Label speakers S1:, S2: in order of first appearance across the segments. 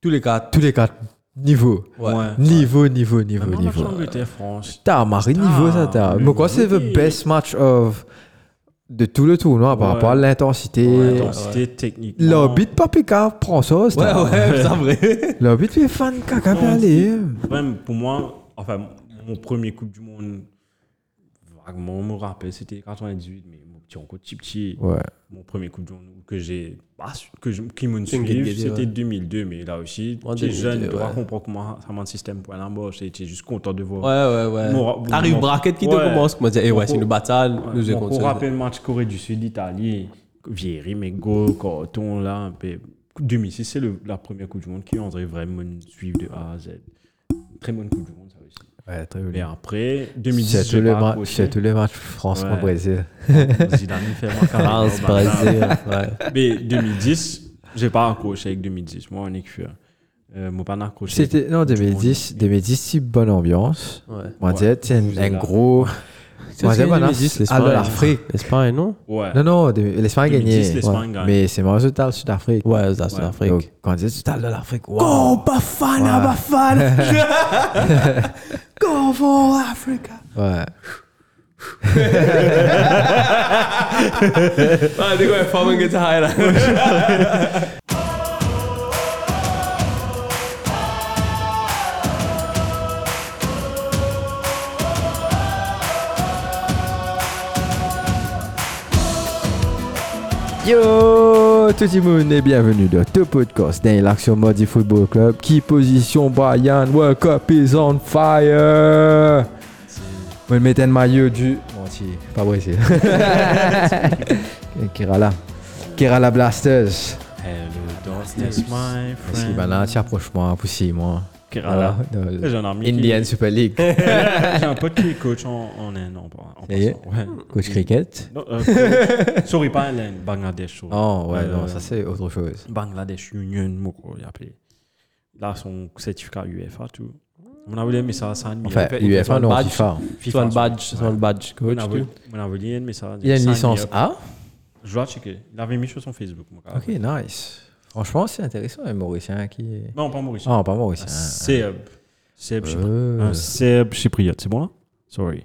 S1: Tous les quatre.
S2: Tous les quatre. Niveau.
S1: Ouais.
S3: Ouais.
S2: Niveau, niveau, niveau,
S3: Maintenant,
S2: niveau.
S3: l'Angleterre, France.
S2: T'as marqué niveau, ça, t'as.
S3: le
S2: Ah, Mais quoi, c'est le
S3: niveau.
S2: best match of de tout le tournoi par
S3: Ouais.
S2: rapport à l'intensité.
S3: Intensité technique.
S2: L'orbit Papika prend ça, c'est
S1: Ouais,
S2: ça.
S1: ouais, c'est vrai.
S2: L'orbit fait fan caca,
S3: Non,
S2: allez.
S3: Même pour moi, enfin, mon premier Coupe du Monde, vaguement, on me rappelle, c'était 98, mais mon petit rencontre, petit petit,
S2: Ouais.
S3: mon premier Coupe du Monde que j'ai, bah, que je- qui me
S1: Tinguely,
S3: suive,
S1: ouais.
S3: c'était 2002, mais là aussi,
S1: En
S3: tu es
S1: 2002,
S3: jeune, tu
S1: ouais.
S3: comprends comment ça monte le système pour aller en bas, j'étais juste content de voir.
S1: Ouais, ouais, ouais.
S3: Mon- mon-
S1: Arrive
S3: mon-
S1: bracket qui te
S3: Ouais.
S1: commence. Moi, dire, eh ouais, c'est une bataille. Nous, j'ai
S3: Bon,
S1: compté.
S3: on rappelle le match Corée du Sud, Italie, Vieri, Mego, Corton, là, un peu. 2006, c'est le- la première Coupe du Monde qui André vraiment suivre de A à Z. Très bonne Coupe du Monde, ça aussi.
S2: Ouais, très
S3: Mais
S2: bien.
S3: après,
S2: C'est
S3: 2010,
S2: tous
S3: je
S2: les
S3: pars
S2: matchs-
S3: aussi.
S2: c'est tous les matchs France-Brésil.
S3: Zidane il fait marquer un
S1: France,
S3: gros bâtard.
S1: Brésil. Ouais.
S3: Mais 2010, j'ai pas accroché avec 2010. Moi, on est que euh, Moi, pas accroché.
S2: C'était, non, 2010, 2010, si bonne ambiance.
S1: Ouais.
S2: Moi,
S3: Ouais.
S2: dire, c'est un,
S3: Vous
S2: un
S3: êtes là.
S2: gros. Moi, c'est bonne ambiance.
S1: l'Espagne.
S2: Alors, Ah, l'Afrique.
S1: L'Espagne, non
S3: Ouais.
S2: Non, non, de- l'Espagne a
S3: 2010,
S2: gagné.
S3: l'Espagne
S2: ouais.
S3: gagne.
S2: Mais c'est mon résultat, le Sud-Afrique.
S1: Ouais, ça, c'est l'Afrique.
S2: Donc, quand on dit résultat de l'Afrique, wow.
S1: Go, Bafana,
S2: Ouais.
S1: Bafana Go for Africa
S2: Ouais.
S1: Ah, du coup, il faut que tu ailles là.
S2: Yo, tout le monde et bienvenue dans le podcast dans l'action Modi Football Club qui position Brian World Cup is on fire. Vous mettez un maillot du. Non, si, pas Brésil. Kerala. Kerala Blasters.
S3: Hello, darkness, my
S2: Parce qu'il
S3: friend.
S2: va là, tiens, approche-moi, pousse-moi.
S3: Kerala.
S2: Voilà, dans
S3: J'ai un ami. qui-
S2: Indian Super League.
S3: J'ai un pote qui est coach en, en Inde. En, en
S2: Ça y est.
S3: passant. Ouais.
S2: Coach cricket.
S3: Non, euh, coach- sorry, pas en Inde. Bangladesh. sorry.
S2: Oh, ouais,
S3: Euh,
S2: non, ça c'est autre chose.
S3: Bangladesh Union, Moko, il appelé. Là, son certificat UEFA, tout. On a voulu, mais ça, ça
S2: Enfin,
S1: fait- il fait
S2: UEFA,
S1: son
S2: non,
S1: badge.
S2: FIFA.
S1: C'est un badge, c'est un badge
S3: On
S1: coach.
S3: a
S1: tu.
S3: voulu, on a voulu, mais ça.
S2: Il a une licence A.
S3: Je dois checker. Il avait mis sur son Facebook. Mon gars.
S2: Ok, nice. Franchement, c'est intéressant, un Mauricien qui.
S3: Non, pas Maurice.
S2: Non, pas Mauricien.
S3: Seb. Seb Chypriote.
S2: Oh, Euh,
S3: Un Seb Chypriote, c'est bon là Sorry.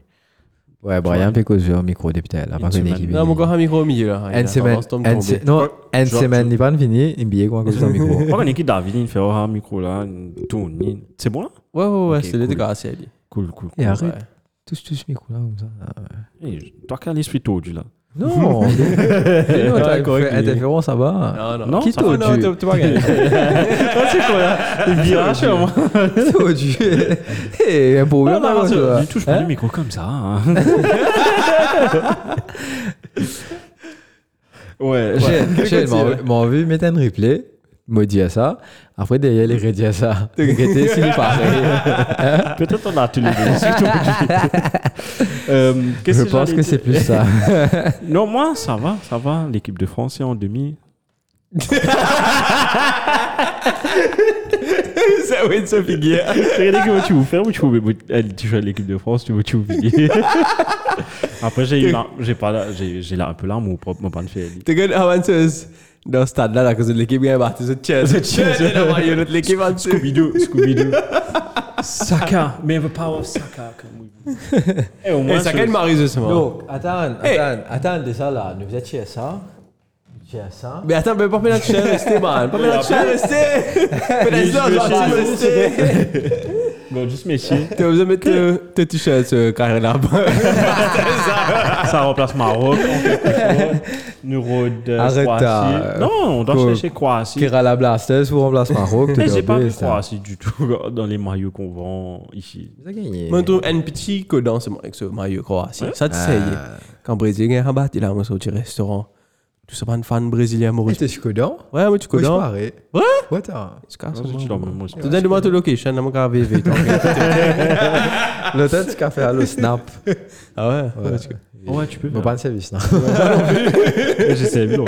S2: Ouais, Brian Pécosé au micro député, là, pas
S3: Une
S2: connu
S3: semaine.
S2: qui
S1: Non, mon gars, un micro au milieu là.
S2: Une semaine. une se- Non, une
S3: Genre,
S2: semaine, il va pas fini, il billet quoi, cause au micro.
S3: Pas qu'on équipe David, il fait oh, un micro là, Tony. C'est bon là
S1: Ouais, Oh, ouais, ouais,
S3: Ok,
S1: c'est le
S3: cool.
S1: dégât, c'est lui.
S3: Cool, cool.
S2: Et
S3: cool.
S2: arrête, tous, tous micro là, comme ça. Ah, ouais.
S3: Hey, Eh, toi qui as l'esprit tordu là.
S2: Non, non, t'as
S3: correct,
S2: fait
S3: mais-
S2: interférence ça va.
S1: Non, non.
S3: Non,
S1: Qui
S3: ça
S1: t'aurait
S3: va,
S1: dit
S2: non,
S1: tu vas gagner.
S3: c'est quoi là Le virage, moi.
S2: Oh Dieu, Hey, un
S3: Non,
S2: problème
S3: non,
S2: avant
S3: non,
S2: toi.
S3: ça- du tout, je prends le micro comme ça. hein. ouais, ouais.
S2: J'ai- J'ai m'en- m'en envie de mettre un replay, m'a dit à ça. Après, derrière, il redit à ça. Regrettez s'il est pareil.
S3: peut-être on a tous les deux. surtout que- Euh, qu'est-ce
S2: Je
S3: j'allais
S2: pense que
S3: dire
S2: c'est plus ça.
S3: Non, moi, ça va, ça va. L'équipe de France est en demi.
S1: Ça va être Sophie Guerre.
S3: Regardez comment tu vous fais, ou tu vous elle, tu joues à l'équipe de France, tu vois, tu vous fais. Après, j'ai eu la- j'ai pas la- j'ai, j'ai là un peu l'amour propre, mon pan fait.
S1: T'es gagné avanceuse. Dans ce stade-là, là, à cause de l'équipe, il y a battu ce chest. Ce chest, il a eu notre l'équipe en dessous.
S3: Scooby-Doo, Scooby-Doo. Saka, mais the power of Saka, comme we Eh, au moins,
S1: Et ça gagne Marie, justement.
S2: Donc, attends,
S1: Hey.
S2: attends, attends, déjà là, nous êtes chez ça. Chez ça.
S1: Mais attends, mais pas mettre la chaîne restée, man. ah, Pas mettre la chaîne restée. Mais
S3: Mais
S1: laisse-la,
S3: Ah, je veux
S1: genre,
S3: chez
S1: tu
S3: vous.
S1: restée.
S3: Bon, juste messieurs,
S1: T'as besoin de mettre euh, tes t-shirts euh, carré là-bas.
S3: ça remplace Maroc, on fait quelque chose. Neurode, euh,
S2: Arrête ta-
S3: Croatie. Non, on doit
S2: Cool.
S3: chercher Croatie.
S2: Kerala Blasters ou remplace Maroc.
S3: Eh, j'ai pas vu
S2: ça. Ah,
S3: Croatie du tout dans les maillots qu'on vend ici.
S2: Vous avez gagné.
S1: Moi, je trouve un petit codon, c'est moi, avec ce maillot croatie. Ça, tu sais. Quand Brésil gagne un rabat, il a un sorti restaurant. Tout ça, pas un fan brésilien,
S2: Et
S1: Maurice.
S2: t'es codant
S1: Ouais, mais tu
S2: Codant
S1: codon.
S2: Ouais
S1: Ouais.
S2: Ouais, t'as.
S1: C'est quoi, ça,
S3: Ça, tu
S1: moi?
S3: l'as même moi, c'est-
S1: Tu donnes le moto location, là, mon gars, VV.
S2: Le temps, tu as fait le snap.
S1: Ah ouais?
S2: Ouais.
S1: parce que-
S3: Ouais, tu peux.
S2: Mais
S3: faire.
S2: pas de service, non
S3: J'ai servi encore.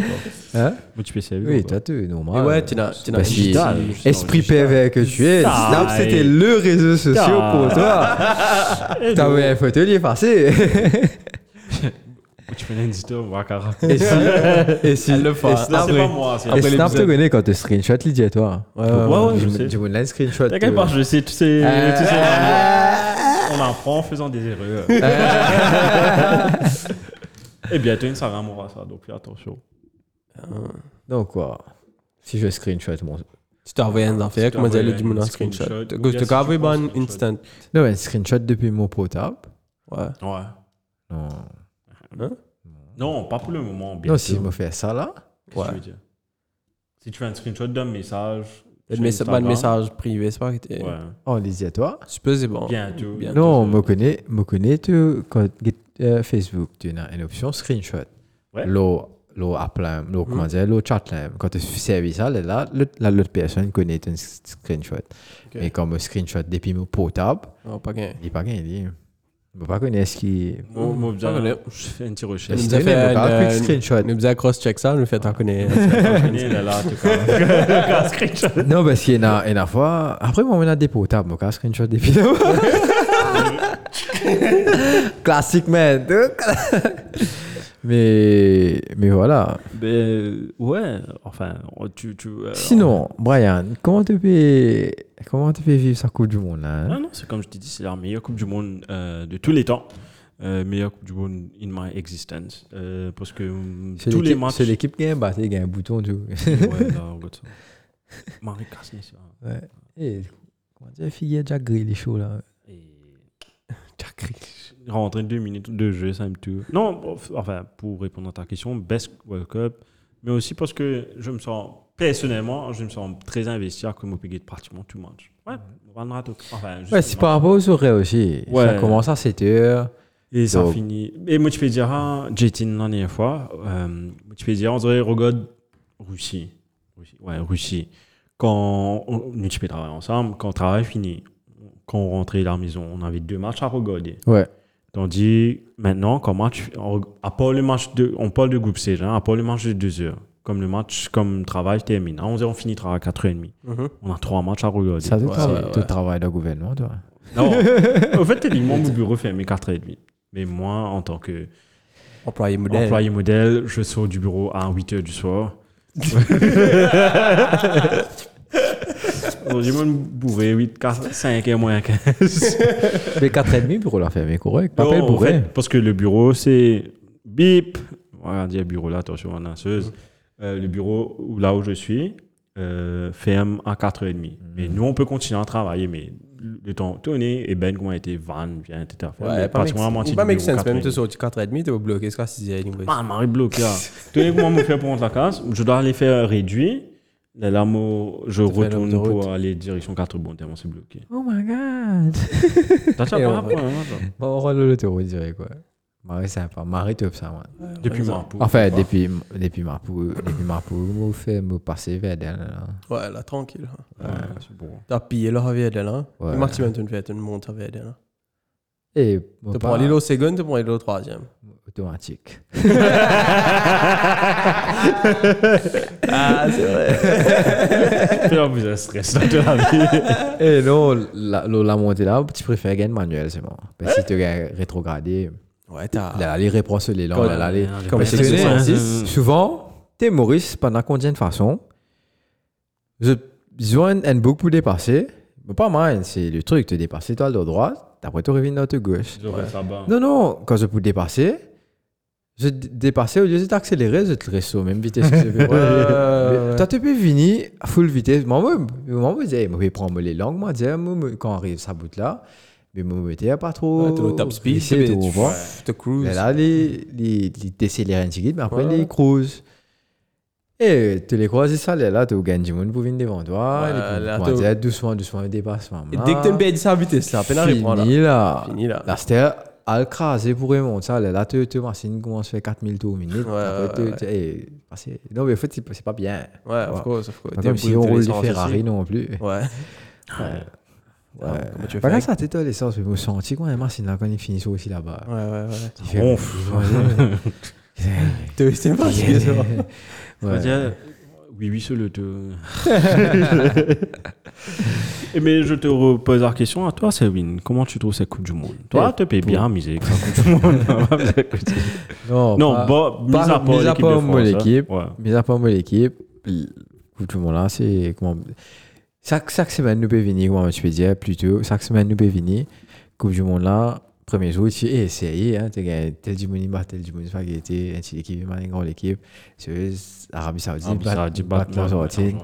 S2: Hein
S3: Mais tu peux servir.
S2: Oui,
S3: encore.
S2: t'as tout,
S1: Et
S2: normal.
S1: ouais, tu n'as tu n'as-
S2: Bah, si.
S1: tu n'as-
S3: Digital.
S2: Esprit
S3: Digital.
S2: pervers que tu es,
S3: Style.
S2: Snap c'était le réseau social pour toi.
S3: Eh,
S2: T'avais un fauteuil effacé.
S3: Tu fais une histoire, on va carrer.
S1: Et si, et si,
S2: Elle le
S1: et
S2: fait.
S1: si-
S3: C'est
S2: Ah,
S3: pas
S2: oui.
S3: moi, c'est
S2: Et
S1: Après
S2: Snap te
S1: l'épisode.
S2: connaît quand tu screenshot, il dit à toi.
S1: Ouais, ouais, ouais.
S3: ouais, je
S2: Du-
S3: sais.
S2: Du moonlight screenshot.
S3: T'inquiète pas,
S2: euh,
S3: je sais, tu sais,
S2: Euh,
S3: tu sais, on, on apprend en faisant des erreurs.
S2: Euh.
S3: Et bientôt, une Sarah mourra, ça, donc fais attention.
S1: Ah.
S2: Donc quoi Si je screenshot mon.
S1: Tu t'as envoyé un affaire,
S3: Tu
S1: comment
S3: t'as
S1: dire, le
S3: envoyé
S1: Dimona
S3: un
S1: screenshot.
S3: screenshot.
S1: Tu
S3: Bien
S1: tu
S3: sûr,
S1: t'as envoyé
S3: je pense
S1: un
S3: screenshot.
S1: instant.
S2: Non, mais screenshot depuis mon portable.
S1: Ouais.
S3: Ouais.
S2: Non.
S3: Hein? Non, pas pour le moment. Bien
S2: Non,
S3: sûr.
S2: si je me fais ça là.
S3: Qu'est-ce que tu veux dire Si tu fais un screenshot d'un message.
S1: Le
S3: sur
S1: messa- pas de
S3: Instagram,
S1: message privé, c'est pas que t'es.
S3: Ouais.
S2: Oh, les dit à toi.
S1: Tu peux, c'est bon.
S3: Bientôt.
S1: Bien.
S2: oh, Non, on
S3: je-
S2: me connaît, me connaît tu, quand get- euh, Facebook, tu as une option screenshot.
S3: Ouais. Mm.
S2: L'eau, l'eau app là, l'eau, comment dire, l'eau chat là. Quand tu services ça, là, là, le- là, l'autre personne connaît un sc- screenshot. Mais comme un screenshot depuis mon portable,
S1: Non, pas qu'un.
S2: il n'est pas gagné. Il ne peut pas connaître ce qui.
S3: Moi, moi,
S1: Ça va
S3: bien,
S1: aller.
S3: Ah, je fais un petit
S2: Mais
S1: nous
S3: recherche.
S2: si
S1: a
S2: tu veux,
S1: fait
S2: il me parle
S1: un,
S2: plus de
S1: euh,
S2: screenshot.
S1: Nous faisons cross-check ça, nous fait t'en connaître.
S3: Imaginez, là, là, tu vois. Un screenshot.
S2: Non, parce qu'il y en a il y en a fois. Après, moi, on a des portables, moi, un hein, screenshot depuis là. Classique, man. mais, mais voilà.
S3: Ben, ouais, enfin, on- tu. tu euh,
S2: Sinon, Brian, comment tu peux, comment tu peux vivre sa Coupe du Monde là,
S3: on-
S2: hein?
S3: Ah Non, non, c'est comme je t'ai dit, c'est la meilleure Coupe du Monde euh, de tous les temps. Euh, meilleure Coupe du Monde in my existence. Euh, parce que hum,
S2: C'est
S3: tous les
S2: l'équipe-
S3: matchs.
S2: C'est l'équipe qui a battu, qui a un bouton, tout.
S3: Ouais, là, regarde ça. Marie Cassini, ça.
S2: Et, Eh, comment dire, fille, Jack Grill, est chaud là.
S3: Et. rentrer deux minutes de jeu, ça me tue. Non, bon, f- enfin, pour répondre à ta question, best World Cup, mais aussi parce que je me sens, personnellement, je me sens très investi à comme de pratiquement tout le match. Ouais, on rate aucun- enfin, juste
S2: Ouais,
S3: le
S2: c'est
S3: match.
S2: par rapport aux horaires aussi.
S3: Ouais.
S2: Ça commence à 7 heures.
S3: Et ça
S2: Donc-
S3: finit. Et moi, tu peux dire, hein, Jetin, la dernière fois, euh, moi, tu peux dire, on dirait, regarde, Russie. Russie. Ouais, Russie. Quand on, nous, tu peux travailler ensemble, quand le travail fini, quand on rentrait à la maison, on avait deux matchs à regarder.
S2: Ouais.
S3: Tandis maintenant, quand match, on- à part le match de, on parle de groupe C, hein, à part le match de 2 heures, comme le match, comme travail termine, hein, on, dit, on finit à 4h30.
S1: Mhm.
S3: On a trois matchs à regarder.
S2: Ça, tu
S1: Ouais, ouais, ouais.
S2: tu travailles dans le gouvernement, toi.
S3: Non, en fait, techniquement, mon bureau fait mes 4h30. Mais moi, en tant que
S1: Employé modèle.
S3: employé modèle, je sors du bureau à 8h du soir. Donc, j'ai même bourré 8, 4, 5 et moins 15.
S2: Mais 4h30 pour la fermer, correct. Pas
S3: Non,
S2: pour
S3: en fait, parce que le bureau, c'est bip. On va dire bureau là, attention, on lanceuse. le bureau où- là où je suis euh, ferme à 4h30. Mais nous, on peut continuer à travailler, mais le temps tourné et Ben, comment a été van, vient, etc. Mais
S1: Ouais, pas make-
S3: pratiquement la moitié
S1: pas
S3: du
S1: make
S3: bureau,
S1: sense. Même
S3: 4h30.
S1: tu sorti 4,5, tu vas bloquer, c'est quoi 6h30
S3: Ah, Marie bloqué là. Tenez, comment me faire pour rentrer la case Je dois aller faire réduire. Là, là, moi, je
S1: Tu fais
S3: retourne
S1: l'autre route.
S3: pour aller direction 4 bon tellement c'est bloqué.
S2: Oh my god.
S3: T'as déjà
S2: Et
S3: pas
S2: on
S3: rapport,
S2: va-
S3: hein, toi
S2: Bon, on roule le taureau, je dirais quoi. Marie, sympa. Marie, top ça, moi.
S3: Depuis moi. pour-
S2: Enfin, depuis, depuis Marpou, depuis Marpou, me fait me passer vers elle. là.
S1: Ouais, là, tranquille. hein.
S3: Ouais, c'est bon.
S1: T'as pillé leur vie d'elle, hein.
S2: Ouais.
S1: Le maximum, tu ne fais, tu ne montes avec d'elle.
S2: Et mon
S1: Tu
S2: Bah, pas-
S1: prends l'île au second, tu prends l'île au troisième.
S2: automatique.
S1: Ah, c'est vrai.
S3: Puis là, vous avez stress dans la vie.
S2: Et Eh, non, la, la, la montée là, tu préfères gagner manuel, c'est bon. Parce
S1: Eh?
S2: que si tu gagnes rétrogradé,
S1: Ouais, t'as.
S2: là, les réponses, les
S1: Ah. Quand-
S2: langues, là, les.
S1: Comme
S2: Parce
S1: c'est Mmh.
S2: que
S1: que
S2: les-
S3: c'est-
S2: hein. Souvent, t'es Maurice, pendant qu'on dit une façon, je ils ont un, un book pour dépasser, mais pas mal, c'est le truc, tu dépasses toi de droite, après tu reviens dans ta gauche.
S3: J'aurais ça bah. bas.
S2: Non, non, quand je peux dépasser, je dé- dépassais, au lieu d'accélérer, je te reste au même vitesse que je peux.
S1: ouais, ouais.
S2: Toi, tu peux venir à full vitesse. Moi, je me disais, je vais prendre les langues, moi, je disais, moi, moi, quand arrive sa bout là, mais je me mettais pas trop.
S1: Ouais, T'es au top speed,
S2: pressé,
S1: tu
S2: tout,
S1: tu-
S2: tu vois.
S1: tu cruises.
S2: Mais là, les, les, les décélèrent un petit peu, mais après,
S1: Ouais.
S2: les cruise. Et tu les croises, ça, les là, tu gagnes du monde pour venir devant toi.
S1: Ouais,
S2: et puis,
S1: là,
S2: comment
S1: t'es-
S2: dire, doucement, doucement, dépassement. Ah,
S1: Et dès que tu me perds sa vitesse, là, à peine à
S2: Fini
S1: reprendre, là.
S2: là.
S1: Fini là.
S2: Là, c'était à écraser pour remonter.
S1: er
S2: Ça, là, tu te machine commence à faire 4000 tours minutes.
S1: Ouais,
S2: après,
S1: ouais,
S2: tu- tu- eh, passez. Non, mais en fait, c'est c'est pas bien.
S1: Ouais, of course, of course.
S2: Pas comme
S1: T'es
S2: si
S1: brûlé
S2: on
S1: de
S2: roule les
S1: l'essence
S2: Ferrari
S1: aussi.
S2: non plus.
S1: Ouais.
S2: Ouais.
S1: Comment tu veux
S2: Pas
S1: faire
S2: comme ça, t'es toi l'essence, mais je me sens quand même, machine là, quand ils finissent aussi là-bas.
S1: Ouais, ouais, ouais.
S2: Il fait-
S3: Ronfle.
S1: T'es- C'est pas c'est
S2: Yeah.
S1: ça.
S3: On va
S2: Ouais.
S3: dire, Oui, oui, sur le deux. Eh mais je te repose la question à toi, Selvin. Comment tu trouves cette Coupe du Monde
S2: Eh,
S3: Toi, tu payes bien misé avec cette Coupe du Monde. On va miser avec cette-
S2: Non,
S3: non,
S2: pas-
S3: bon, mis
S2: pas-
S3: à part
S2: mis à
S3: l'équipe
S2: part
S3: de
S2: moi,
S3: France, hein.
S2: l'équipe.
S3: Ouais.
S2: Mais à part moi, l'équipe, tout le monde là, c'est comment. Chaque, chaque semaine, nous peut venir, comment je peux dire, plutôt. Chaque semaine, nous peut venir. Coupe du Monde là, premier jour, tu es essayé, hein, tu gagné tel du monde, bat tel du monde, pas gagné, un petit équipe, une grande équipe. Sérieux, Arabie
S3: Ah,
S2: Saoudite,
S3: mais ça
S2: bat
S3: a dit
S2: bat
S3: battre
S2: l'Argentine.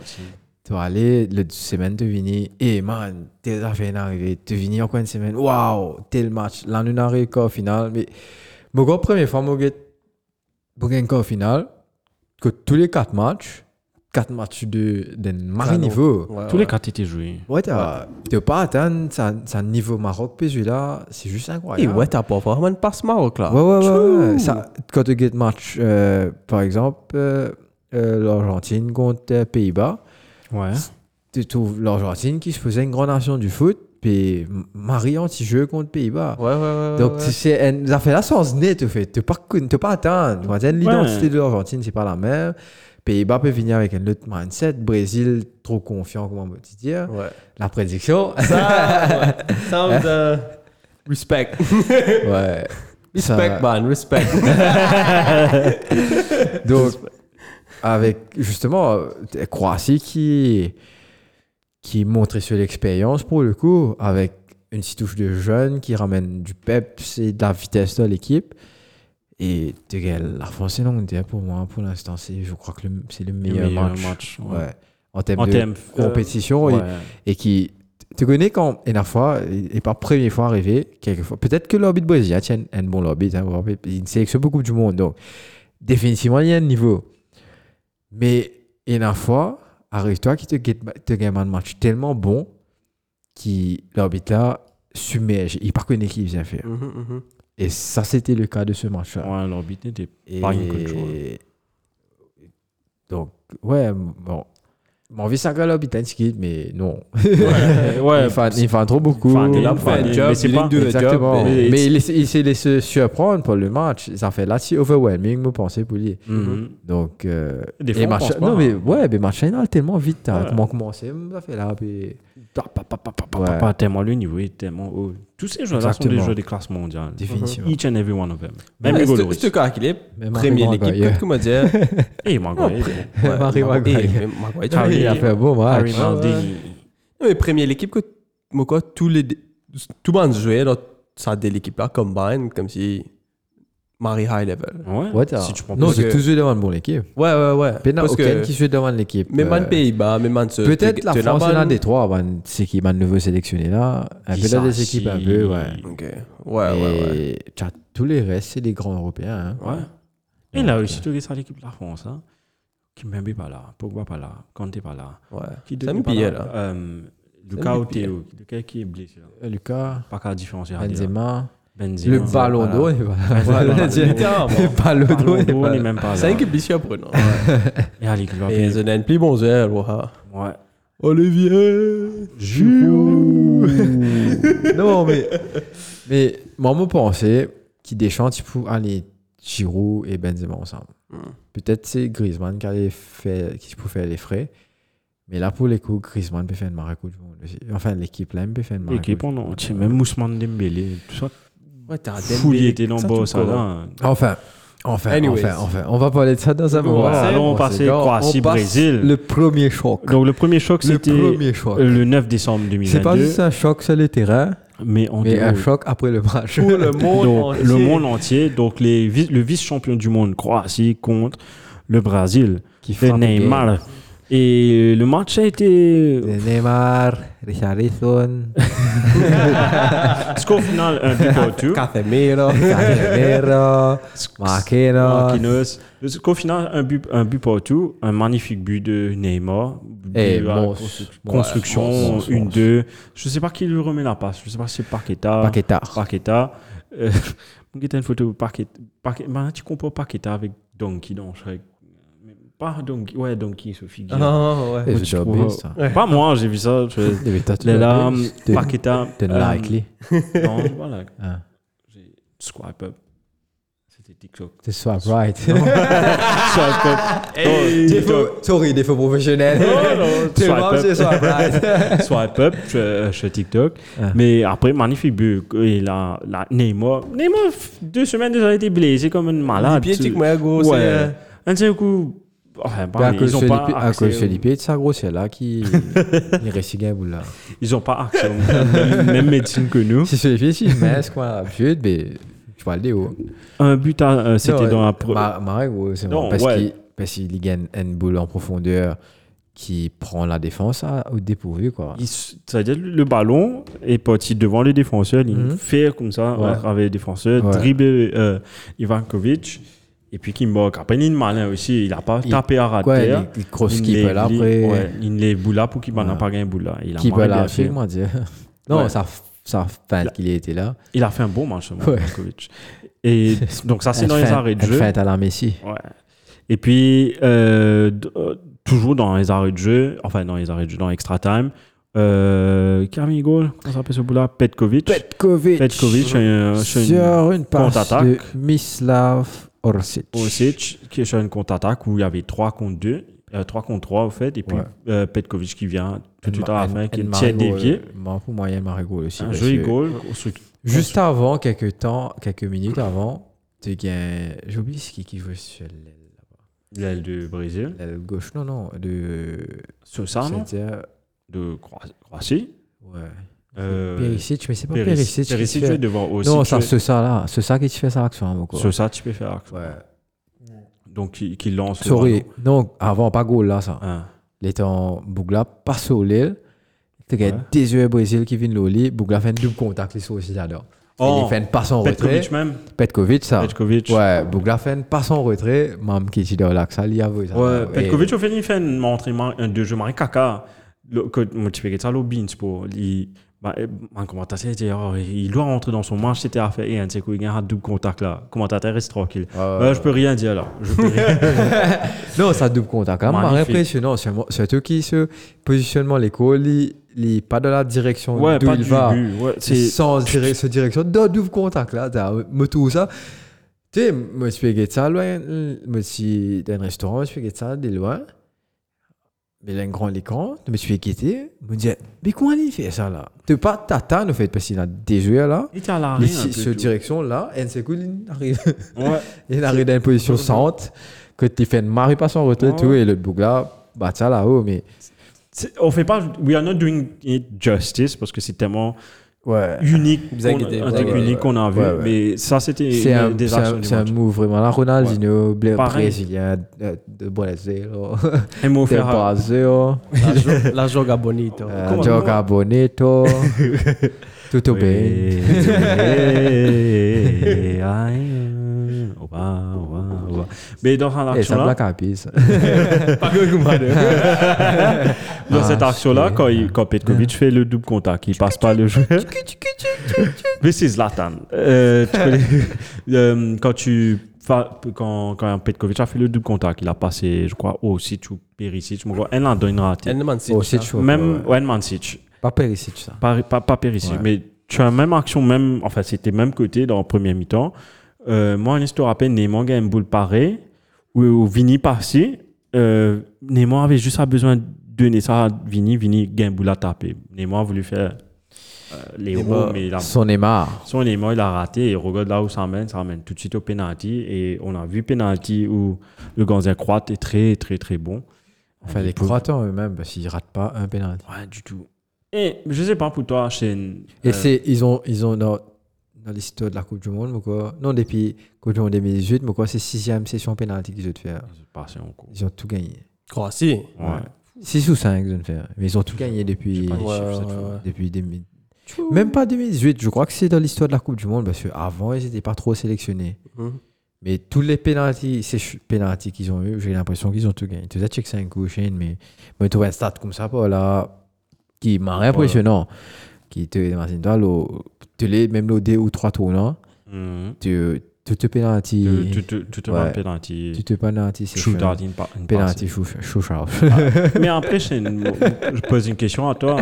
S2: Tu vas aller, la semaine de venir, et man, tes affaires n'arrivent, tu venir encore une semaine, waouh, tel match, là nous n'arrivons qu'au final, mais mon gars, première fois, mon gars, mon gars, qu'au final, que tous les quatre matchs, quatre matchs de, d'un marqué niveau,
S3: Tous les quatre étaient joués.
S2: ouais, t'as, t'as pas atteindre ça, ça niveau Maroc, puis là, c'est juste
S1: Et
S2: incroyable.
S1: Eh, ouais, t'as pas vraiment de passe Maroc là.
S2: Ouais, ouais, ouais, ouais. Ça, quand tu get match, euh, par exemple, euh, euh, l'Argentine contre euh, Pays-Bas,
S3: Ouais.
S2: tu trouves l'Argentine qui se faisait une grande nation du foot, puis Marie anti-jeu contre Pays-Bas.
S1: Ouais, ouais, ouais.
S2: Donc, tu sais, un- ça fait la sens nette, au fait. Tu pas, con- t'as pas atteindre. Tu vois, t'as L'identité
S3: Ouais.
S2: de l'Argentine, c'est pas la même. Pays-Bas peut venir avec un autre mindset. Brésil, trop confiant, comment on peut dire.
S1: ouais.
S2: La prédiction.
S1: Ça, ouais. Sounds, euh, Respect.
S2: ouais. Ça-
S1: Respect, bah, man, respect.
S2: Donc, avec justement euh, Croatie qui, qui montrait sur l'expérience pour le coup, avec une petite touche de jeunes qui ramène du peps et de la vitesse dans l'équipe. Et tu gagnes la France et l'Angleterre, pour moi, pour l'instant, c'est, je crois que le- c'est le
S3: Le
S2: meilleur, match.
S3: ouais.
S2: Ouais. En termes
S3: En
S2: de
S3: termes, euh,
S2: compétition, et-
S3: Ouais.
S2: et, qui. Tu connais quand, et la fois, et et pas première fois arrivé, quelquefois. Peut-être que l'orbite brésilien tient un bon orbite, hein, vous vous rappelez, il y a une sélection beaucoup du monde. Donc, définitivement, il y a un niveau. Mais, et la fois, arrive-toi qui te, get- te gagne un match tellement bon qui l'orbite là submerge. Il part qu'une équipe vient faire.
S1: Mhm, mhm.
S2: Et ça, c'était le cas de ce match-là.
S3: Ouais, l'orbite n'était
S2: Et...
S3: Pas une coach, ouais.
S2: Donc, ouais, bon. Mon vie, ça galope, il t'a skid, mais non.
S3: Ouais, ouais.
S2: il, fait, il fait trop beaucoup.
S3: Enfin, il
S1: Il a
S3: Ouais,
S1: fait
S3: mais
S1: un job,
S3: c'est
S1: il
S3: pas-
S1: a deux
S2: Exactement.
S1: jobs.
S2: mais
S3: mais-
S2: il, s'est- il s'est laissé euh, surprendre pour le match. Ça fait là, si overwhelming, me pensez, pour lui.
S3: Mhm.
S2: Donc, euh,
S3: Des fois,
S2: et
S3: on
S2: match-
S3: pense pas,
S2: non, mais
S3: hein.
S2: ouais, mais match final, tellement vite. hein.
S3: Ouais.
S2: Comment commencer Ça fait là, puis
S3: Pa, pa, pa, pa, pa, pa,
S2: Ouais.
S3: pa, tellement le niveau est tellement haut. Tous ces joueurs-là sont des
S2: Exactement.
S3: joueurs de classe mondiale.
S2: définitivement.
S3: Each and every one of them. Même
S1: Ouais,
S3: Hugo
S1: c'est-
S3: Lloris. Eh,
S1: C'est le cas qu'il est.
S2: Même
S1: Premier
S2: Maguire.
S1: l'équipe, peut-être comment dire.
S3: Et Maguire.
S1: Non,
S3: bon.
S1: Ouais,
S2: Harry Maguire.
S1: eh, mais Maguire, tu vois,
S3: Harry,
S1: il
S2: Il
S1: est-
S2: a fait un bon
S3: Harry
S2: match.
S3: Maldini.
S1: Non, mais première l'équipe que Moko, tous les tout le monde jouait dans ça de l'équipe là combine comme si Marie high level.
S3: Ouais.
S2: Ouais, t'as-
S3: Si tu prends
S2: non,
S1: parce
S2: c'est
S1: que-
S2: tous deux devant une bonne équipe.
S1: Ouais ouais ouais.
S2: Mais non,
S1: Parce
S2: aucun
S1: que
S2: qui joue devant l'équipe.
S1: même
S2: euh,
S1: en Pays-Bas, même en ce-
S2: Peut-être
S1: tu-
S2: la
S1: tu es
S2: France est
S1: là-bas,
S2: l'un
S1: non?
S2: des trois, ben, c'est qui m'a le nouveau sélectionné là. Un peu là des équipes, un peu, ouais.
S1: Ok. euh, Ouais ouais ouais.
S2: Et t'as tous les restes, c'est les grands européens. hein.
S3: Ouais. Et là aussi, tu regardes ça, l'équipe de la France. Hein. Kimpembe pas là, Pogba pas là, Kanté pas là.
S1: ouais.
S3: Qui
S1: Ça me
S3: d'autre pas
S1: pillait,
S3: là
S1: là.
S3: Euh, Lucas
S1: me
S3: Oteo. Lucas qui est blessé là.
S2: Euh, Lucas,
S3: Pas qu'à différencier. à dire.
S2: Benzema,
S3: hein. Benzema.
S2: le ballon d'eau. il va-
S3: Voilà.
S2: Le ballon
S3: Ballon
S2: d'eau. il
S3: d'Or
S2: va-
S3: n'est même pas là.
S1: C'est une équipe blessure pour nous.
S3: Et à l'équipe de la
S1: Et
S2: euh,
S3: France.
S1: c'est un plus bon zèle, voilà.
S3: Ouais.
S1: Olivier
S2: Giroud. non, mais, mais moi, mon pensée, qui Deschamps, tu peux aller Giroud et Benzema ensemble.
S1: Mm.
S3: Hmm.
S2: Peut-être c'est Griezmann qui, allait faire- qui peut faire les frais. Mais là, pour les coups, Griezmann peut faire une maracout du monde aussi. Enfin, l'équipe là, elle peut faire une maracout.
S3: L'équipe, on a. Même Ousmane Dembélé. Tout ça.
S1: Ouais,
S2: Ah,
S1: t'as un
S3: Fouillé, il était dans
S1: Ça,
S3: le bas,
S1: tu
S3: ça
S1: peux,
S3: là.
S2: Enfin, enfin,
S1: Anyways.
S2: enfin, enfin. On va parler de ça dans un
S1: Bon,
S2: moment.
S1: voilà,
S3: allons
S2: On
S3: passer
S2: sait, donc,
S3: Croatie,
S2: on passe
S3: Brésil.
S2: Le premier choc.
S3: Donc le premier choc,
S2: Le
S3: c'était
S2: premier choc.
S3: euh, le 9 décembre
S2: C'est pas
S3: 2022.
S2: juste un choc sur le terrain,
S3: Mais en
S2: mais un
S3: théorie.
S2: choc après le match.
S1: Pour le monde
S3: Donc,
S1: entier.
S3: le monde entier, donc les vi- le vice-champion du monde, Croatie, contre le Brésil,
S2: Qui
S3: le
S2: frappe et gagne.
S3: Neymar. Et le match a été.
S2: De Neymar, Richarlison,
S3: Score final, un but partout.
S1: Casemiro.
S2: Casemiro, Marquinhos.
S3: Marquinhos. Le score final, un but, un but partout. Un magnifique but de Neymar. But
S2: Eh,
S3: à
S2: monstre.
S3: constru-
S2: Ouais,
S3: construction,
S2: monstre,
S3: une,
S2: monstre.
S3: deux. Je sais pas qui lui remet la passe. Je sais pas si c'est Paqueta. Ah,
S2: Paqueta.
S3: Paqueta. Euh, Paqueta, une photo de Paqueta. Paqueta. Maintenant, tu comprends Paqueta avec Donkey dans Shrek. Mais Pas Donkey. Ouais, Donkey, ce figure.
S2: Ah,
S1: Non, Ah, ouais.
S2: Et
S3: Moi,
S2: je
S3: je
S2: suis
S3: trouve-
S2: obèse, ça.
S3: Pas moi, j'ai vu ça. Je...
S2: Il avait tatoué
S3: Les
S2: la
S3: larmes,
S2: bise. T'es-
S3: Paqueta.
S2: T'es
S3: euh,
S2: likely.
S3: Non, voilà.
S2: Ah.
S3: J'ai swipe up. C'est TikTok.
S2: C'est swap right.
S3: Swipe up. Non,
S2: Défaut,
S3: TikTok.
S2: sorry, défaut professionnel.
S3: Non, non,
S2: Tellement
S3: swipe
S2: c'est
S3: up.
S2: swap right.
S3: Swipe up je- je TikTok.
S2: Ah.
S3: Mais après, magnifique but. Et là, là, Neymar. Neymar, f- deux semaines déjà, il a été blessé comme une malade.
S1: Pieds,
S3: Tu-
S1: tic, mais gros, c'est. euh,
S3: Ouais. Un seul coup. Enfin,
S2: Ben, à
S3: pareil,
S2: cause
S3: ils ont
S2: Felipe,
S3: pas
S2: à
S3: accès
S2: cause
S3: au-
S2: Felipe, c'est ça, gros, c'est là qui. Il reste gain, boule là.
S3: Ils n'ont pas accès aux même, même médecine que nous.
S2: Si Felipe, si, mais c'est quoi, absurde, mais je parle des hauts.
S3: Un but, à- euh, c'était
S2: Non,
S3: dans la
S2: euh,
S3: pre-
S2: Ma- Marais, gros, c'est
S3: Non,
S2: moi. Parce
S3: ouais.
S2: qu'il- parce qu'il gagne une boule en profondeur qui prend la défense à- au dépourvu, quoi.
S3: Il s- C'est-à-dire le ballon est parti devant les défenseurs, il
S2: Mhm.
S3: fait comme ça
S2: Ouais.
S3: à travers les défenseurs,
S2: Ouais.
S3: dribble euh, Ivankovic, et puis qui moque. Après, il est malin aussi, il n'a pas
S2: Il-
S3: tapé à rater.
S2: Quoi, il- il cross qui peut là après.
S3: il les boule là pour qu'il n'en
S2: Ouais.
S3: a pas gagné boule là. Il a,
S2: Qui peut
S3: marqué
S2: là,
S3: la fin.
S2: moi, dire. Non,
S3: Ouais.
S2: ça, ça feinte qu'il ait été là.
S3: il a fait un bon match,
S2: Ouais.
S3: Ivankovic. Et donc, ça, c'est
S2: Une
S3: dans les
S2: feinte-
S3: arrêts de
S2: une
S3: jeu.
S2: feinte à la Messi.
S3: Ouais. Et puis, euh, d- euh, toujours dans les arrêts de jeu, enfin dans les arrêts de jeu, dans l'extra time, euh, Camille Gaulle, comment s'appelle ce bout-là Petkovic.
S2: Petkovic.
S3: Petkovic, euh, sur une
S2: Sur une passe de
S3: contre-attaque.
S2: Mislav Orsic.
S3: Osic, qui est sur une contre-attaque où il y avait 3 contre 2, 3 contre 3 au fait, et puis
S2: Ouais.
S3: euh, Petkovic qui vient tout de suite à la fin, qui
S2: Et
S3: est
S2: le
S3: tient
S2: Marigot,
S3: dévié.
S2: euh, bah, moi, Pour moi, il y a le Marigot aussi.
S3: Un
S2: parce
S3: joli
S2: que
S3: goal. sur-
S2: Juste avant, quelques temps, quelques minutes avant, tu gagnes. J'oublie ce qui qui joue sur l'aile
S3: L'aile du Brésil.
S2: l'aile gauche. Non, non, de.
S3: Sur ça, non
S2: C'est-à-dire-
S3: De Croa- Croatie.
S2: Ouais.
S3: Euh,
S2: Périsic, mais c'est pas
S3: Peris-
S2: Périsic. qui
S3: Perisic,
S2: fait-
S3: tu es devant aussi.
S2: Non, ça, c'est ça là. C'est ça qui te fait ça, action, mon quoi.
S3: Sur ça, tu peux faire.
S2: Ouais.
S3: Donc, il il lance. le
S2: Sorry.
S3: ballon.
S2: Non, avant, pas goal là, ça.
S3: Hein.
S2: Il était en Bougla, pas sur l'aile. Tu as
S3: Ouais.
S2: des yeux Brésil qui viennent l'Oli. Bougla fait un double contact, les aussi là-dedans.
S3: Oh,
S2: il fait une passe en retrait.
S3: Petkovic même.
S2: Petkovic, ça.
S3: Petkovic.
S2: Ouais, Bougla fait une passe en retrait. Mam qui est dans l'axe, il y a vu ça.
S3: Ouais,
S2: Et-
S3: Petkovic, au final, il fait une montre, il marque un deux jeux marqués caca. Le- que- Moi, tu fais ça, l'Obins, pour. Il, bah, eh, un commentateur, il dit, oh, il doit rentrer dans son match, c'était à faire. Et un, tu sais, quoi, il y a un double contact là. Le Commentateur, reste tranquille.
S2: Euh,
S3: Euh, je peux rien dire là. Je peux rien.
S2: Non, ça double contact. Quand même, marre
S3: Magnifique.
S2: impressionnant. C'est- Surtout qui se positionnement, les calls, il- il pas dans la direction
S3: ouais,
S2: d'où
S3: pas
S2: il
S3: du
S2: va.
S3: but. Ouais,
S2: C'est
S3: c'est.
S2: sans dire, ce direction, dans double contact là, t'as me tout ça. Tu sais, moi je fais ça loin, euh, moi si dans un restaurant, je fais ça de loin. Mais là, un grand écran, je me suis inquiété. Je me disais, mais comment il fait ça là Tu pas t'attendre, en fait, parce qu'il a des joueurs là.
S3: Il était à l'arrêt.
S2: Mais
S3: un
S2: si,
S3: peu,
S2: ce
S3: tout.
S2: direction là, et c'est cool, il arrive.
S3: Ouais.
S2: Il arrive dans une position centre, que tu fais une marée pas son retrait,
S3: Ouais,
S2: tout, et l'autre bouc là, bah ça là-haut, mais.
S3: C'est- On fait pas. We are not doing it justice parce que c'est tellement
S2: Ouais.
S3: unique.
S1: Vous inquiétez
S3: qu'on- un
S1: pas,
S3: truc
S1: ouais,
S3: unique
S2: ouais.
S3: qu'on a vu.
S2: Ouais, ouais.
S3: Mais ça, c'était
S2: C'est
S3: une
S2: un,
S3: des
S2: c'est un-
S3: actions du
S2: c'est un
S3: match.
S2: move vraiment. Là, Ronaldinho, Blair-
S3: Pareil.
S2: brésilien, euh, de Brésil, oh,
S3: Et Mo
S2: de
S3: Farah.
S2: Brésil,
S1: La jo- La joga bonito.
S2: euh,
S3: Comment-
S2: Joga Bonito, tout au bien.
S3: Mais dans cette
S2: Et ça
S3: action-là,
S2: blague à pisse.
S3: dans
S2: Ah,
S3: cette action-là,
S2: c'est- Ah.
S3: quand, il- quand Petkovic fait le double contact, il passe pas le jeu. Mais c'est Zlatan. Euh, tu connais- Euh, quand tu fa- quand, quand Petkovic a fait le double contact, il a passé, je crois, Osic ou Perisic, je me crois, un a donné une ratée.
S1: Elle demande si.
S2: Oh, c'est
S1: ça.
S2: chaud.
S3: Même
S2: ouais.
S3: ouais, Mancic.
S2: Pas Perisic, ça.
S3: pas, pas, pas Perisic,
S2: Ouais.
S3: mais tu as même action, même, enfin, c'était même côté dans le premier mi-temps. Euh, moi, je te rappelle, Neymar gagne une boule parée, où, où Vini passait. Euh, Neymar avait juste besoin de donner ça à Vini, Vini gagne une boule à taper. Neymar a voulu faire euh, les
S1: Neymar,
S3: roues, mais il a
S2: Son Neymar.
S3: son Neymar, il a raté et regarde là où ça mène, ça mène tout de suite au penalty. Et on a vu penalty où le Gandien croate est très, très, très bon.
S2: Enfin,
S3: Il
S2: les
S3: peut-
S2: Croatans eux-mêmes, parce qu'ils ratent pas un pénalty.
S3: Ouais, du tout. Et je sais pas pour toi, Shane.
S2: Et
S3: euh,
S2: c'est, ils ont, ils ont dans, dans l'histoire de la Coupe du Monde, mais quoi, non, depuis Coupe du Monde 2018, mais quoi, c'est sixième session pénalty qu'ils ont de faire.
S3: c'est passé en cours.
S2: Ils ont tout gagné.
S1: Croatie.
S3: Ouais.
S2: 6 ou 5, ils ont de faire. Mais ils ont tout gagné
S3: J'ai
S2: depuis,
S3: pas les
S1: Ouais,
S3: chiffres cette
S1: ouais,
S3: fois.
S1: ouais.
S2: depuis 2000. Même pas 2018, je crois que c'est dans l'histoire de la Coupe du Monde, parce qu'avant, ils n'étaient pas trop sélectionnés.
S1: Mhm.
S2: Mais tous les pénalties, ces ch- pénalties qu'ils ont eu, j'ai l'impression qu'ils ont tout gagné. Tu as check 5 ou Shane, mais mais tu vois un stat comme ça, Paul, là, qui m'a impressionnant. Qui te imagine toi, le- tu les même le 2 ou 3 tournants,
S3: Mhm.
S2: tu tu te pénalties,
S3: Tu- tu- tu- tu te mets
S2: Ouais.
S3: un penalty.
S2: tu te pénalties, c'est
S3: Shoot
S2: chiant.
S3: out in pa- in
S2: Pénalty, chou, chou, chou.
S3: pass. Mais après, c'est une- je pose une question à toi.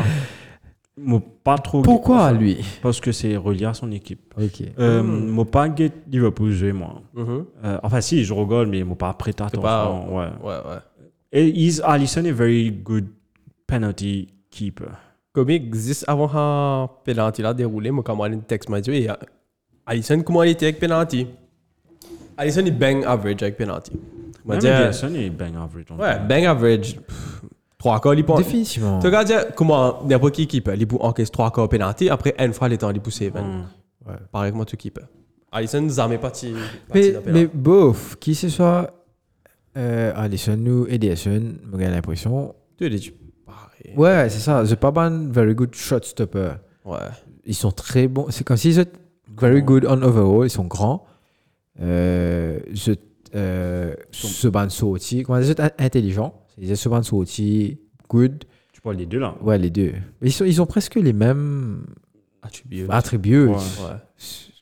S3: Moi, pas trop.
S2: Pourquoi lui
S3: Parce que c'est relié à son équipe.
S2: Ok.
S3: Euh,
S1: Hmm.
S3: Moi, pas get Liverpool, je vais, moi.
S1: mhm.
S3: Euh, enfin, si, je rigole, mais moi, pas prêt à
S1: C'est
S3: attention.
S1: pas-
S3: Ouais.
S1: Ouais, ouais.
S3: Et is Allison est very good penalty keeper.
S1: Comique, juste avant que penalty là déroulé, moi quand moi le texte m'a dit et Allison comment il était avec penalty. Allison il bang average avec penalty. M'a
S3: Même
S1: dit euh,
S3: Allison est bang average. on
S1: Bah, ouais,
S3: dit.
S1: bang average. pff, Trois corps il pense. Tu
S2: Définitivement.
S1: regardes dire, comment n'importe qui keep, il peut encaisser trois corps penalty après une fois les temps il pousse
S2: Hmm.
S1: seven.
S2: Ouais.
S1: Pareil comment tu keep. Allison jamais parti parti hein.
S2: Mais,
S1: d'un penalty.
S2: mais bof, qui ce soit euh, Allison ou Ederson, j'ai l'impression.
S1: tu l'as dit pareil.
S2: Ouais, c'est ça. The Paban, very good shot stopper.
S1: Ouais.
S2: Ils sont très bons. C'est comme s'ils étaient very good on overall. Ils sont grands. Euh, je, euh, ce band aussi. Comment dire, ils sont in- intelligents. Ils sont ce band aussi good.
S3: Tu parles des deux là.
S2: Ouais, les deux. Ils, sont, ils ont presque les mêmes
S1: Attribué.
S2: attributs.
S3: Ouais.
S1: Ouais.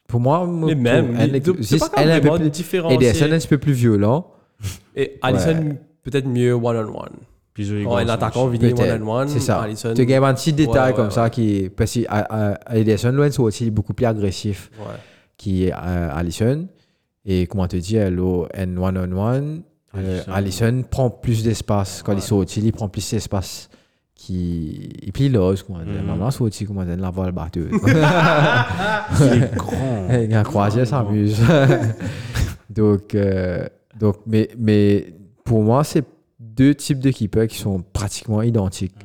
S2: Pour moi,
S1: Mais même,
S2: elle,
S1: il- c'est pas
S2: elle est un
S1: vraiment
S2: peu plus, Ederson est
S1: différencié.
S2: un petit peu plus violent.
S1: Et Allison peut-être mieux one on one.
S3: Puis je rigole,
S1: Ouais,
S3: ça
S1: l'attaquant
S3: marche.
S1: Vini
S2: Peut-être.
S1: one on one.
S2: C'est ça.
S1: Allison.
S2: Tu gagnes un petit détail
S1: ouais,
S2: comme
S1: ouais.
S2: ça qui. Parce que ah, à- à- Ederson Lowen sont aussi beaucoup plus agressif
S1: Ouais.
S2: qu'Alison. euh, Et comment te dire, l'eau N1 on 1,
S3: Alisson.
S2: Allison euh, prend plus d'espace. Quand
S1: Ouais.
S2: ils sont au-dessus, il prend plus d'espace. Qui... Et puis l'os, comment dire.
S3: Mhm.
S2: Maman, c'est au-dessus, comment dire, la voile batteuse.
S3: Il est grand.
S2: Il y a un croisière s'amuse. donc, euh, donc mais, mais pour moi, c'est deux types de keepers qui sont pratiquement identiques.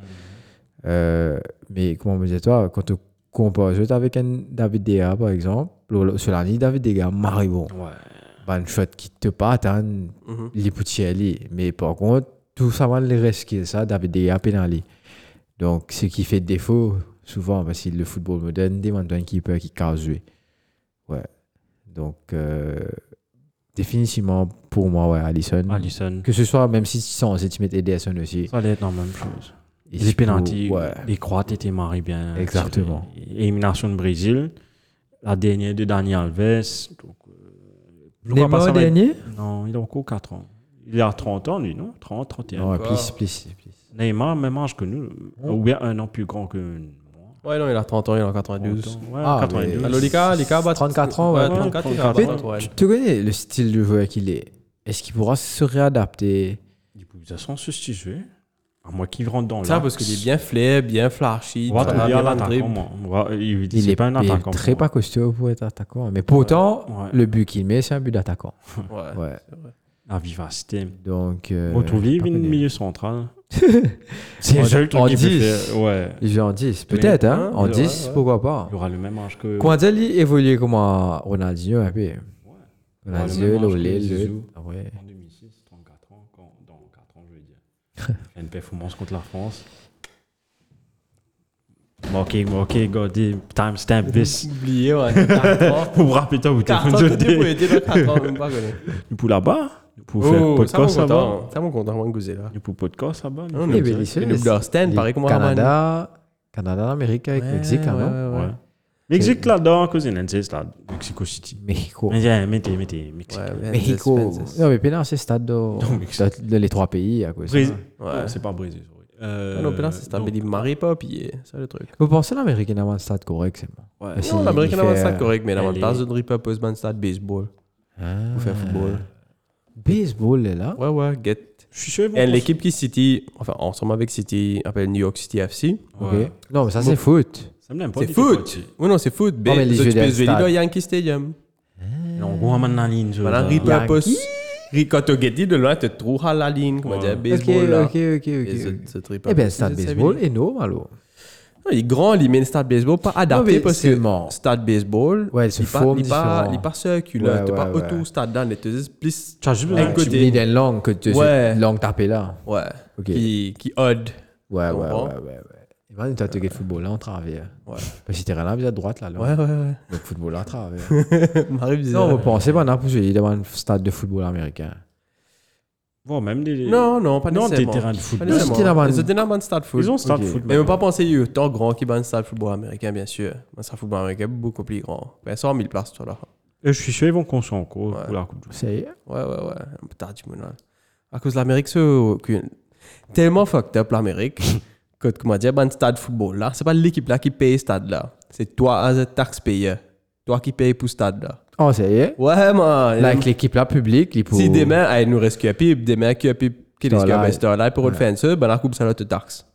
S2: Euh, mais comment me dis-toi, quand tu compares juste avec un David Dea, par exemple, cela dit David Dea, Maribon,
S3: Ouais.
S2: bah, une shot qui te pas atteindre
S1: Mhm.
S2: les poutiers Mais par contre, tout ça va les risquer, ça, David Dea, pénalité. Donc, ce qui fait défaut, souvent, parce que le football moderne demande un keeper qui casse jouer. Ouais. Donc, euh, définitivement, pour moi, ouais, Allison.
S3: Allison.
S2: Que ce soit, même si tu sens, si tu mets Ederson aussi.
S3: Ça allait être la même chose.
S2: Et
S3: les
S2: c'est pour-
S3: pénalties,
S2: Ouais.
S3: les Croates étaient mariés bien.
S2: Exactement.
S3: tirés. Élimination de Brésil. La dernière de Dani Alves. Donc, euh, je crois pas
S2: Neymar
S3: ça va être-
S2: dernier
S3: Non, il a encore 4 ans. Il a 30 ans, lui, non 30, 31.
S2: Non, ouais, Oh.
S1: Encore.
S2: please, please, please.
S3: Neymar, même âge que nous. Ou bien un an plus grand que moi.
S1: Ouais, non, il a 30 ans, il est en 92.
S3: 30 ans. Ouais,
S2: Ah,
S3: 92.
S2: mais-
S1: Alors, Lika, Lika, bah,
S2: 34 ans,
S1: ouais
S2: ouais.
S1: 34, il a
S3: 34,
S1: 34, ouais.
S2: Tu, tu connais le style de joueur qu'il est Est-ce qu'il pourra se réadapter
S3: Du coup, ça sent substituer. À moi qui rentre dans
S1: Ça,
S3: l'axe.
S1: parce qu'il est bien flair, bien flashy.
S3: On va
S1: tu
S3: tomber
S1: vois,
S3: à
S1: bien dribble.
S3: l'attaquant, moi. On va- Il
S2: Il
S3: c'est
S2: est,
S3: pas un
S2: il est
S3: attaquant.
S2: très
S3: pour moi.
S2: pas costaud pour être attaquant. Mais pourtant,
S3: Ouais.
S2: le but qu'il met, c'est un but d'attaquant.
S1: Ouais.
S2: Ouais.
S3: La vivacité.
S2: Donc. Euh,
S3: Bon, tu oublies
S2: pas
S3: une
S2: connu.
S3: milieu central. c'est
S2: En-
S3: le seul
S2: en
S3: truc qu'il peut
S2: 10.
S3: faire. Ouais.
S2: Il joue en 10, peut-être, hein.
S1: hein,
S2: En
S1: ouais,
S2: 10,
S1: ouais.
S2: pourquoi pas.
S3: Il aura le même âge que.
S2: Comment il évoluait comme un Ronaldinho un peu
S3: Ouais,
S2: Ronaldinho,
S3: le même âge
S2: Lolé,
S3: que
S2: le.
S3: Zizou.
S2: Ah ouais.
S3: En 2006, 34 ans. Quand, dans 4 ans, je veux dire. Il a une performance contre la France. Moqué, moqué, godé, eh, timestamp this.
S1: Oublié, ouais. 4 ans.
S3: Pour rappeler toi, vous téléphone
S1: 4 ans, tout est
S3: jeté.
S1: poété dans 4 ans, même pas connu.
S3: Nous pour là-bas. Nous pour faire
S1: Oh, ça,
S3: podcast
S1: ça
S3: là-bas.
S1: va. Ça, mon content, moi, Gouzé, là. Hein,
S3: Nous pour podcast là-bas. nous
S1: Non,
S3: pour-
S1: mais
S2: Eh ben,
S1: c'est-
S2: il se
S1: et
S2: laisse.
S1: Double Stand,
S2: Il-
S1: pareil comme
S2: Canada, Canada, Amérique avec
S1: Ouais,
S2: Mexique, hein,
S1: ouais,
S2: non
S1: ouais, ouais.
S3: Ouais. Mexique là-dedans, cause il y en a, c'est là, Mexico City.
S2: Mexico.
S3: Mais tiens, mettez, mettez, Mexique.
S1: Ouais, Mendes,
S2: Mexico.
S1: Mendes.
S2: Non, mais Pénard, c'est stade de, de- de les trois pays à cause de ça.
S3: Brésil.
S1: Ouais. Ah
S3: Non, C'est pas Brésil, sorry. Euh,
S1: Non, non, Pénard, c'est
S3: donc,
S1: stable. Il ne marie pas, puis eh, c'est ça le truc.
S2: Vous pensez l'Amérique il a un stade correct, c'est bon.
S3: ouais.
S2: Parce- Ah, Si,
S1: Non, l'Amérique
S2: il
S1: n'a pas
S2: fait,
S1: ça correct, mais
S3: elle
S1: l'avantage
S3: est-
S1: de Dripper pose ban stade baseball.
S3: Ah.
S1: Pour faire football.
S2: Baseball est là.
S1: Ouais, ouais, get.
S3: Je suis sûr, ils vont
S1: Et l'équipe qui City, enfin, ensemble avec City, appelle New York City FC.
S3: Ouais.
S2: Ok. Non, mais ça c'est foot.
S3: Ça me l'aime pas.
S1: C'est
S3: du
S1: foot.
S3: tout, quoi,
S1: Oui, non, c'est foot.
S2: mais les
S1: mais
S2: jeux
S1: tu peux
S2: d'Al
S1: jouer
S2: Stade.
S1: dans Yankee Stadium.
S3: tu- Non, gros, man, la ligne, je-
S1: Voilà, Ripper
S2: Yankee.
S1: poste. Ri- Quand tu dit de loin, tu te trouves à la ligne, comme on
S3: Ouais.
S1: dit,
S2: Ok,
S1: baseball. là.
S2: ok, ok,
S1: Et
S2: ok.
S1: ce- ce Ripper
S2: Eh bien,
S1: Post,
S2: stade
S1: c'est
S2: baseball
S1: servi.
S2: est normal alors.
S1: Non, Il est grand, il met le stade baseball, pas adapté
S2: mais
S1: parce
S2: c'est
S1: que
S2: mort.
S1: stade baseball,
S2: Ouais, il se
S1: il pas-
S2: forme
S1: il pas
S2: différent.
S1: il est pas circulaire,
S2: Ouais,
S1: t'es
S2: ouais,
S1: pas
S2: ouais.
S1: auto-stade dans les tesis, plus
S3: Tu as juste
S1: Un
S3: besoin
S2: Ouais,
S3: d'un
S2: tu
S1: côté.
S2: mets une langue que tu
S1: Ouais.
S2: une langue tapée là.
S1: ouais,
S2: Ok.
S1: qui, qui odd.
S2: Ouais, ouais, ouais,
S1: comprends.
S2: ouais, ouais. Et maintenant, tu as le football là en travers.
S1: Ouais.
S2: Parce que t'es là, vous à droite là. là.
S1: Ouais, ouais, ouais.
S2: Donc, football en travers.
S1: Marie disait-
S2: non, on va penser maintenant pour jouer dans un stade de football américain.
S3: Voire même des.
S1: non, non, pas
S3: non, des
S1: nécessairement.
S3: terrains de
S1: Pas
S3: football.
S1: nécessairement.
S2: nécessairement. Ils ont-
S1: Ils ont donné un bon stade foot.
S3: Ils ont stade
S2: Ok.
S3: foot.
S1: Mais on peut pas penser qu'il y a autant grand qu'il y a un stade football américain, bien sûr. Un stade football américain beaucoup plus grand. Ben, 100 000 places, toi, là.
S3: Euh, Je suis sûr, ils vont construire encore
S1: Ouais.
S3: pour la Coupe du Monde.
S2: C'est
S1: Ouais, ouais, ouais. Un peu tard du monde, là. À cause de l'Amérique, c'est... Tellement fucked up, l'Amérique, que Quand comment dire, ben stade football là, c'est pas l'équipe là qui paye stade là, c'est toi as a taxpayer, toi qui paye pour stade là.
S2: Oh, ça y est.
S1: Ouais man.
S2: Là, avec l'équipe là, publique, il pour...
S1: Si demain, elle nous reste que pib, demain que pib, qui reste
S2: Dollar.
S1: que Star là pour le faire ça, ben la coupe ça là te taxe.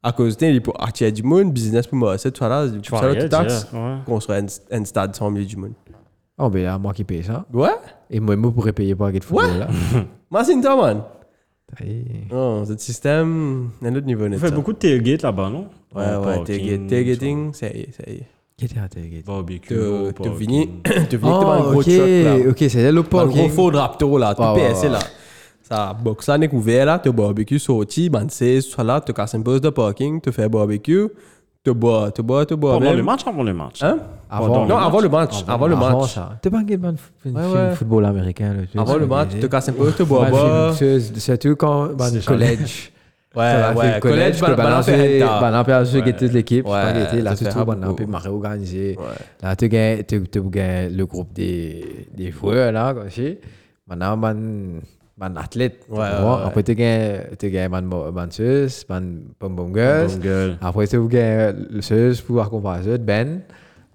S1: À cause de il pour attirer du monde, business pour moi, c'est toi là,
S3: Tu
S1: ça là te taxe.
S3: Ouais.
S1: Construire un, un stade sans milieu du monde.
S2: Oh, ben là, moi qui paye ça.
S1: Ouais,
S2: Et moi, moi pourrais payer pour un football là.
S1: imagine ça man.
S2: Aïe.
S1: Non, ce système, un autre niveau
S3: Vous
S1: net.
S3: faites
S1: ça.
S3: beaucoup de tailgate là-bas, non
S1: Ouais,
S3: Au
S1: ouais,
S3: parking,
S1: tailgate- tailgating, ça y est, ça y est.
S2: Qu'est-ce que t'as gagné?
S3: Barbecue. au
S1: Tu
S3: parking.
S1: finis, tu finis que t'as un
S2: Oh,
S1: gros
S2: ok,
S1: truck là.
S2: ok, c'est le
S1: Un
S2: parking.
S1: gros faux drapeau là, tu
S2: Ouais, ouais,
S1: PSC
S2: ouais.
S1: là. Ça, boxe ça n'est couvert là, tu barbecue sorti, ben c'est soit là, tu casses une pause de parking, tu fais barbecue, tu bois, tu bois, tu bois.
S3: Pendant
S1: même.
S3: le match, avant le match.
S1: Hein?
S2: Avant,
S1: non, avant le match, avant, le
S2: avant
S1: match.
S2: ça. T'as pas gagné un
S1: Ouais,
S2: film
S1: ouais.
S2: football américain là. tu
S1: Avant
S2: sais,
S1: le
S2: ça,
S1: match,
S2: mais-
S1: tu casses un peu, tu bois,
S2: Pas
S1: bois.
S2: le film, c'est- Surtout quand ben,
S3: C'est
S2: collège.
S1: Ouais, ouais, collège, ben ben,
S2: balancer,
S1: ben, ben,
S2: balancer à ceux qui étaient de l'équipe.
S1: Ouais,
S2: pas guetté, Là,
S1: ça
S2: tout
S1: fait
S2: tout,
S1: beaucoup.
S2: ben, on peut marrer organiser.
S1: Ouais.
S2: Là, tu gagnes, tu tu gagnes le groupe des, des joueurs là, comme ça. Maintenant, man, man athlète. tu
S1: Ouais,
S2: comprends?
S1: ouais,
S2: Après, tu gagnes, tu gagnes man mo- man sus, man pom pom girls.
S3: Bonne gueule.
S2: Après, tu gagnes le sus pour accompagner ça, ben.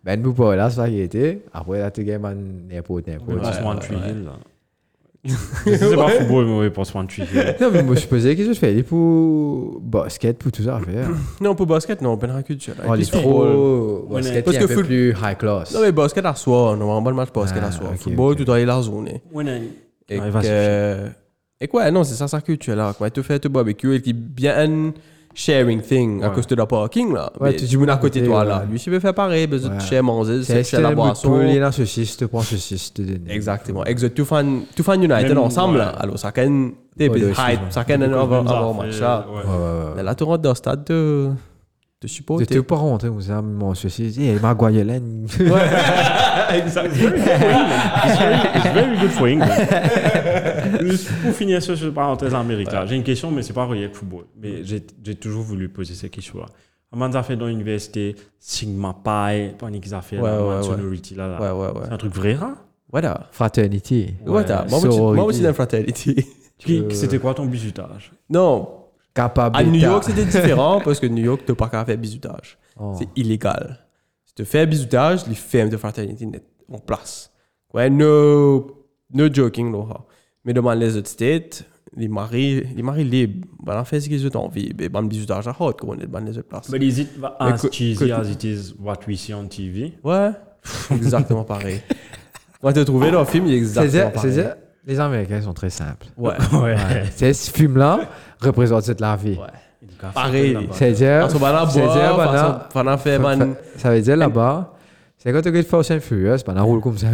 S2: Ben pour pas là, ça qui était. Après, là, tu gagnes man n'importe n'importe.
S3: Pour
S2: Ouais.
S3: Swan Tree Hill, là. C'est pas football, mais oui, pour Swan Tree Hill.
S2: Non, mais moi, je posais qu'est-ce que je fais pour basket, pour tout ça à faire.
S1: Non, pour basket, non, ben la culture. là.
S2: Oh, les
S1: Puis football.
S2: trop.
S3: Ouais,
S2: Basket,
S1: parce
S2: il
S1: que
S2: est un peu
S1: foot-
S2: plus high class.
S1: Non, mais basket à soir, non, un bon match basket
S2: Ah,
S1: à soir.
S2: ok,
S1: Football,
S2: ok.
S1: tu dois aller la zone. hein. Et,
S3: Ouais, vas-y.
S1: que- et quoi, non, c'est ça, ça que tu as là. Quoi. Tu fais ton barbecue et qui bien un sharing thing à
S3: Ouais.
S1: cause de la parking là.
S2: Ouais,
S1: Mais
S2: tu
S1: tu mets à côté de toi
S2: ouais.
S1: là. Lui, tu veux faire pareil, mais
S2: Ouais.
S1: tu fais manger,
S2: C'est
S1: tu fais la
S2: extrêmement
S1: boisson.
S2: cool, Il y a un saucisse, tu prends saucisse, tu donnes.
S1: Exactement. Ex tout fan, tout fan United
S3: Même-
S1: ensemble
S3: ouais.
S1: là. Alors, ça can. T'es
S2: Ouais,
S1: plus
S2: ouais,
S1: hype, ça can avant avant match là.
S3: Ouais.
S2: Ouais, ouais, euh, ouais.
S1: Mais là, tu rentres dans le stade de. de
S2: Tu
S1: supporter.
S2: t'es pas rentré, vous savez, mon saucisse. Eh, ma Guayelaine.
S3: Ah, Exactly. It's very- it's very good for England. Juste Pour finir sur cette parenthèse américaine, j'ai une question, mais c'est pas relié au football. Mais j'ai j'ai toujours voulu poser cette question-là. Comment ça fait dans l'université Sigma Pi, pas qu'ils a fait
S1: Ouais,
S3: la
S1: ouais, ouais.
S3: sonority là. là.
S1: Ouais, ouais, ouais.
S3: C'est un truc vrai, hein
S1: Voilà.
S2: Fraternity.
S1: Voilà. Moi, moi, tu-
S2: sororité.
S1: moi aussi, la fraternité.
S3: Qui- C'était quoi ton bisutage
S1: Non,
S2: Capable.
S1: À New York, c'était différent parce que New York, t'as pas qu'à faire bisutage.
S2: Oh.
S1: C'est illégal. Si tu fais bisutage, les fermes de fraternité net en place. Ouais, no, no joking, là. Mais dans les autres states, les maris, les maris libres, ben, en fait, ce qu'ils ont envie, ben, ben, bisutage à hot, comme on est dans les autres places.
S3: But is it Bah, as
S1: Écoute-
S3: cheesy
S1: écoute-
S3: as it is what we see on TV
S1: Ouais, exactement pareil. Moi, t'as trouvé dans le film, il est exactement
S2: C'est-à-dire,
S1: pareil.
S2: c'est-à-dire, les Américains sont très simples.
S1: Ouais,
S3: Ouais.
S2: C'est ce film-là représente cette la vie.
S1: ouais. Pareil.
S2: C'est-à-dire,
S1: Parce qu'on va en
S2: c'est-à-dire, ben là,
S1: boire, on va en faire,
S2: Fa-
S1: man.
S2: fa- Ça veut dire là-bas, c'est quand tu gagnes Fast and Furious, ben, on roule comme ça.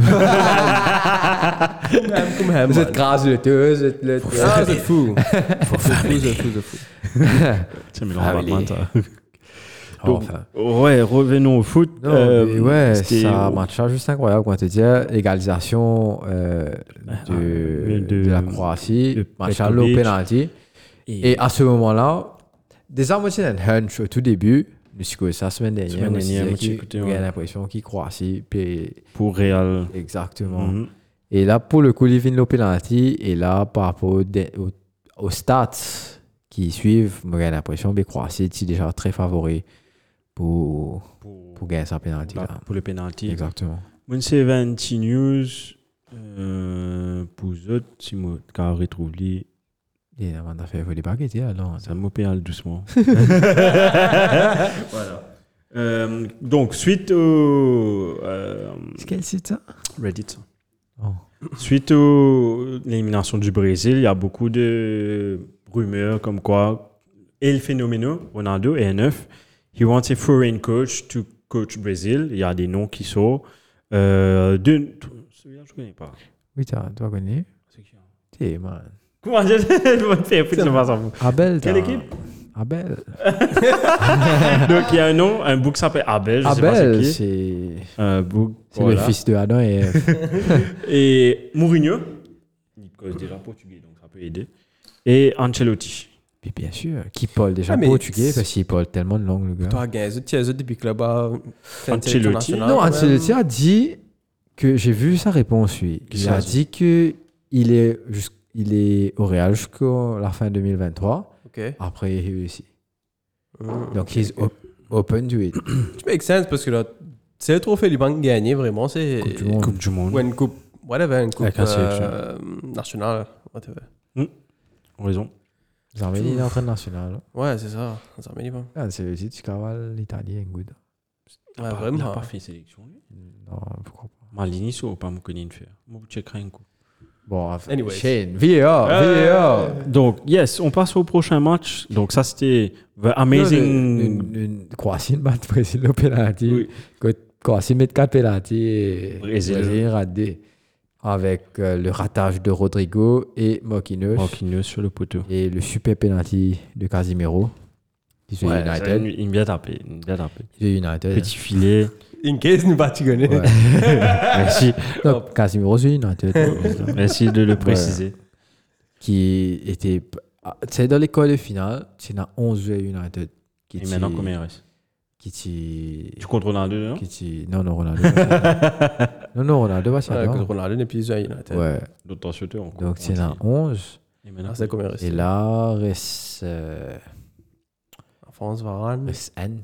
S1: Comme hem,
S2: Vous
S1: man.
S2: êtes grâce, vous êtes heureux, vous êtes- vous êtes-
S1: Ah, c'est fou. C'est fou, c'est fou, c'est fou.
S3: C'est
S2: Family.
S3: Donc,
S2: Enfin.
S3: Ouais, revenons au foot.
S2: Non,
S3: Euh,
S2: mais ouais,
S3: c'était
S2: ça
S3: au-
S2: match ça juste incroyable quand tu dis égalisation euh, de,
S3: euh, de-
S2: de la Croatie,
S3: de
S2: match à l'eau
S3: Petkovic.
S2: penalty. Et, à ce moment-là, déjà moi c'est un hunch au tout début, mais c'est que ça semaine dernière,
S3: Semaine
S2: moi, je
S3: dernière,
S2: disais
S3: moi, j'ai
S2: qu'il-
S3: écouté,
S2: j'ai
S3: ouais.
S2: l'impression qu'il Croatie, puis
S3: pour Real.
S2: exactement.
S3: Mhm.
S2: Et là pour le coup il vient le penalty et là par rapport au dé- au- aux stats qui suivent, moi j'ai l'impression que Croatie est déjà très favori pour
S3: Pour,
S2: pour gagner sa penalty
S3: bah,
S2: là.
S3: pour le penalty.
S2: Exactement.
S3: Mon c'est 20 news. euh, pour eux, si moi, car retrouve les,
S2: Et là, on a fait voler baguettes, alors.
S3: ça me pénale doucement. voilà. Euh, donc, suite au euh,
S2: C'est quel site ça
S3: Reddit,
S2: oh.
S3: Suite à l'élimination du Brésil, il y a beaucoup de rumeurs comme quoi El Fenomeno, Ronaldo, est neuf. He wants a foreign coach to coach Brésil. Il y a des noms qui sont. Euh, de... Celui-là, je ne connais pas.
S2: Oui, t'as- tu vas connaître.
S3: hein
S2: T'es man.
S3: Comment je je vais te faire foutre, je vais pas savoir.
S2: Abel.
S3: Quelle
S2: t'as-
S3: équipe
S2: Abel.
S3: Donc, il y a un nom, un book qui s'appelle Abel, je ne sais pas c'est
S2: Abel,
S3: qui.
S2: c'est
S3: Un book,
S2: c'est
S3: voilà.
S2: le fils de Adam et Ève.
S3: Et Mourinho, il cause déjà portugais, donc ça peut aider. Et Ancelotti.
S2: Puis bien sûr, qui Paul déjà
S1: Ah, mais
S2: portugais
S1: c'est-
S2: parce qu'il Paul tellement de langues le gars.
S1: Toi, Gaze, tu as depuis que là-bas. c'est
S3: Ancelotti.
S1: hein? international,
S2: non,
S1: Ah, quand même.
S2: Ancelotti a dit que j'ai vu sa réponse lui.
S3: Qu'est-ce
S2: Il a
S3: qu'il a
S2: dit que il est jusqu'- il est au Real jusqu'à la fin 2023.
S1: Ok.
S2: Après il est ici. Donc, he's op- open to it.
S1: Tu makes sense parce que là, c'est le trophée du banque gagné, vraiment. C'est
S2: Coupe du monde.
S3: Coupe du monde.
S1: Ou une coupe, whatever, une coupe
S3: Avec un sélection.
S1: euh, nationale, whatever.
S3: Raison.
S2: Les Arméniens, il est en train de national. là.
S1: Ouais, c'est ça. Ça m'en dit pas.
S2: Ah, c'est aussi tu cavales l'Italien,
S1: Ouais,
S2: good.
S3: Ah bah, Il n'a
S1: vraiment.
S3: pas fait sélection, lui.
S2: Non, pourquoi pas.
S3: Malini, ça, ou pas, me connaît une faire. Moi, je checkerai un coup.
S2: Bon, enfin,
S1: Anyways. Euh,
S2: Shane, VAR, VAR.
S3: Donc, yes, on passe au prochain match. Donc, ça, c'était The
S2: Une,
S3: Amazing
S2: une, une Croatie bat le Brésil au penalty.
S3: Oui.
S2: Quand- Croatie met 4 penalty et
S3: Brésil.
S2: Brésil rate deux. Avec euh, le ratage de Rodrigo et Mokinos.
S3: Marquinhos sur le poteau.
S2: Et le super penalty de Casimiro. Qui sont
S3: Ouais, ça,
S2: United.
S3: Il me vient taper. Il me vient taper.
S2: Qui sont United.
S3: Petit filet.
S1: In case nous bâtissons.
S2: Ouais.
S3: Merci.
S2: Donc, Casimiro, c'est United.
S3: Merci de le préciser.
S2: qui était. ah, Tu sais, dans les quarts de finale, tu as 11 joueurs United. Qui
S3: Et
S2: t'y-
S3: maintenant, combien il reste
S2: Qui t'y-
S3: Tu comptes Ronaldo, non
S2: qui t'y- Non, non, Ronaldo. va faire- non, non, Ronaldo va
S1: Ouais,
S2: faire
S1: contre
S2: non.
S1: Ronaldo, et puis ils ont United.
S2: Ouais,
S3: D'autres sauteurs encore.
S2: donc tu as 11.
S3: Et
S1: Ah,
S3: maintenant,
S1: c'est combien il reste
S2: Et là, reste. euh,
S1: France, Varane.
S2: reste Anne.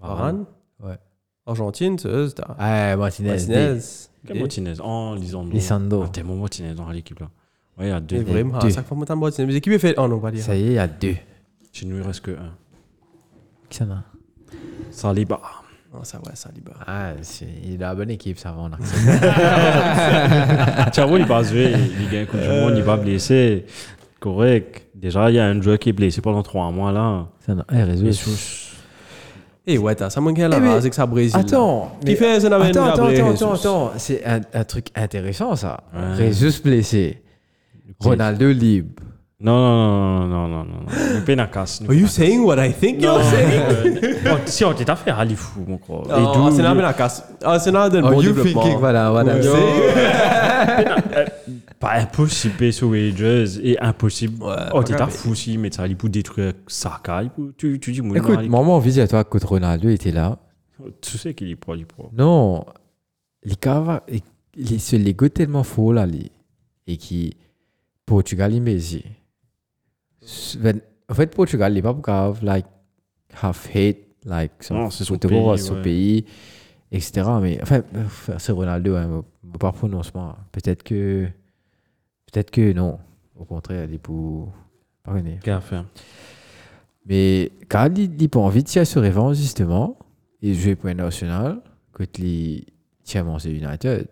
S1: Varane
S2: Ouais.
S1: Argentine, c'est eux, c'est à-
S2: Ah, Martinez.
S1: Martinez.
S3: Quel Martinez En lisant.
S2: des- Lisandro.
S3: Ah, t'es mon Martinez dans l'équipe là. Ouais, il y a
S1: C'est
S3: deux.
S1: vrai, moi, à
S2: Deux.
S1: chaque fois, moi, t'as Martinez. Mais l'équipe est faite. Oh non, pas dire.
S2: Ça y est, il y a deux.
S3: Chez nous, il reste que un.
S2: Qui ça là
S3: Saliba.
S1: Non, ça, ouais, ça libère.
S2: Ah, c'est- il a la bonne équipe, ça va, on a.
S3: Thiago, il va se jouer, il il gagne Coupe du Monde, il va blesser. Correct. Déjà, il y a un joueur qui est blessé pendant trois mois là.
S2: Ça n'a- Eh, réseau.
S1: Eh ouais, t'as ça, mon gars,
S2: Eh, mais-
S1: là, c'est que ça Brésil.
S2: Attends,
S1: Qui
S2: mais-
S1: fait ça, n'avait
S2: Attends,
S1: pas
S2: attends,
S1: Brésil,
S2: attends,
S1: Jesus.
S2: attends, attends. C'est un, un truc intéressant, ça.
S3: Ouais.
S2: Résus blessé. Ronaldo libre.
S3: Non, non, non, non, non, non. non. Pénacas.
S1: Are you saying what I think you're saying?
S3: Si on t'est à faire, allez fou, mon gros. Et
S1: Oh,
S3: d'où-
S1: Arsenal met la casse. Arsenal
S2: Oh,
S1: donne Ah, bon développement.
S2: voilà, voilà.
S3: Yo. Pas impossible PSO Rangers et impossible.
S1: Ouais,
S3: oh,
S1: pas
S3: t'es un
S1: grave.
S3: fou si, mais ça, il peut détruire Saka. il peut- Tu, tu dis, moi,
S2: Écoute,
S3: non, il-
S2: maman, visitoire contre Ronaldo était là.
S3: tu sais qu'il est pro, il est pro.
S2: Non, les cava, les- les- ce Lego tellement faux là, les- et qui Portugal il Messi. S- ben, En fait, Portugal il est pas pour cave, like have hate, like
S3: Non, c'est son
S2: fout de
S3: pays,
S2: voir son
S3: ouais.
S2: pays, etc. Mais enfin, euh, c'est Ronaldo, hein, mon- mon par prononcement. Peut-être que, peut-être que non. Au contraire, il est pour. Pardonnez.
S3: Qu'à faire
S2: Mais quand il n'a pas envie de tirer sur revanche, justement, il joue pour national, quand il tient Manchester United.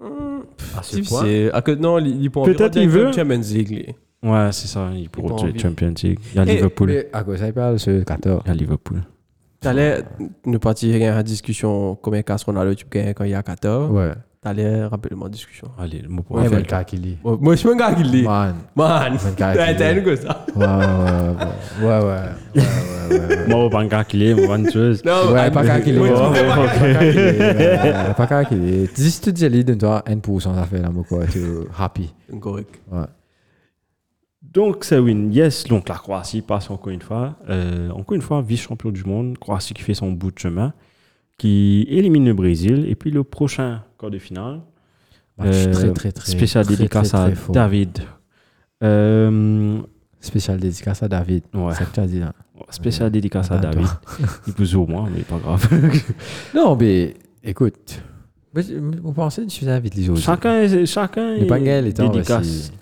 S3: Ah,
S2: À ce point,
S1: Difficile. À que non, il il peut en
S3: Peut-être
S1: venir
S3: il
S1: avec
S3: veut.
S1: Champions League. lui.
S3: Ouais, c'est ça, il
S1: pas
S3: pourra tuer
S1: envie.
S3: Champions League. Il y a Liverpool.
S2: Mais à cause ça, il parle ce 14.
S3: Il y a Liverpool.
S1: T'allais ne pas tirer la discussion combien casse Ronaldo tu gagnes quand il y a 14.
S2: Ouais,
S1: T'allais rapidement en discussion.
S3: Allez, le mot pour
S2: ouais,
S3: faire.
S2: le cas qu'il dit.
S1: Bon, Moi, je suis un gars qui le dit.
S2: Man,
S1: Man,
S2: le
S1: t'as
S2: cas
S1: t'as
S2: qu'il
S1: une
S2: dit.
S1: gosse. hein.
S2: Ouais, ouais, ouais, ouais, ouais, ouais, ouais, ouais.
S3: Moi, pas encore qu'il est, moi, une chose.
S1: Non,
S2: Ouais,
S1: ah,
S2: pas cas qu'il est.
S1: oui,
S2: ouais,
S1: tu-
S2: ouais, Pas cas qu'il est. ouais, Pas cas qu'il est. Dis si tu dis lui, donne-toi 1%, ça fait là, mon quoi, tu happy.
S1: Correct.
S2: Ouais.
S3: Donc, c'est win. Yes, donc la Croatie passe encore une fois. Euh, encore une fois, vice-champion du monde. Croatie qui fait son bout de chemin, qui élimine le Brésil. Et puis, le prochain quart de finale,
S2: Match
S3: Euh,
S2: Bah, très, très, très.
S3: spécial
S2: très,
S3: dédicace
S2: très,
S3: à
S2: très fort.
S3: David. Euh,
S2: Spécial dédicace à David.
S3: ouais,
S2: C'est ce que tu as dit hein. là.
S3: spécial dédicace à
S2: Attends,
S3: David. Il pousse au moins, mais pas grave.
S2: Non, mais écoute, moi, je- vous pensez que je suis invité les autres
S3: chacun, chacun.
S2: Le Bangel est en
S3: dédicace.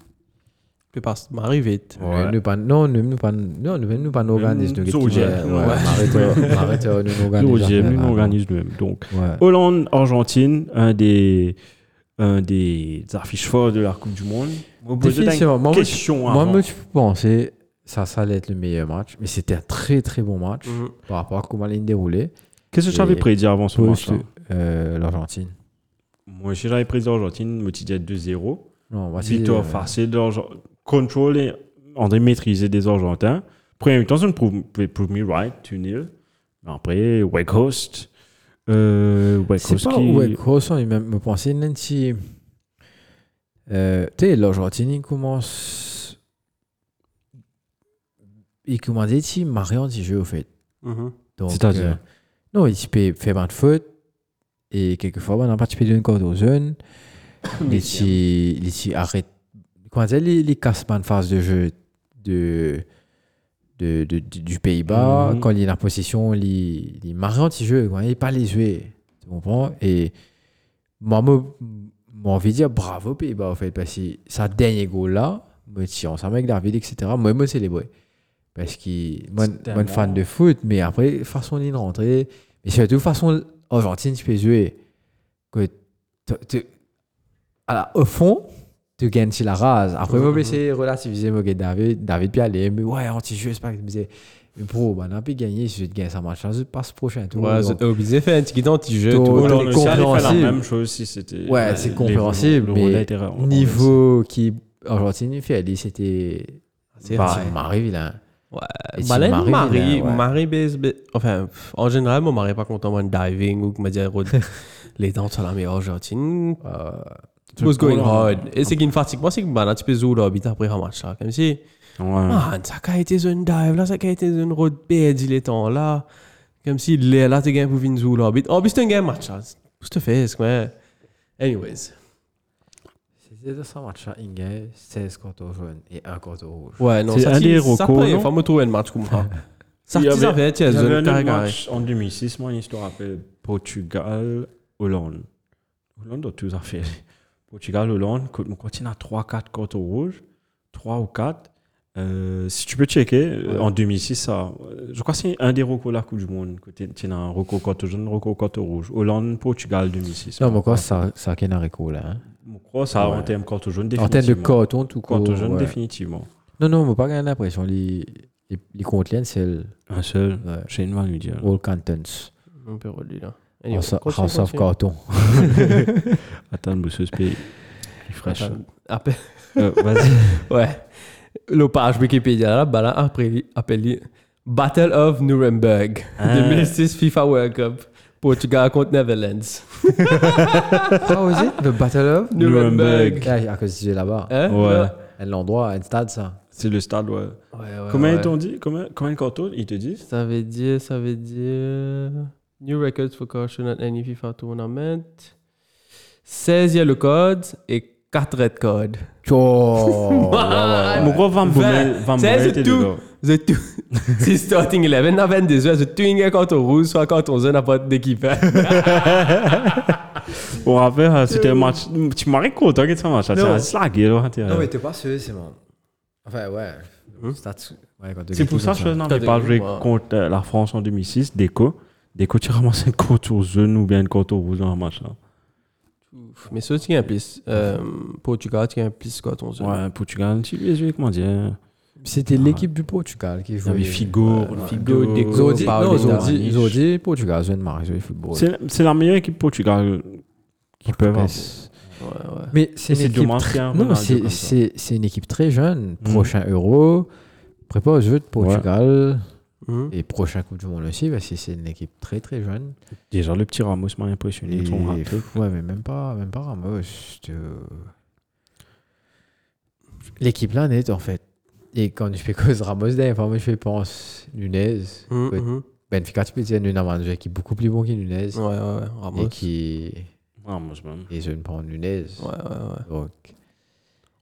S1: Peut pas se marier vite.
S3: Ouais.
S2: Nous pas, non, nous nous pas, non, nous nous pas nous organise de
S3: Nous,
S2: guetter.
S3: nous,
S2: Ouais,
S3: nous,
S2: ouais,
S3: ouais.
S2: arrête, arrête, euh, nous nous
S3: Nous,
S2: organise.
S3: on
S2: jamais,
S3: nous, on
S2: vraiment.
S3: organise nous-mêmes. Donc,
S2: Ouais.
S3: Hollande, Argentine, un des, un des affiches fortes de la Coupe du Monde. Vous posez une
S2: Définitivement, moi, moi, je-
S3: question
S2: moi,
S3: avant.
S2: moi, je pensais ça, ça allait être le meilleur match, mais c'était un très très bon match
S1: Mhm.
S2: par rapport à comment il déroulait.
S3: Qu'est-ce que j'avais prédit avant ce match
S2: Post euh, l'Argentine.
S3: Moi, si j'avais prédit l'Argentine, me disais 2-0.
S2: Non, moi, c'est-
S3: Victoire
S2: euh,
S3: facile de l'Argentine. Contrôle et en train de maîtriser des Argentins. Premier temps, ça ne prouve prouve me right, 2-0. Mais Après, Wake Host. Euh, Wake
S2: C'est
S3: Host
S2: pas
S3: qui...
S2: ouais, Croissant, il m'a- me pensait même si. Euh, tu sais, l'Argentine, il commence. Il commence des teams, Marion, il joue au fait.
S1: Mhm.
S2: Donc,
S3: C'est-à-dire
S2: euh, Non, il peut faire pas de faute. Et quelquefois, on a participé d'une corde aux zones. Les petits les petits arrêtent. Comment dire, les, les casse de phase de jeu de, de, de- du- du Pays-Bas,
S3: Mhm.
S2: quand il est en possession, il il marrant petit jeu, quoi. il pas les jouer. Tu comprends? Et moi, moi, moi, envie de dire bravo Pays-Bas, en fait, parce que sa dernier goal là, moi, si on s'en met avec David, etc., moi, moi, célébrer. Parce qu'il, moi,
S3: C'est
S2: moi, fan de foot, mais après, façon de rentrer, mais surtout, façon Argentine, tu peux jouer. Que t- t- alors, au fond, tu gagnes si la rase. Après, moi,
S1: Mhm.
S2: c'est relativiser, moi, que David, David puis aller, mais ouais, anti-jeu, c'est pas que disais, mais pro, bah, n'a pas gagné, si je te gagne ça match, je passe prochain tour.
S1: Ouais,
S2: Donc,
S1: c'est obligé de faire un petit guidon, un petit jeu.
S2: Tout-
S1: tout.
S2: Ouais,
S3: Ou
S2: non,
S3: dans le ciel, il fait la
S2: compréhensible.
S3: même chose si c'était.
S2: Ouais, c'est compréhensible, mais niveau qui, Argentine, fait aller, c'était,
S1: C'est
S2: bah,
S1: vrai.
S2: il m'arrive, là.
S1: Ouais.
S2: Et si
S1: Malin,
S2: Marie,
S1: Marie,
S2: là, ouais.
S1: Marie, base- ba- enfin, pff, en général, moi, Marie, pas content, moi, de diving ou que me dire, Rod, les dents sont la meilleure gentille.
S2: Euh,
S1: What's going on? Et c'est qu'une fatigue, moi, c'est que, bah, là, tu peux jouer l'orbite après un match, là. Comme si,
S3: Mm.
S2: Ah,
S1: man, ça a été une dive, là, ça a été une road perdu les temps, là. Comme si, là, là, t'es gagné pour venir jouer l'orbite. Oh, puis c'est un game match, là. Qu'est-ce que tu fais, c'est quoi? Anyways.
S2: C'était dans ce match-là, Inge, 16 cartons jaunes et un carton rouge.
S1: Ouais, non,
S3: C'est
S1: ça,
S3: un des
S1: Ça
S3: recos,
S1: prend, il
S3: non
S1: faut me trouver un match comme ça. Ça,
S3: Il y
S1: tu
S3: avait-
S1: savais, tu as
S3: Il y
S1: zone
S3: avait un
S1: carré,
S3: autre
S1: carré.
S3: match en 2006, moi, une histoire appelée Portugal-Hollande. Hollande a tout fait. Portugal-Hollande, quand quand il y en a 3-4 cartons rouges, 3 ou 4, si tu peux checker, euh, en 2006, ça, euh, je crois que c'est un des recos de la Coupe du Monde. que Tu tu as un reco carton jaune, reco carton rouge. Hollande-Portugal 2006.
S2: Non, mais encore, ça, ça a qu'un haricot, là. hein.
S3: Mon cross a
S2: Ouais.
S3: en termes carton jaune
S2: En termes de
S3: définitivement.
S2: carton, tout court.
S3: Carton jaune
S2: ouais.
S3: définitivement.
S2: Non, non, on pas gagner l'impression. Les, les, les contenus, c'est le
S3: Un seul.
S2: Ouais.
S3: J'ai une main lui dire.
S2: All Cantons.
S1: On peut relire, là. Anyway,
S2: House of-
S1: continue,
S2: House of
S1: continue.
S2: Carton.
S3: Attends, bousseuse pays. Il est fraîche.
S1: Attends, appel-
S3: Euh, Vas-y.
S1: Ouais. Le page Wikipédia là, bah là, après, appelé Battle of Nuremberg,
S3: Ah.
S1: 2006 FIFA World Cup, Portugal contre Netherlands.
S2: How was it? The Battle of?
S3: Nuremberg.
S2: Ah, à cause du là-bas.
S1: Hein?
S3: Ouais.
S1: là?
S2: Un endroit, un stade, ça.
S3: C'est le stade, ouais.
S1: Ouais, ouais,
S3: Combien
S1: ouais.
S3: ils t'ont dit Combien, combien de cartons ils te disent
S1: Ça veut dire, ça veut dire. New records for caution at any FIFA tournament. 16 yellow cards et 4 red cards.
S2: Oh, ouais,
S1: Ah,
S2: ouais,
S3: Mon
S2: ouais.
S3: gros, Van Bommel,
S1: Vingt.
S3: Van
S1: Ça,
S3: Bommel
S1: c'est
S3: était
S1: tout.
S3: dedans.
S1: The two. C'est starting 11. Dans 22 heures, the two ingé quand on roule, soit quand on zone à pas d'équipe.
S3: On rappelle, euh, c'était un match. Tu m'as hein, récolté, t'inquiète, c'est un match. là, C'est
S2: Non.
S3: un slag, il aura intérêt.
S2: Ah
S1: Euh.
S2: t'es pas sûr, c'est bon. Enfin, ouais. Stade sous- ouais, quand t'as
S3: C'est
S2: quelque
S3: pour ça
S2: chose
S3: que
S2: comme
S3: je n'avais
S1: T'as
S3: pas
S1: des-
S3: joué
S1: ouais.
S3: contre euh, la France en 2006, Déco. Déco, tu ramasses une contour jaune ou bien une contour rouge dans un match. hein. Là.
S1: Mais ça, tu as un plus. Euh, Portugal, tu as un plus quand on zone.
S3: Ouais, Portugal, tu les yeux, comment dire
S2: C'était l'équipe du Portugal qui
S3: Il y avait
S2: jouait.
S3: Figo,
S2: Ouais.
S3: Figo,
S1: Figo,
S3: Deco,
S2: Zodi,
S1: Paulinho,
S2: non, Zodi,
S3: Maniche.
S2: Zodi, Portugal, Zone Marie, Zodi, football.
S3: C'est c'est la meilleure équipe Portugal qui peut avoir.
S1: Ouais, ouais.
S2: Mais c'est
S3: Et c'est
S2: une équipe
S3: dommage
S2: très-
S3: qu'il y ait un
S2: non,
S3: Ronaldo
S2: c'est-
S3: comme ça.
S2: c'est c'est une équipe très jeune. Prochain Euro, prépare aux Jeux de Portugal
S1: Mhm.
S2: et prochain Coupe du Monde aussi, parce que c'est une équipe très très jeune.
S3: Déjà, le petit Ramos m'a impressionné.
S2: Et-
S3: Ton rap.
S2: ouais, mais même pas, même pas Ramos. c'est, euh, L'équipe là nette en fait. Et quand je fais cause Ramos d'ailleurs, moi je fais pense Nunez.
S1: Mhm,
S2: Ouais.
S1: mhm.
S2: Benfica, tu peux dire Nunez, un joueur qui est beaucoup plus bon que Nunez
S1: hum. Ouais, ouais, ouais. Ramos.
S2: et qui
S3: Ramos, même.
S2: et je ne prends Nunez.
S1: Ouais, ouais, ouais.
S2: Donc,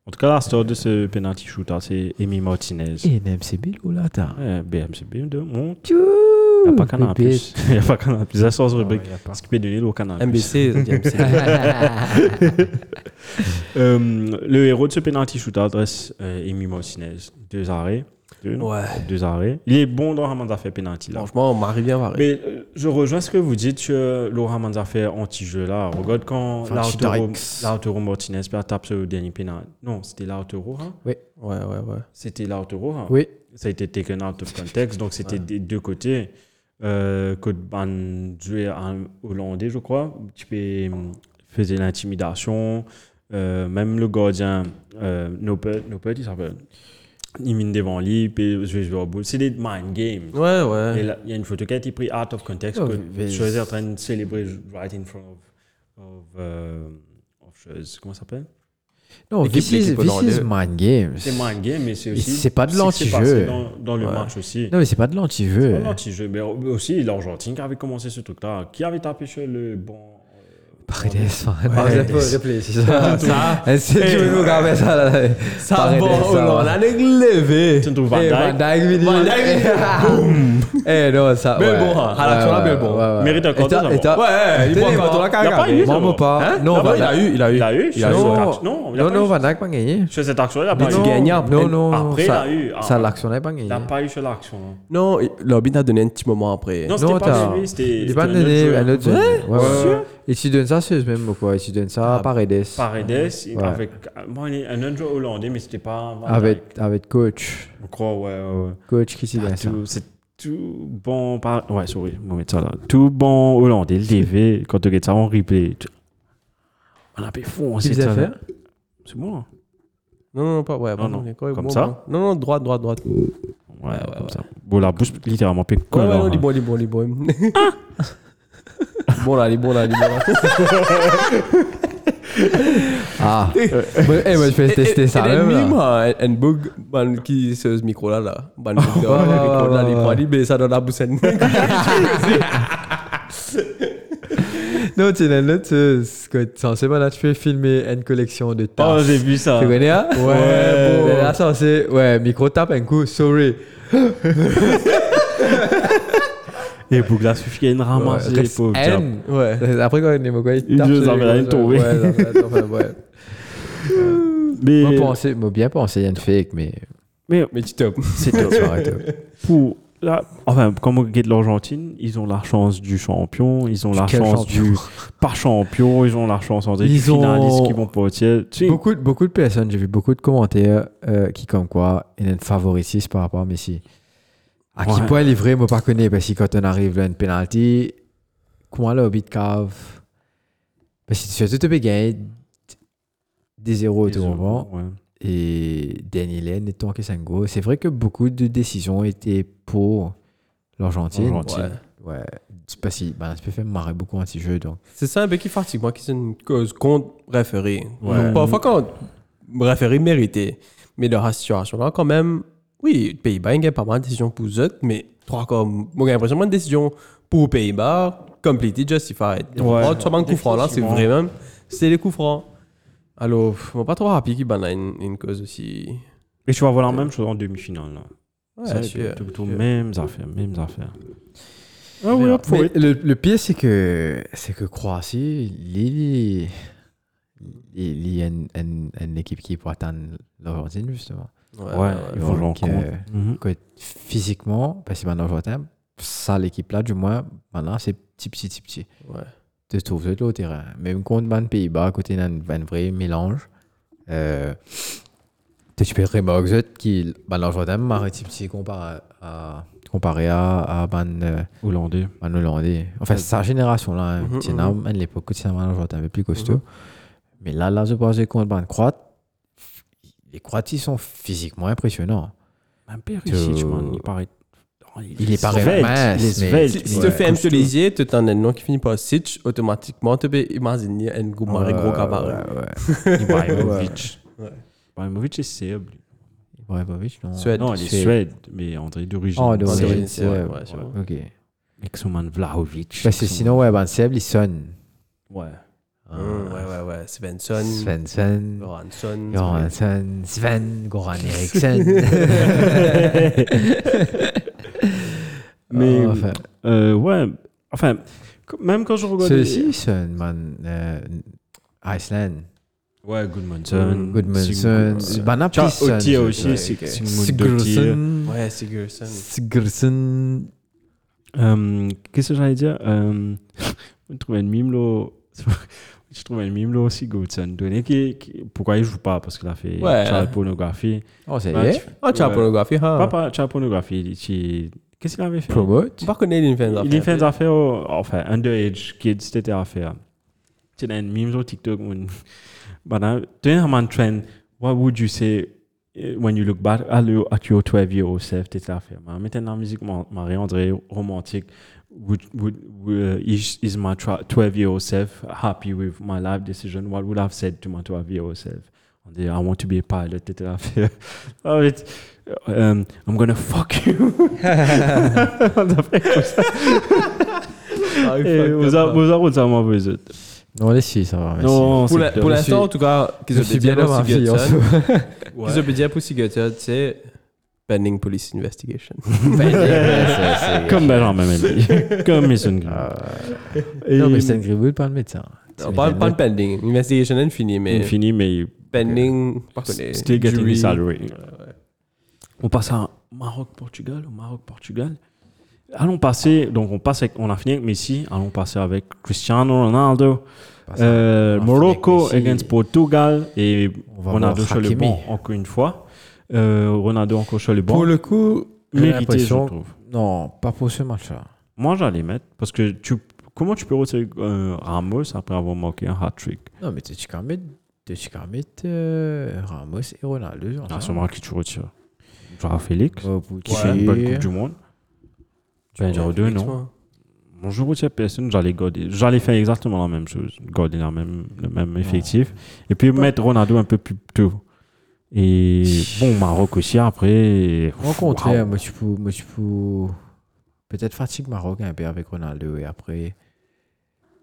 S3: En tout cas, la star de ce penalty shooter, c'est Emi Martinez.
S2: et NMCB ou là t'as.
S3: Eh, BMCB de mon. Il
S2: Il
S3: n'y a pas Canal Plus. Il n'y a pas Canal Plus. La source rubrique. Ce qui peut donner l'eau au Canal Plus.
S1: MBC, ils ont dit MBC.
S3: Euh, le héros de ce penalty shootout reste euh, Emi Martinez. Deux arrêts. Deux, non
S1: Ouais.
S3: Deux arrêts. Il est bon dans Ramanda fait penalty là.
S1: Franchement, on m'arrive bien varé.
S3: Mais euh, je rejoins ce que vous dites, euh, que Laura Manzafer anti-jeu là. Regarde quand
S2: Enfin,
S3: Lautaro
S2: Chitarix.
S3: Lautaro Martinez perd- tape sur le dernier pénal. Non, c'était Lautaro. Hein?
S1: Ouais, ouais, ouais.
S3: C'était Lautaro. Hein?
S2: Oui,
S3: ça a été taken out of context, donc c'était des deux côtés. Euh, Code Ban jouait un Hollandais, je crois, tu peux, faisait l'intimidation. Euh, même le gardien, euh, Nopet, Nopet, il s'appelle, il mine devant lui, puis je vais jouer au boule. C'est des mind games.
S1: Ouais,
S3: Et
S1: ouais.
S3: là, Il y a une photo qui a été prise out of context.
S2: Oh,
S3: que
S2: mais-
S3: Schweizer est en train de célébrer right in front of, of, euh, of Schweizer. Comment ça s'appelle
S2: Non,
S1: L'équipe-
S2: this is,
S1: l'équipe
S2: this is
S1: hollandaise.
S2: mind games.
S3: C'est mind game, mais c'est
S2: Mais
S3: aussi.
S2: c'est pas de
S3: ce qui s'est passé
S2: l'anti-jeu.
S3: Dans, dans le
S1: Ouais.
S3: match aussi.
S2: Non, mais c'est pas de l'anti-jeu.
S3: Un anti-jeu, mais aussi l'Argentine qui avait commencé ce truc-là, qui avait tapé sur le bon. euh,
S2: Paredes, fan.
S1: Paredes.
S2: replay, Ah, c'est ça.
S1: Ça,
S2: Et Eh, si tu veux nous garder ça, là, là.
S1: ça
S2: Paredes,
S1: va,
S2: ça
S1: oh là,
S2: va.
S1: on a levé.
S3: Tu trouves Van
S2: Eh,
S3: Dijk,
S2: Van Dijk, Vini.
S1: Van Dijk,
S2: Eh, non, ça.
S1: Bel
S2: ouais.
S1: bon, hein. À
S2: Ouais,
S1: l'action, là,
S2: ouais,
S1: bel bon.
S2: ouais, ouais.
S3: Mérite un
S2: Et
S3: compte,
S2: t'as-
S3: ça,
S2: et
S3: bon.
S2: t'as-
S1: Ouais, il
S2: T'es
S1: va
S2: les
S1: encore.
S2: bâtons, là,
S1: Il
S3: a pas
S2: carrément.
S3: eu,
S2: Moi,
S3: ça,
S2: moi,
S3: bon.
S2: pas.
S1: Hein
S2: Non,
S3: Non,
S2: Van
S3: il a
S2: Dijk.
S1: eu, il a eu.
S3: Il a eu.
S2: Il a
S3: sur
S2: eu.
S3: cette action. Non, il a
S2: Non,
S3: pas
S2: non,
S3: eu.
S2: Van Dijk pas gagné.
S3: Sur cette action-là, il a pas
S1: Mais tu
S3: eu.
S1: gagnes après.
S2: Non, non, non.
S3: Après, il
S2: ça-
S3: a eu.
S2: Ça,
S3: Ah.
S2: l'action n'est pas
S3: Il
S2: gagné.
S3: n'a pas eu sur l'action. hein.
S1: Non, il- l'arbitre a donné un petit moment après.
S3: Non, c'était
S2: Non,
S3: pas
S2: t'as-
S3: celui, c'était.
S2: Il est pas
S3: c'était un autre
S2: donné
S3: joueur.
S2: un autre zone. Ouais, ouais,
S3: Sûr
S2: ouais. Il s'y donne ça, c'est même ou quoi Il s'y donne ça à
S1: Ah,
S2: Paredes.
S3: Paredes, il-
S2: Ouais. Ah,
S3: avec. Moi, il est un autre joueur hollandais, mais c'était pas. Van Dijk.
S2: Avec, avec coach.
S3: Je crois, ouais, ouais, ouais.
S2: Coach qui s'y
S3: Ah,
S2: donne ça.
S3: tout- C'est tout bon. par- Ouais, sorry, on va mettre ça là. Tout bon hollandais, levé, quand tu regardes ça en replay. tu- On a fait fou, on
S2: Qui
S3: sait
S2: faisait
S3: ça.
S2: faire
S3: C'est hein. moi.
S1: Non, non, pas. Ouais,
S3: Non,
S1: bon,
S3: non.
S1: quoi,
S3: Comme
S1: bon,
S3: ça
S1: bon. Non, non, droite, droite, droite. Ouais,
S3: Ouais,
S1: ouais,
S3: comme
S1: ouais.
S3: ça. Bon, la bouche, littéralement, pète
S1: ouais,
S3: quoi, là,
S1: non,
S3: hein.
S1: il est bon, il est bon, il est bon. Bon là, il est bon là, il est bon là.
S2: Ah Bon, Eh, moi, je vais tester ça
S1: Et
S2: même.
S1: l'ennemi,
S2: là.
S1: moi, un- un bug ban, qui c'est ce micro là là. Ban micro
S2: ouais, ouais,
S1: là,
S2: ouais,
S1: il
S2: ouais.
S1: prend il met ça dans la boussine.
S2: Non, tu l'as note, c'est quoi C'est censé, voilà, tu fais filmer une collection de
S3: Oh,
S2: tasses.
S3: j'ai vu ça.
S2: Tu connais, hein
S1: Ouais, bon.
S2: Mais Là, censé, ouais, micro tape un coup, sorry.
S3: Et Bougla suffit à une ramasse.
S2: Ouais, Rex N.
S1: Ouais.
S2: Après, quand il est quoi, il
S3: Il
S2: tape.
S3: nous
S2: sur les
S3: enverra une
S2: gros,
S3: tombée.
S2: Ouais, il enverra une tombée, ouais.
S3: Mais,
S2: Moi, penser- moi, bien penser, il y a une fake, mais.
S3: mais
S1: Mais tu top.
S2: C'est top.
S3: pour la- enfin, comme on regarde l'Argentine, ils ont la chance du champion, ils ont la
S2: Quel
S3: chance
S2: champion.
S3: du par champion, ils ont la chance en des
S2: Ils ont-
S3: finalistes qui vont pas au tiers. Tu sais,
S2: Beaucoup, beaucoup de personnes, j'ai vu beaucoup de commentaires euh, qui, comme quoi, ils ne favorisent par rapport à Messi. À qui
S3: Ouais.
S2: point il est vrai, moi, pas connais, parce que quand on arrive là, une penalty, comment là, au bit cave Parce que tu as tout gagné des zéros,
S3: ils
S2: tout
S3: ont-
S2: moment.
S3: ouais.
S2: Et Danny Lane et Tonke Sango. C'est vrai que beaucoup de décisions étaient pour l'Argentine.
S3: L'Argentine.
S1: Ouais.
S2: Ouais. C'est pas si. Ben, ça peut faire marrer beaucoup anti-jeu, donc.
S1: C'est ça un peu qui fatigue, moi, qui c'est une cause contre référé.
S3: Ouais.
S1: Donc, parfois, quand référé mérité, mais dans la situation-là, quand même, oui, les Pays-Bas, il y a pas mal de décisions pour eux, mais trois comme, moi, j'ai l'impression que une décision pour les Pays-Bas, completely justified. Tu
S3: Ouais.
S1: vois, tu vois, le coup franc, là, c'est
S3: Définitivement.
S1: vraiment, c'est les coups francs. Alors, pff, on va pas trop rapide qu'il y a une, une cause aussi.
S3: Et tu vas voir
S2: Euh,
S3: la même chose en demi-finale. là.
S1: Ouais,
S3: Ça,
S1: sûr.
S3: tout- tout- tout- mêmes affaires, mêmes affaires. Ah
S1: oui,
S3: oui,
S1: up
S3: up
S2: Mais le, le pire, c'est que, c'est que Croatie, il il y a une, une- une équipe qui peut atteindre l'Argentine, justement.
S1: Ouais,
S3: Ouais,
S1: ouais,
S3: ils
S1: ouais.
S3: vont jouer en
S2: Donc,
S3: commun.
S2: euh,
S3: Mhm.
S2: Que physiquement, parce que maintenant, l'Argentine, ça, l'équipe-là, du moins, maintenant, c'est petit, petit, petit, petit.
S1: Ouais.
S2: Tu te trouves sur le terrain. Même contre les Pays-Bas, côté d'un un vrai mélange, euh, tu peux remarquer que qui, ben, l'Argentine, m'arrête petit, petit comparé à, comparé à, à ben, euh,
S3: Hollandais.
S2: un Hollandais. Enfin, c'est sa génération-là. Hein.
S1: Mhm,
S2: Petit
S1: mhm.
S2: homme, à l'époque, c'est un Hollandais un peu plus costaud. Mais là, là, je pense que contre les Croates, les Croates, ils sont physiquement impressionnants.
S3: Même père
S2: Tu-
S3: ici, tu vois, il paraît. Oh,
S2: Il est paraît
S3: svelte,
S2: mince,
S3: il est
S2: mais-
S3: svelte,
S1: Si,
S3: il
S1: si tu
S3: est
S1: fais un peu lisier, tu as un nom qui finit par Sitch, automatiquement, tu peux imaginer un gros maré, gros cabaret.
S2: Euh, Ouais, ouais.
S3: Ibrahimovic.
S1: Ouais.
S3: Ibrahimovic est serbe. lui.
S2: Ibrahimovic, non.
S1: Suède.
S3: Non, il est
S2: Suède.
S3: suède, mais André d'origine.
S2: Oh, de
S1: Ouais,
S2: Suède,
S1: d'origine, c'est- ouais,
S2: ouais,
S1: ouais, c'est vrai.
S2: Ok.
S3: Avec son man Vlahovic.
S2: Parce que sinon, ouais, ben, Seb, il sonne. Euh,
S3: Ouais.
S1: Hum, ouais, ouais, ouais. Svensson,
S2: Svensson.
S1: Johansson.
S2: Johansson, Sven, Goran Eriksson.
S3: Mais,
S2: enfin,
S3: euh, ouais. Enfin, qu- même quand je regarde.
S2: ceux-ci, sonne, man. euh, Iceland.
S3: Ouais, Goodmanson.
S2: Mm, Goodmanson,
S3: Tiens,
S2: Banaptis,
S3: Otia aussi, c'est
S2: Sigurdsson,
S1: Ouais, Sigurdsson.
S2: Sigurdsson.
S3: Euh, Qu'est-ce que j'allais dire Euh, Je trouve un mime là. Je trouve un mime là aussi, Goodson. Donné qui- qui- Pourquoi il joue pas Parce qu'il a fait
S1: Ouais.
S3: la pornographie.
S2: Oh, c'est
S3: Ouais,
S2: vrai.
S3: tu-
S1: Ah, tu as
S3: ouais.
S1: pornographie,
S3: Pas
S1: hein?
S3: par la pornographie. il- tu- Qu'est-ce qu'il avait fait
S2: Promote.
S1: Tu pas connaître une fin d'affaires.
S3: Il a fait des affaires, au- enfin, underage kids, c'était à faire. Tu as une meme sur TikTok. où- Voilà. Tu as un trend. What would you say eh, when you look back at your, at your 12 year old self? C'était à faire. Mais Maintenant, la musique, ma- Marie-André, romantique. Would, would, would- uh, is, is my 12 year old self happy with my life decision? What would I have said to my 12 year old self? On dit, I want to be a pilot, etc. Ah, mais t- um, I'm gonna fuck you. Eh, On a fait comme ça.
S1: Ah, il
S3: Et
S1: fuck
S3: vous
S1: up,
S3: a-
S1: hein.
S3: vous a- vous a- vous a- vous a-
S2: Non, les filles, ça va. Merci.
S3: Non,
S1: Pour
S3: c'est
S1: la-
S3: clair.
S1: pour
S2: Je
S1: l'instant,
S2: suis-
S1: en tout cas, qu'ils
S2: je suis bien dans ma fille. en soi.
S3: Ouais.
S1: Qu'ils ont bien pour Sigurdsson, c'est pending police investigation.
S3: Comme Benjamin Mendy. Comme Mason Greenwood.
S2: Ah,
S3: Et
S2: Euh, Non, mais c'est une gribouille, pas le médecin.
S1: Non, pas, pas le pending. Investigation infinie, mais
S3: Infini, mais
S1: pending, pas connu.
S3: still getting his
S1: Jury.
S3: salary. On passe à Maroc-Portugal, au Maroc-Portugal. Allons passer, donc on, passe avec- on a fini avec Messi, allons passer avec Cristiano Ronaldo. Euh,
S2: on a fini
S3: Morocco
S2: avec Messi.
S3: against Portugal et
S2: On va
S3: Ronaldo
S2: voir
S3: sur le
S2: Hakimi.
S3: banc encore une fois. Euh, Ronaldo encore sur le banc.
S2: Pour le coup, j'ai
S3: Mérité, je
S2: l'impression-
S3: trouve.
S2: Non, pas pour ce match-là.
S3: Moi, j'allais mettre parce que tu, comment tu peux retirer euh, Ramos après avoir marqué un hat-trick
S2: Non, mais tu qu'à mettre, t'es qu'à mettre, euh, Ramos et Ronaldo. genre hein.
S3: Ah,
S2: ça.
S3: sûrement qui tu retires. Joao Félix,
S2: Oh, pour
S3: qui
S2: qui-
S3: fait une bonne Coupe du Monde. Ben,
S1: Ouais,
S3: j'aurais deux
S1: Félix,
S3: noms.
S1: moi.
S3: Bon, je retire personne, j'allais garder- j'allais faire exactement la même chose, garder la même, le même effectif. Et puis mettre Ronaldo un peu plus tôt. Et bon, Maroc aussi après.
S2: Moi, au contraire,
S3: Waouh.
S2: moi, je peux, moi, je peux peut-être fatigue Maroc hein, un peu avec Ronaldo et après.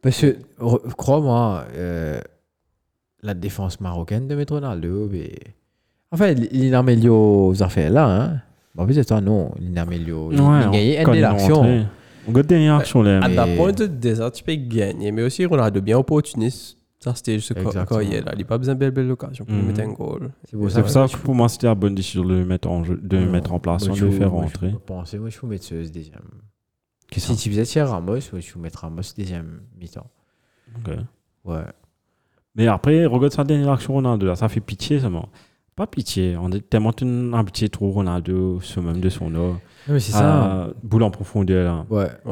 S2: Parce que, re- crois-moi, euh, la défense marocaine de mettre Ronaldo, mais. Enfin, l'inamelio aux affaires là, hein. Bon, peut-être toi, non, l'inamelio.
S3: Ouais,
S2: il a
S3: on
S2: gagné une Ah,
S3: connaît
S2: des
S3: nos
S2: actions.
S3: entrées. On garde des actions là.
S1: À
S2: Mais-
S1: ta pointe de désert, tu peux gagner, mais aussi Ronaldo bien opportuniste. Ça, c'était juste
S2: Exactement.
S1: quand il est là. Il n'a pas besoin de belle, belle occasion pour lui
S3: Mhm.
S1: mettre un goal.
S2: C'est pour
S3: C'est
S2: ça
S3: pour
S2: que
S3: ça que pour moi, c'était la bonne décision de le mettre en, jeu- de le
S2: Non.
S3: mettre en place,
S2: Moi,
S3: de
S2: je-
S3: le faire
S2: moi,
S3: rentrer.
S2: Je pensais, moi, je vous mettre ce deuxième.
S3: Qu'est-ce
S2: Si tu faisais tirer Ramos, moi, je vous mettre Ramos deuxième mi-temps.
S3: Ok.
S2: Ouais.
S3: Mais après, regarde sa dernière action Ronaldo, là, ça fait pitié seulement. Pas pitié, on est tellement une amitié trop Ronaldo, ce même de son nom.
S2: Non, mais c'est
S3: Ah, Boule en profondeur là.
S2: ça. Ouais.
S1: Ouais,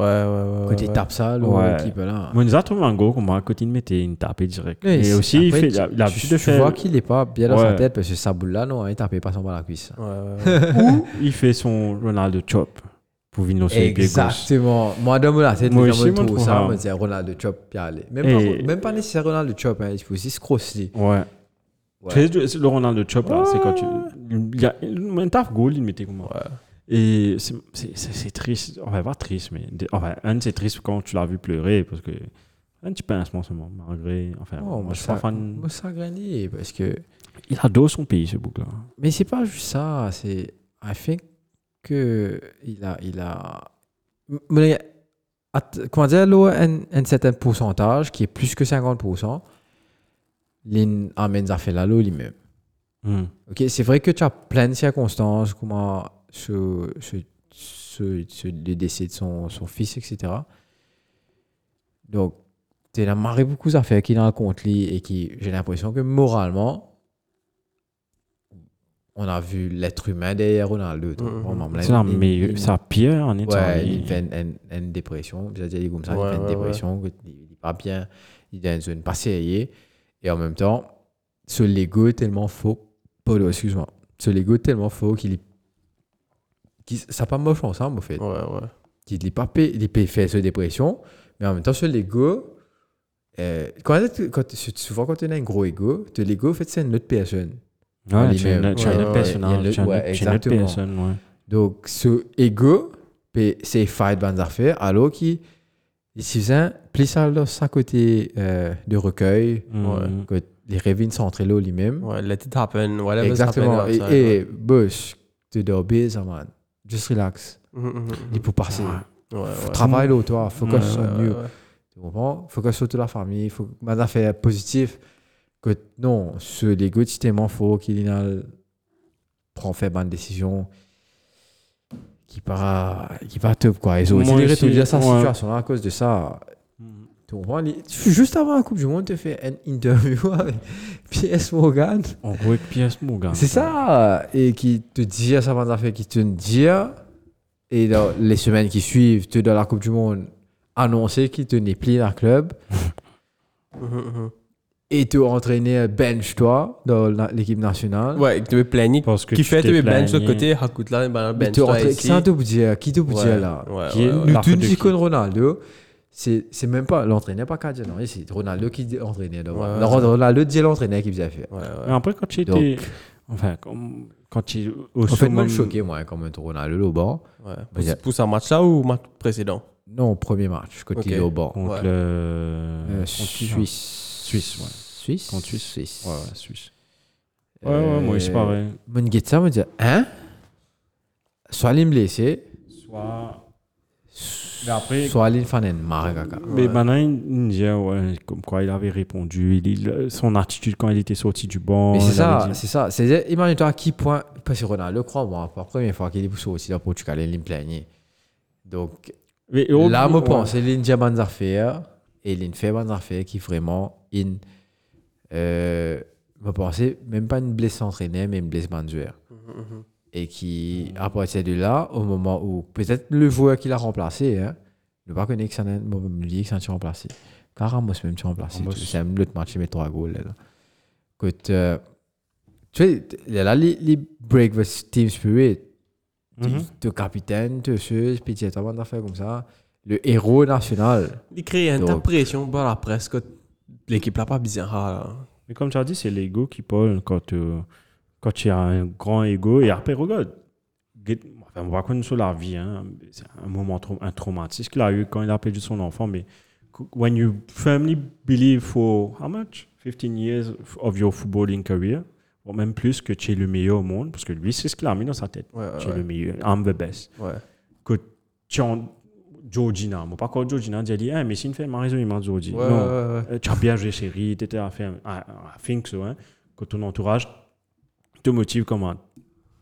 S1: ouais, ouais.
S2: Côté
S1: ouais.
S2: tape sale ou
S3: Ouais.
S2: équipe là.
S3: Bon, il nous a trouvé un go qu'on m'a à côté de mettait une tapée direct.
S2: Mais
S3: Et
S2: c'est-
S3: aussi, il,
S2: après,
S3: fait,
S2: tu-
S3: il a il a
S2: Ah, tu,
S3: l'habitude de
S2: tu
S3: faire.
S2: vois qu'il est pas bien dans sa
S3: Ouais.
S2: tête parce que sa boule là, non, il tapait pas son ball à la cuisse.
S1: Ouais, ouais, ouais.
S3: Il fait son Ronaldo chop pour venir sur les pieds gauche.
S2: Exactement. Moi, dans mon tête,
S3: Moi
S2: moi,
S3: aussi,
S2: je me
S3: moi, je
S2: trouve
S3: trouve
S2: ça.
S3: ça. Eh.
S2: Moi, c'est Ronaldo Chop, bien aller. Même,
S3: Et-
S2: pas, même pas nécessairement Ronaldo Chop, hein, il faut aussi se crosser.
S3: Ouais.
S2: Ouais.
S3: Tu sais, Le Ronaldo chop là, c'est quand tu. Il y a un taf goal, il mettait comment
S1: Ouais.
S3: Et c'est- c'est c'est- c'est triste, on va voir triste, mais des- enfin, un, c'est triste quand tu l'as vu pleurer parce que un petit peu en ce moment, malgré. Enfin,
S2: Oh,
S3: moi, je suis
S2: ça-
S3: pas fan.
S2: moi, ça grandit parce que.
S3: Il adore son pays, ce bouc-là.
S2: Mais c'est pas juste ça, c'est. I think que. Il a. Il a... M- mais, at- Comment dire, là, un, un certain pourcentage qui est plus que 50%, l'in amène à faire la lot lui-même.
S3: Hmm.
S2: Ok, c'est vrai que tu as plein de circonstances, comment ce, ce, ce, ce- le décès de son, son fils, etc. Donc, tu as marré beaucoup d'affaires qui racontent lui et qui, j'ai l'impression que moralement, on a vu l'être humain derrière Ronaldo. donc,
S1: Mhm.
S2: vraiment,
S3: C'est
S2: là,
S3: la
S2: il-
S3: meilleure,
S2: il-
S3: c'est la pire en étant.
S2: Ouais,
S3: il-
S2: il fait une, une- une dépression. Je veux dire, il est comme ça,
S1: Ouais,
S2: il fait une
S1: ouais,
S2: dépression, que il n'est pas bien, il est dans une zone pas sérieuse. Et en même temps, ce Lego est tellement faux. Polo, excuse-moi. Ce Lego est tellement faux qu'il est. qu'il- ça pas moche ensemble, au fait.
S1: Ouais, ouais.
S2: Il n'est pas payé, il est payé- fait cette dépression. Mais en même temps, ce Lego. euh, quand, quand- souvent, quand on a un gros ego, le Lego, en fait, c'est une autre personne.
S3: Ouais,
S2: Ouais,
S3: tu es une
S2: ouais,
S3: tu es une
S1: ouais,
S3: personne,
S2: il y a
S3: hein,
S2: le-
S3: tu es une-
S2: ouais,
S3: tu es une
S2: exactement.
S3: personne, ouais.
S2: Donc, ce ego, pe- c'est fight bandes affaires, alors qu'il s'y un plus ça de sa côté euh, de recueil,
S3: Hmm.
S2: que les rêves sont entrés là lui-même.
S1: Mhm. Ouais, let it happen. Whatever is
S2: Exactement.
S1: happening
S2: Et,
S1: outside,
S2: et
S1: ouais.
S2: Bush, tu dors bien, man. Just relax.
S1: Mhm, mhm, mhm.
S2: Il faut passer.
S1: Ouais, ouais.
S2: Travaille là, toi. Focus
S3: Ouais,
S2: sur
S1: Ouais,
S2: you.
S1: ouais, ouais.
S2: Tu comprends Focus sur toute la famille. Faut des affaires positives. Que non, ce l'ego, c'est tellement faux qu'il y en a- prend fait bonne décision qui part qui part top quoi ils ont
S3: Moi
S2: essayé de
S3: aussi,
S2: rétablir sa
S3: ouais. Mm-hmm.
S2: situation à cause de ça tu comprends les- juste avant la coupe du monde tu fais une interview avec PS Morgan
S3: En gros, avec PS Morgan.
S2: c'est ça et qui te dit ça va faire qui te dit et dans les semaines qui suivent tu dans la coupe du monde annoncer qu'il te n'est plus dans le club
S1: Mhm, mhm.
S2: et te entraîner bench toi dans la- l'équipe nationale
S1: Ouais, tu veux plaigner.
S3: Parce que
S1: Qui
S3: tu
S1: fait
S3: t'es
S1: tu veux bench de
S3: plaigné.
S1: côté, Hakout là, ben
S2: mais
S1: bench
S2: te
S1: toi
S2: entraîner
S1: ici.
S2: qui ça te dire qui te
S1: Ouais,
S2: dire là
S1: ouais,
S3: Qui est
S1: ouais, ouais.
S3: nul.
S2: Nous,
S3: La
S2: tu
S3: faute
S2: nous
S3: de
S2: dis
S3: qui
S2: que Ronaldo, c'est c'est même pas l'entraîneur, pas Kadia, non, c'est Ronaldo qui dit- entraînait. donc.
S1: Ouais, ouais,
S2: Non, Ronaldo dit l'entraîneur qui faisait faire.
S1: Ouais, ouais.
S3: Mais après, quand tu
S2: Donc-
S3: étais. Enfin, comme- quand tu es au
S2: En fait, moi,
S3: summum-
S2: je suis choqué, moi, quand même, Ronaldo au bord.
S1: Ouais.
S2: Mais y a-
S1: Pour- Pour ce match-là ou match précédent
S2: Non, premier match, quand
S1: Ok.
S2: il est au banc.
S3: Contre
S1: Ouais.
S3: le.
S2: Euh,
S3: contre qui, hein
S2: Suisse.
S3: Suisse, ouais.
S2: Suisse.
S3: Contre Suisse.
S2: Suisse. Euh,
S3: Ouais, ouais, Suisse. Ouais, ouais, moi, c'est pareil.
S2: Mon guitar me dit Hein Soit aller me blessé,
S3: Soit. Mais après-
S2: soit aller faire une marque. caca.
S3: Mais Bana, il disait, ouais, comme quoi il avait répondu, il- il- son attitude quand il était sorti du banc.
S2: Mais c'est
S3: il
S2: ça,
S3: avait dit-
S2: c'est ça. C'est imagine-toi à qui point. Parce que Ronaldo, crois-moi, pour la première fois qu'il est poussé aussi là pour tu il me plaignait. Donc
S3: Mais au-
S2: là, je
S3: ouais.
S2: pense, c'est l'India Banzarfair et l'Infé Banzarfair qui vraiment. In, euh, je pensais même pas une blessure entraînée, mais une blessure banduaire. et qui, à partir de là, au moment où peut-être le joueur qui l'a remplacé, hein, ne pas connaître que c'est un bon, me dit que c'est un tir remplacé. Car Ramos même tir remplacé.
S3: Ramos.
S2: Tu sais, C'est un autre match, il met trois goals. Là, là. Écoute, euh, tu sais, il y a là, les, les break versus Team Spirit, Tu-
S3: Mhm.
S2: tu es capitaine, tu es seuse, puis tu es vraiment d'affaires comme ça. Le héros national.
S1: Il crée une
S2: Donc.
S1: impression par la presse que l'équipe là pas bizarre. là.
S3: Mais comme tu as dit, c'est l'ego qui parle quand, euh, quand il y a un grand ego. Et après, regarde, Get- enfin, on va connaître sur la vie. hein. C'est un moment, trau- un traumatisme qu'il a eu quand il a perdu son enfant. Mais qu- when you firmly believe for how much? 15 years of your footballing career, ou même plus que tu es le meilleur au monde, parce que lui, c'est ce qu'il a mis dans sa tête.
S1: Ouais,
S3: Tu
S1: Ah ouais,
S3: es le
S1: ouais.
S3: meilleur, I'm the best.
S1: ouais.
S3: que tu en Georgina, moi pas quand Georgina dit ah, mais si une fait ma raison il m'a Georgie.
S1: Ouais,
S3: non,
S1: ouais, ouais.
S3: Euh, tu as bien joué chérie, tu étais à faire à, à think so, hein, que ton entourage te motive comme un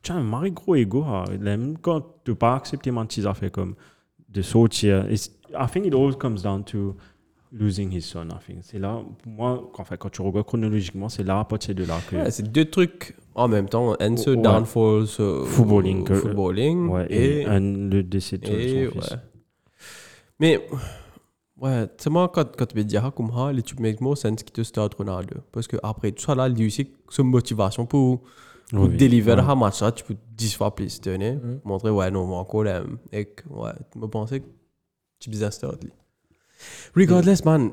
S3: tu as un mari gros ego, hein. même quand tu pas accepté ma petite affaire comme de sortir. It's- I think it all comes down to losing his son, I think. C'est là pour moi quand, enfin, quand tu regardes chronologiquement, c'est là à partir de là que
S1: Ouais, c'est deux trucs en même temps. Enzo,
S3: Ouais.
S1: downfall, so-
S3: Footballing, que-
S1: footballing
S3: ouais,
S1: et,
S3: et, un- le décès de son
S1: et, Eh ouais.
S3: fils.
S1: Mais, ouais, tu sais, moi, quand, quand tu me dis comme ça, les trucs make more sense qui te start Ronaldo. Parce que après tout ça, là, lui aussi, sa motivation pour, pour
S3: Oui,
S1: deliver
S3: ouais. Mm.
S1: un match, là, tu peux 10 fois plus te donner.
S2: Mhm.
S1: Montrer, ouais, non, mais encore là. Et que, ouais, tu me pensais que tu bizarre start. lui. Regardless, man.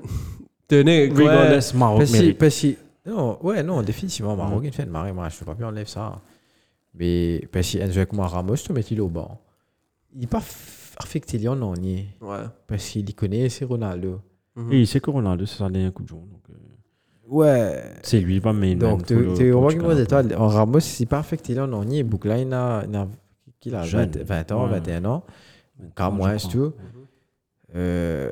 S1: Tenez, quoi.
S3: Regardless, Maroc
S2: Parce que-
S3: mérite.
S2: parce que- non, ouais, non, définitivement, Maroc, il fait une marée, moi, je ne peux pas plus enlever ça. Mais parce que un joueur comme Ramos, tu mets-il au banc. Il n'est pas f- affecté, il en en est.
S1: Ouais.
S2: Parce qu'il y connaît, c'est Ronaldo.
S1: Mhm.
S3: Et il sait que Ronaldo, c'est sa dernière Coupe du Monde. donc, euh,
S2: Ouais.
S3: c'est lui, pas main.
S2: Donc, tu tu vois que moi, d'étoile, en Ramos, c'est pas affecté, il en en est. Boukla, il a, il a, qu'il a
S3: Jeune.
S2: 20, 20 ans,
S3: Ouais.
S2: 21 ans. Car moins, c'est tout. Euh,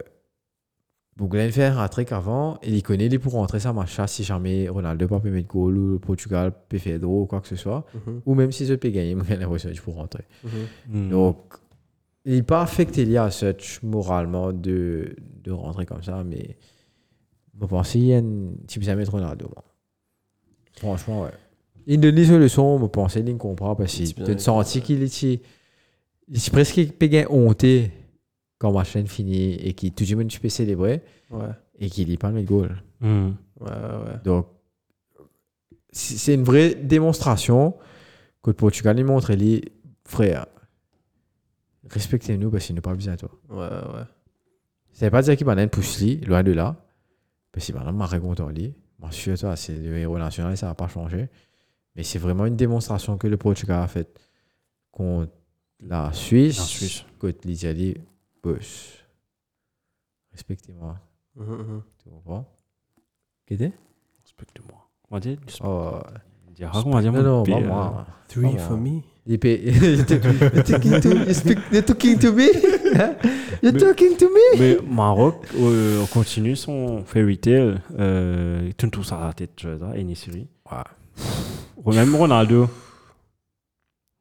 S2: Bouglain fait un hat-trick avant, et il connaît les pour rentrer sa macha si jamais Ronaldo pas peut mettre goal ou le Portugal peut faire draw ou quoi que ce soit.
S1: Mhm.
S2: Ou même si je peux gagner, mais l'impression que je pour rentrer.
S1: Mhm.
S2: Donc, il n'est pas affecté lié à such moralement de, de rentrer comme ça, mais je pense qu'il y a une type jamais Ronaldo. moi. Franchement, ouais. Il donne des leçons, je pense qu'il comprend parce
S1: C'est
S2: qu'il
S1: bien,
S2: a senti qu'il était. Il est presque pas honte quand ma chaîne finit et qu'il tout le monde tu peux célébrer
S1: Ouais.
S2: et qu'il n'y pas le goal.
S1: Ouais, ouais, ouais.
S2: Donc, c- c'est une vraie démonstration que le Portugal lui montre, il dit, frère, respectez-nous parce qu'il n'est pas besoin à toi.
S1: Ouais, ouais.
S2: Ça veut pas dire qu'il va aller pousse lui, loin de là, parce qu'il va aller marrer contre lui. Moi, je suis à toi, c'est le héros national, ça va pas changer. Mais c'est vraiment une démonstration que le Portugal a faite contre la Suisse,
S3: La Suisse.
S2: contre l'Italie, boss. Respectez-moi,
S1: Mhm, mhm.
S2: tu comprends Qu'est-ce que
S3: Respecte-moi. On va dire.
S2: Oh,
S3: on dira- on va dire
S2: non, non,
S3: mon
S2: pas
S3: père.
S2: moi.
S1: Three
S2: Ah,
S1: for
S2: ouais.
S1: me.
S2: Il paye- You're talking to, you speak, you're talking to me?
S3: Mais-
S2: You're talking to me?
S3: Mais Maroc, euh, on continue son fairy tale. Euh, tout tout ça à la tête, tu vois, ça, et une série. Même Ronaldo.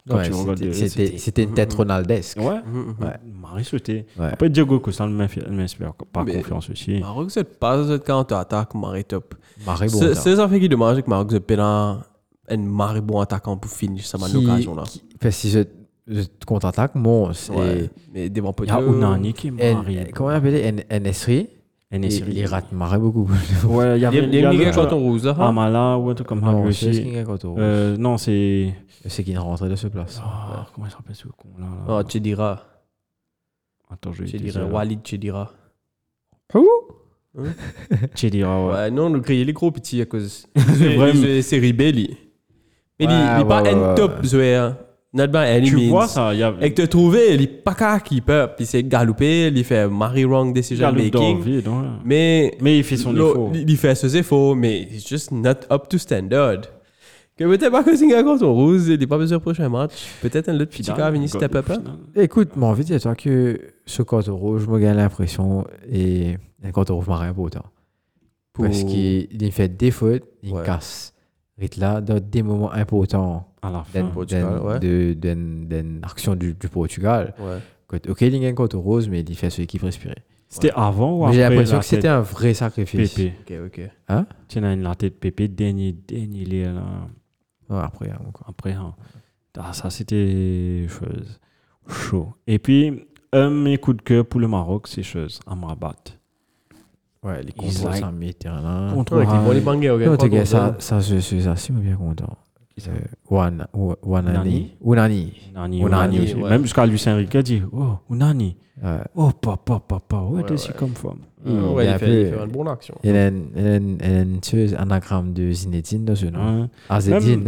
S3: Quand
S2: Ouais,
S3: tu regardes
S2: c'était-
S3: les-
S2: C'était
S3: c'était-
S2: c'était une tête ronaldesque.
S3: Ouais.
S1: Mhm, mhm.
S2: Ouais.
S3: Marie sauté.
S2: Ouais.
S3: Après, Diego Costa ne m'infi- ne m'inspire pas
S1: Mais-
S3: confiance aussi.
S1: Maroc, c'est pas c'est quand tu attaques, Marie top.
S2: Marré bon,
S1: C'est
S2: ça.
S1: c'est ça fait qui est dommage que Maroc, c'est pénal. Un Marie bon attaquant pour finir, ça m'a
S2: Qui-
S1: l'occasion là.
S2: qui- Parce que je, je te contre-attaque, mon. c'est-
S3: euh,
S1: Ouais. Mais des bons
S3: Il y a Unani qui est
S2: N-
S3: marié.
S2: comment on appelle N- NSRI?
S3: Et
S2: Il, il rate marré beaucoup.
S3: Ouais, il y
S1: Il y a-
S3: avait
S1: il y a
S3: avait-
S1: un quand on rouge là. hein.
S3: Amala ou un truc comme ça.
S2: Non,
S3: lui
S2: c'est ce
S3: aussi.
S2: qu'il y a quand on-
S3: Euh, Non, c'est.
S2: C'est qu'il est rentré de ce place.
S3: Ah, comment il s'appelle ce con là, là
S1: Oh, tu diras.
S3: Attends, je vais
S1: Tu
S3: te
S1: diras.
S3: dire.
S1: Walid, tu diras.
S3: Chedira, ouais.
S1: Ouais, non, nous crier les gros petits à cause.
S3: Vraiment.
S1: C'est rebelle. Mais il
S2: Ouais,
S1: n'est
S2: ouais,
S1: pas
S2: ouais,
S1: un
S2: ouais,
S1: top,
S2: ouais.
S1: Zoé. hein. Not by any
S3: Tu
S1: means.
S3: vois ça, il y a
S1: Et que tu trouvé, il est pas qu'à qui peut, puis c'est galoupé, il fait Marie wrong decision
S3: Gallup dans
S1: making.
S3: le vide, ouais.
S1: Mais,
S3: Mais il fait son
S1: Lo-
S3: effort.
S1: Il il fait ses efforts, mais it's just not up to standard. Que peut-être pas que Singapour sont rouges, il n'est pas besoin au prochain match. Peut-être un autre petit
S3: Final,
S1: gars à venir
S3: God,
S1: step up. hein.
S3: final.
S2: Écoute, mon envie de dire, toi, que ce carton rouge, moi, j'ai l'impression, et un carton rouge marin pour autant.
S1: Pour-
S2: hein. Parce qu'il il fait des fautes, il
S1: Ouais.
S2: casse. Rite là, dans des moments importants
S3: À la
S2: d'une
S3: fin.
S1: Portugal, ouais.
S2: action du, du Portugal.
S1: Ouais.
S2: Quand- Ok, il gagne contre Rose, mais il fait ce qui respirer.
S3: C'était avant ou après
S2: Mais j'ai l'impression
S3: la
S2: que c'était
S3: tête
S2: un vrai sacrifice. Hein?
S3: Pépé.
S1: Ok, ok.
S3: Tiens, là, une la tête pépé, dernier, dernier lien, là.
S2: Ouais, après, hein, encore.
S3: Après, hein. Ah, ça, c'était chose. Chaud. Et puis, un de mes coups de cœur pour le Maroc, c'est chose. Amrabat.
S2: Ouais, les
S3: Ils
S2: contrôles hein.
S3: like-
S2: sans mi-terrain.
S3: Contre
S1: Ah, Ouais, avec les
S3: Irak.
S1: bons les bangers, ok,
S2: Non,
S1: pas
S2: t'es gars,
S1: contre-
S2: ça, ça, je suis assez bien content. Euh, Wan- Wa- Wanani.
S3: Nani.
S2: Wanani.
S3: Unani,
S2: Unani,
S3: Unani aussi.
S1: ouais.
S3: Même jusqu'à Lucien Riquet a dit Oh, Unani.
S2: Ouais.
S3: Oh, papa, papa. Ouais,
S1: Ouais,
S3: t'es si
S1: ouais.
S3: comme femme.
S1: Ouais,
S2: Mm,
S1: Euh, ouais,
S2: bien
S1: il fait, il
S2: fait.
S1: fait une bonne action.
S2: Il y a une- il y a une il y a une tueuse anagramme de Zinedine dans ce nom.
S3: Hein.
S2: Ah, Zedine.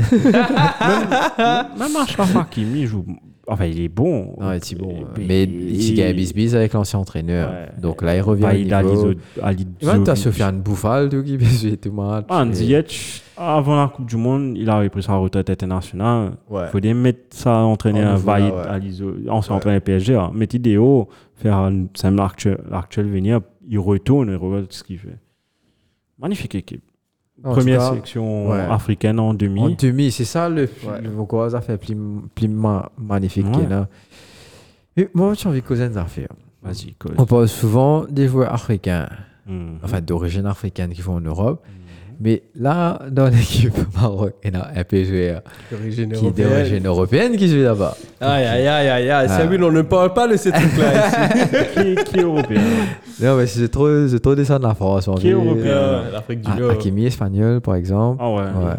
S3: Même Achraf Hakimi joue. Enfin, il est bon.
S2: Non, c'est bon.
S3: Mais-
S2: euh, Mais il y a bisbis avec l'ancien entraîneur.
S3: Ouais.
S2: Donc là, il revient. au
S3: Baïda
S2: niveau.
S3: Lizo- Ali
S2: Et Même t'as
S3: Zovic.
S2: Sofiane Bouffal tout qui fait tout match.
S3: Ah,
S2: Et-
S3: Ziyech, avant la Coupe du Monde, il avait pris sa retraite internationale.
S1: Ouais.
S3: Il faut bien mettre ça, entraîner
S1: En
S3: un
S1: nouveau, là,
S3: Vaïd
S1: ouais.
S3: à l'ISO. On s'est entraîné PSG. Hein. Mettre idéo, faire un Sam Larcher- Larcher venir, il retourne et regarde ce qu'il fait. Magnifique équipe.
S2: Non, en
S3: Première
S2: tout cas,
S3: sélection
S2: ouais.
S3: africaine en demi.
S2: En demi, c'est ça le.
S1: Ouais.
S2: Mon quoi, ça fait plim, plim ma- magnifique.
S3: Ouais.
S2: qu'il y a là. Mais moi, j'ai envie de causer une affaire.
S3: Vas-y, cause.
S2: On parle souvent des joueurs africains,
S3: Mhm.
S2: enfin d'origine africaine qui vont en Europe. Mais là, dans l'équipe Maroc, il y a un PGR
S1: D'origine
S2: qui est
S1: européenne.
S2: d'origine européenne qui joue là-bas.
S1: Aïe, aïe, aïe, aïe, aïe.
S2: Ah.
S1: Samuel, on ne parle pas de ces trucs-là ici.
S3: qui, qui est européen
S2: Non, mais c'est trop, c'est trop descendre la France. on
S3: Qui est
S2: dit.
S3: européen
S1: Euh, L'Afrique du
S2: Ah,
S1: Nord.
S2: Hakimi espagnol, par exemple.
S3: Ah ouais.
S2: Ouais.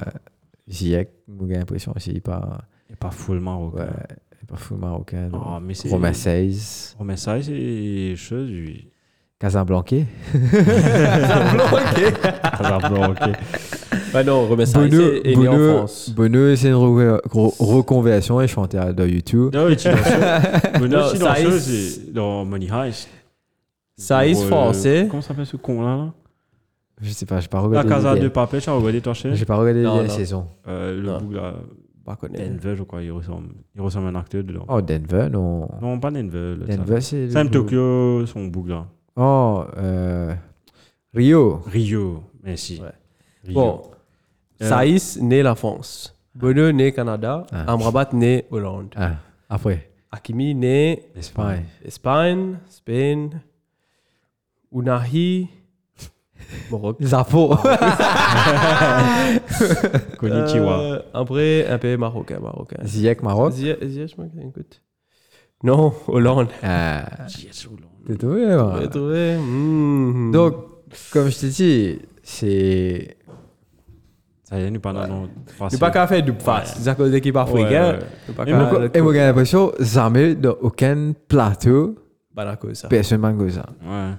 S2: Ziyech, j'ai l'impression aussi, pas.
S3: Il est pas full marocain.
S2: Ouais, et pas full marocain. donc.
S3: Ah, mais c'est.
S2: Romain Seize,
S3: Romain Saïs, c'est chose, lui.
S2: Casablanca.
S1: ok.
S3: Casablanca, ok.
S1: Bah non, remets ça.
S2: Bono,
S1: il est- il est né en
S2: Bono,
S1: France.
S2: Bono, c'est une re- re- reconversion et chanteur de YouTube.
S3: Non, il est dans
S1: Non,
S3: Benoît, il est dans
S1: Saïs-
S3: ce- c'est dans Money Heist.
S1: Saïs
S3: Pour, euh,
S1: français.
S3: Comment s'appelle ce con-là là
S2: Je sais pas, j'ai pas
S3: La
S2: regardé.
S3: Casa
S2: les-
S3: de Papel, tu as regardé toi chez
S2: J'ai pas regardé
S1: Non,
S2: les
S1: non.
S2: saisons.
S3: Euh, Le
S1: Non.
S3: boug là.
S1: Pas connaître.
S3: Denver, je crois, il ressemble. Il ressemble à un acteur dedans.
S2: Oh, Denver, non.
S3: Non, pas Denver. là, ça.
S2: Denver, c'est. le-
S3: Sam Tokyo, son boug là.
S2: Oh, euh, Rio.
S3: Rio, mais si.
S1: Ouais.
S3: Rio.
S1: Bon.
S3: Euh,
S1: Saïs, né la France. Bono, né Canada.
S2: Ah.
S1: Amrabat, né Hollande.
S2: Ah, après,
S1: Hakimi, né
S2: l'Espagne.
S1: Espagne, Spain. Unahi, Maroc.
S2: Zappo.
S3: Konnichiwa.
S1: Euh, après, un pays marocain. marocain.
S2: Ziyech, Maroc.
S1: Zia- Zia, je manque, écoute. Non, Hollande.
S2: Ah,
S3: Yes, Hollande.
S2: T'es trouvé, hein.
S1: Vous avez trouvé Hmm.
S2: Donc, comme je t'ai dit, c'est.
S3: Ça y est, nous parlons
S1: C'est pas qu'à faire du face. C'est à cause de l'équipe
S3: Ouais,
S1: africaine.
S3: ouais.
S1: C'est pas
S3: Et
S1: qu'à-
S3: mon co-
S1: l'autre
S2: Euh, Et moi,
S1: côté.
S2: j'ai l'impression, jamais dans aucun plateau,
S1: Bah, la cause, ça.
S2: personne ne mange ça.
S3: Ouais.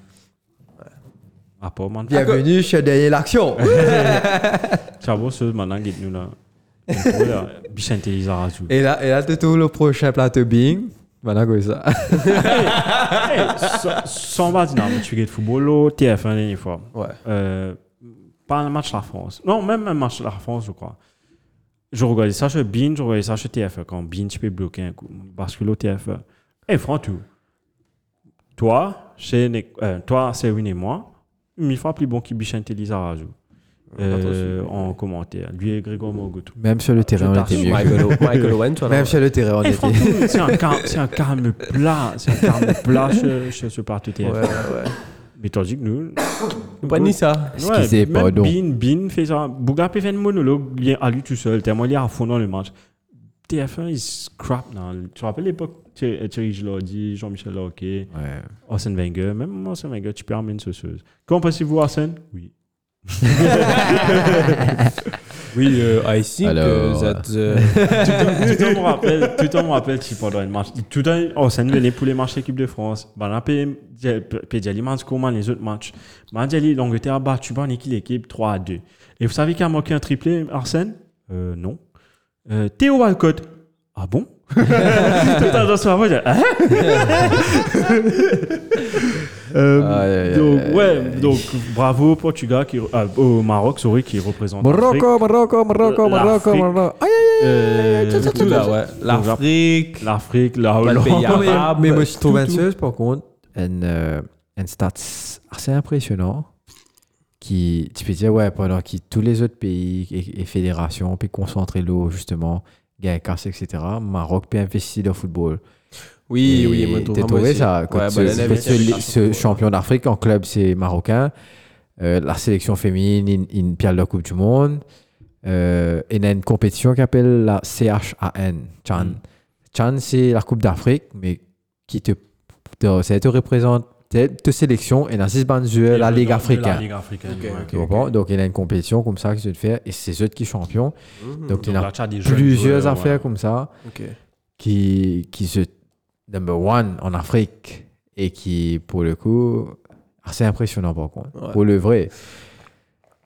S3: Ah, pas, man.
S2: Bienvenue chez Dernier L'Action.
S3: Chabo, ce maintenant, guide-nous là. Contrôle, là. Bichente Lizarazu.
S2: et là, et là, tu trouves le prochain plateau Bing. Voilà comme ça.
S3: Hey, sans- Eh, sans bas dynamique, tu gagnes football, au TF1 la dernière fois.
S1: Ouais.
S3: Euh, pas un match de la France. Non, même un match de la France, je crois. Je regardais ça chez Bean, je regardais ça chez TF1. Quand Bean, tu peux bloquer un coup. Parce que le TF1. Eh, franc tout. Toi, chez Nick- euh, toi, Sewin et moi, mille fois plus bon que Bichente Lizarazu. Euh, en commentaire. Lui et Grégoire Mogout.
S2: Même sur le terrain, on était mieux.
S1: Michael, O- Michael Owen, tu vois.
S2: Même sur le terrain, on
S3: Eh,
S2: était.
S3: franc tout, c'est un car- c'est un carme plat. C'est un carme plat chez, chez ce parti
S1: Ouais,
S3: TF1.
S1: ouais, ouais.
S3: Mais tandis que nous.
S1: Pas ni ça.
S2: Ce qui c'est,
S3: même
S2: pardon.
S3: Bin, Bin fait ça. Bouga peut faire un monologue lié à lui tout seul, tellement il est à fond dans le match. TF1, il scrap. Dans, le- tu te rappelles l'époque Thierry Thierry Gelordi, Jean-Michel Larroquet,
S2: Ouais.
S3: Arsène Wenger, même Arsène Wenger, tu peux ramener une sauceuse. Qu'en pensez-vous, Arsène Oui.
S1: Oui, euh, I think
S2: Alors,
S1: euh, that. euh,
S3: tout le temps me rappelle, tout le temps me rappelle, si pendant une match, tout le temps, Arsène venait pour les matchs équipe de France. Ben là, Pédiali, comment les autres matchs. Mandiali, l'Angleterre bat, tu bats l'équipe, l'équipe 3 à 2. Et vous savez qui a manqué un triplé, Arsène Euh, non. Euh, Théo Walcott. Ah bon Tout le temps, sur ma voix, j'ai Hein Euh,
S2: Aïe, aïe,
S3: donc,
S2: aïe,
S3: ouais,
S2: aïe.
S3: donc bravo au Portugal, qui, ah, au Maroc, sorry, qui représente l'Afrique.
S2: Morocco, Morocco, Morocco, Morocco,
S3: L'Afrique.
S2: Morocco. Aïe, aïe,
S3: Euh,
S2: Tcha, tcha,
S1: Tout là, ouais.
S3: Donc,
S1: L'Afrique.
S3: L'Afrique, la
S1: Ouais, le
S3: Hollande.
S1: pays
S2: aïe.
S1: arabe.
S2: Mais moi, je trouve
S1: tout, tout.
S2: anxieuse, par contre, une, euh, une stat assez impressionnante qui, tu peux dire, ouais, pendant que tous les autres pays et, et fédérations, puis concentrer l'eau, justement, gagne casse, etc., Maroc peut investir dans le football.
S1: Oui,
S2: Et
S1: oui, moi, tout
S2: T'es
S1: vraiment
S2: trouvé
S1: ici.
S2: ça.
S1: Ouais,
S2: Quand ce,
S1: bah, la
S2: fait,
S1: navette, elle
S2: ce,
S1: passe
S2: ce
S1: au-
S2: champion d'Afrique en club, c'est marocain. Euh, la sélection féminine, une, une pierre de la Coupe du Monde. Euh, et il y a une compétition qui s'appelle la CHAN. Chan,
S3: Mm.
S2: Chan c'est la Coupe d'Afrique, mais qui te, te, ça te représente, te, te sélection, et la 6
S3: Et
S2: la
S3: le-
S2: Ligue
S3: de La
S2: africaine.
S3: Ligue africaine.
S1: Ok,
S3: ouais.
S1: ok.
S2: Tu comprends? Donc, il y a une compétition comme ça qui se fait, et c'est eux qui sont champions.
S1: Mhm.
S2: Donc, il y
S3: Mm. Donc,
S2: a
S3: là, tu as des jeunes
S2: plusieurs
S3: joueurs,
S2: affaires
S3: ouais.
S2: comme ça
S1: Ok.
S2: qui, qui se number one en Afrique et qui, pour le coup, assez impressionnant par contre,
S1: Ouais.
S2: pour le vrai.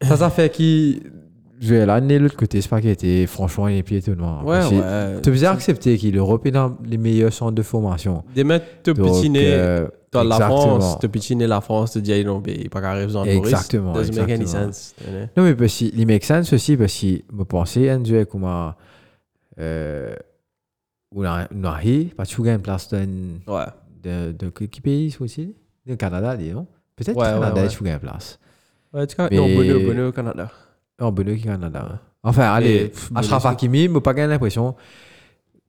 S2: Ça, ça fait qui. Je vais l'année de l'autre côté, c'est pas qu'il était franchement les pieds tout noirs.
S1: Ouais,
S2: C'est-
S1: ouais.
S2: Tu peux accepter que l'Europe est dans les meilleurs centres de formation.
S1: Des mecs te
S2: Donc,
S1: pitiner
S2: euh,
S1: dans la
S2: exactement.
S1: France, te pitiner la France, te dire, ils n'ont pas qu'à raison de
S2: Exactement,
S1: Doesn't make any
S2: exactement.
S1: sense. tu sais.
S2: Non, mais parce que il make sense aussi, parce que me penser, un dieu comme un. Euh, ou un Nahi, pas tu gagnes place d'un.
S1: Ouais.
S2: de, de que- qui pays c'est aussi Le Canada, disons. Peut-être
S1: Ouais,
S2: que le Canada
S1: ouais,
S2: est
S1: ouais.
S2: sous gain place.
S1: Ouais, tu crois-
S2: Mais-
S1: Non, Bono, Bono au Canada.
S2: Non, Benoît qui est Canada. hein. Enfin, allez,
S1: pff,
S2: Ashraf
S1: Benoît,
S2: Hakimi, mais pas gagner l'impression.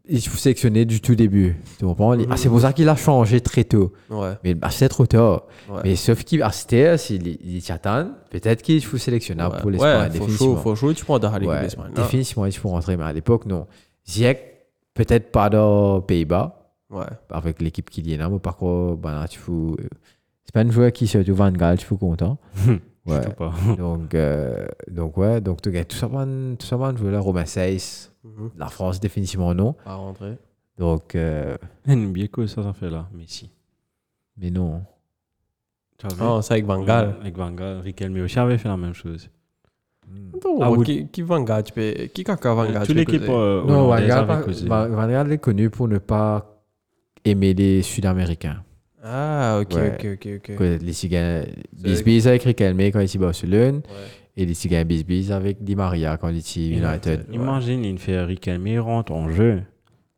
S2: Il faut sélectionner du tout début. Tu comprends Il- ah, C'est pour ça qu'il a changé très tôt.
S1: Ouais.
S2: Mais bah, c'est trop tard.
S1: Ouais.
S2: Mais sauf qu'il ah, à cette heure, s'il il y attend, peut-être qu'il faut sélectionner
S1: ouais.
S2: pour l'Espagne,
S1: Ouais, faut
S2: définitivement.
S1: jouer, faut jouer, tu prends dans la Ligue
S2: Ouais,
S1: d'Espagne, là.
S2: définitivement, il faut rentrer. Mais à l'époque, non. Ziyech, peut-être pas dans Pays-Bas.
S1: Ouais.
S2: avec l'équipe qu'il y a là, mais par contre, ben là, tu fous- C'est pas un joueur qui se trouve en Galles, tu fous content. ouais.
S3: Surtout pas.
S2: Donc, euh, donc, ouais, donc, tu gagnes tout simplement, tout simplement un joueur là, Romain Seiss.
S1: Mhm.
S2: La France, définitivement non.
S1: Pas rentrer.
S2: Donc, euh,
S3: NBA, quoi, ça, ça fait là. Messi.
S2: mais non.
S3: Tu as vu
S1: Non, c'est avec Van Gaal.
S3: Avec Vangal, Riquelme aussi avait fait la même chose.
S2: Mm.
S1: Non,
S3: Ah, oui.
S1: qui, qui Van Gaal, tu peux. Qui caca Van Gaal
S3: Toute
S1: tu peux
S3: l'équipe
S1: causer.
S3: euh,
S2: Non, bah, Van
S3: hollandaise
S2: Gaal,
S3: avait
S2: par-
S3: causé.
S2: Van- Van Gaal est connu pour ne pas aimer les Sud-Américains.
S1: Ah, ok,
S2: Ouais.
S1: ok, ok, ok.
S2: Que Les Cigains, Bisbis avec Riquelme quand il était à Barcelone, et les Cigains Bisbis avec Di Maria quand il était United.
S1: United.
S3: Imagine, il fait Riquelme, il rentre en jeu.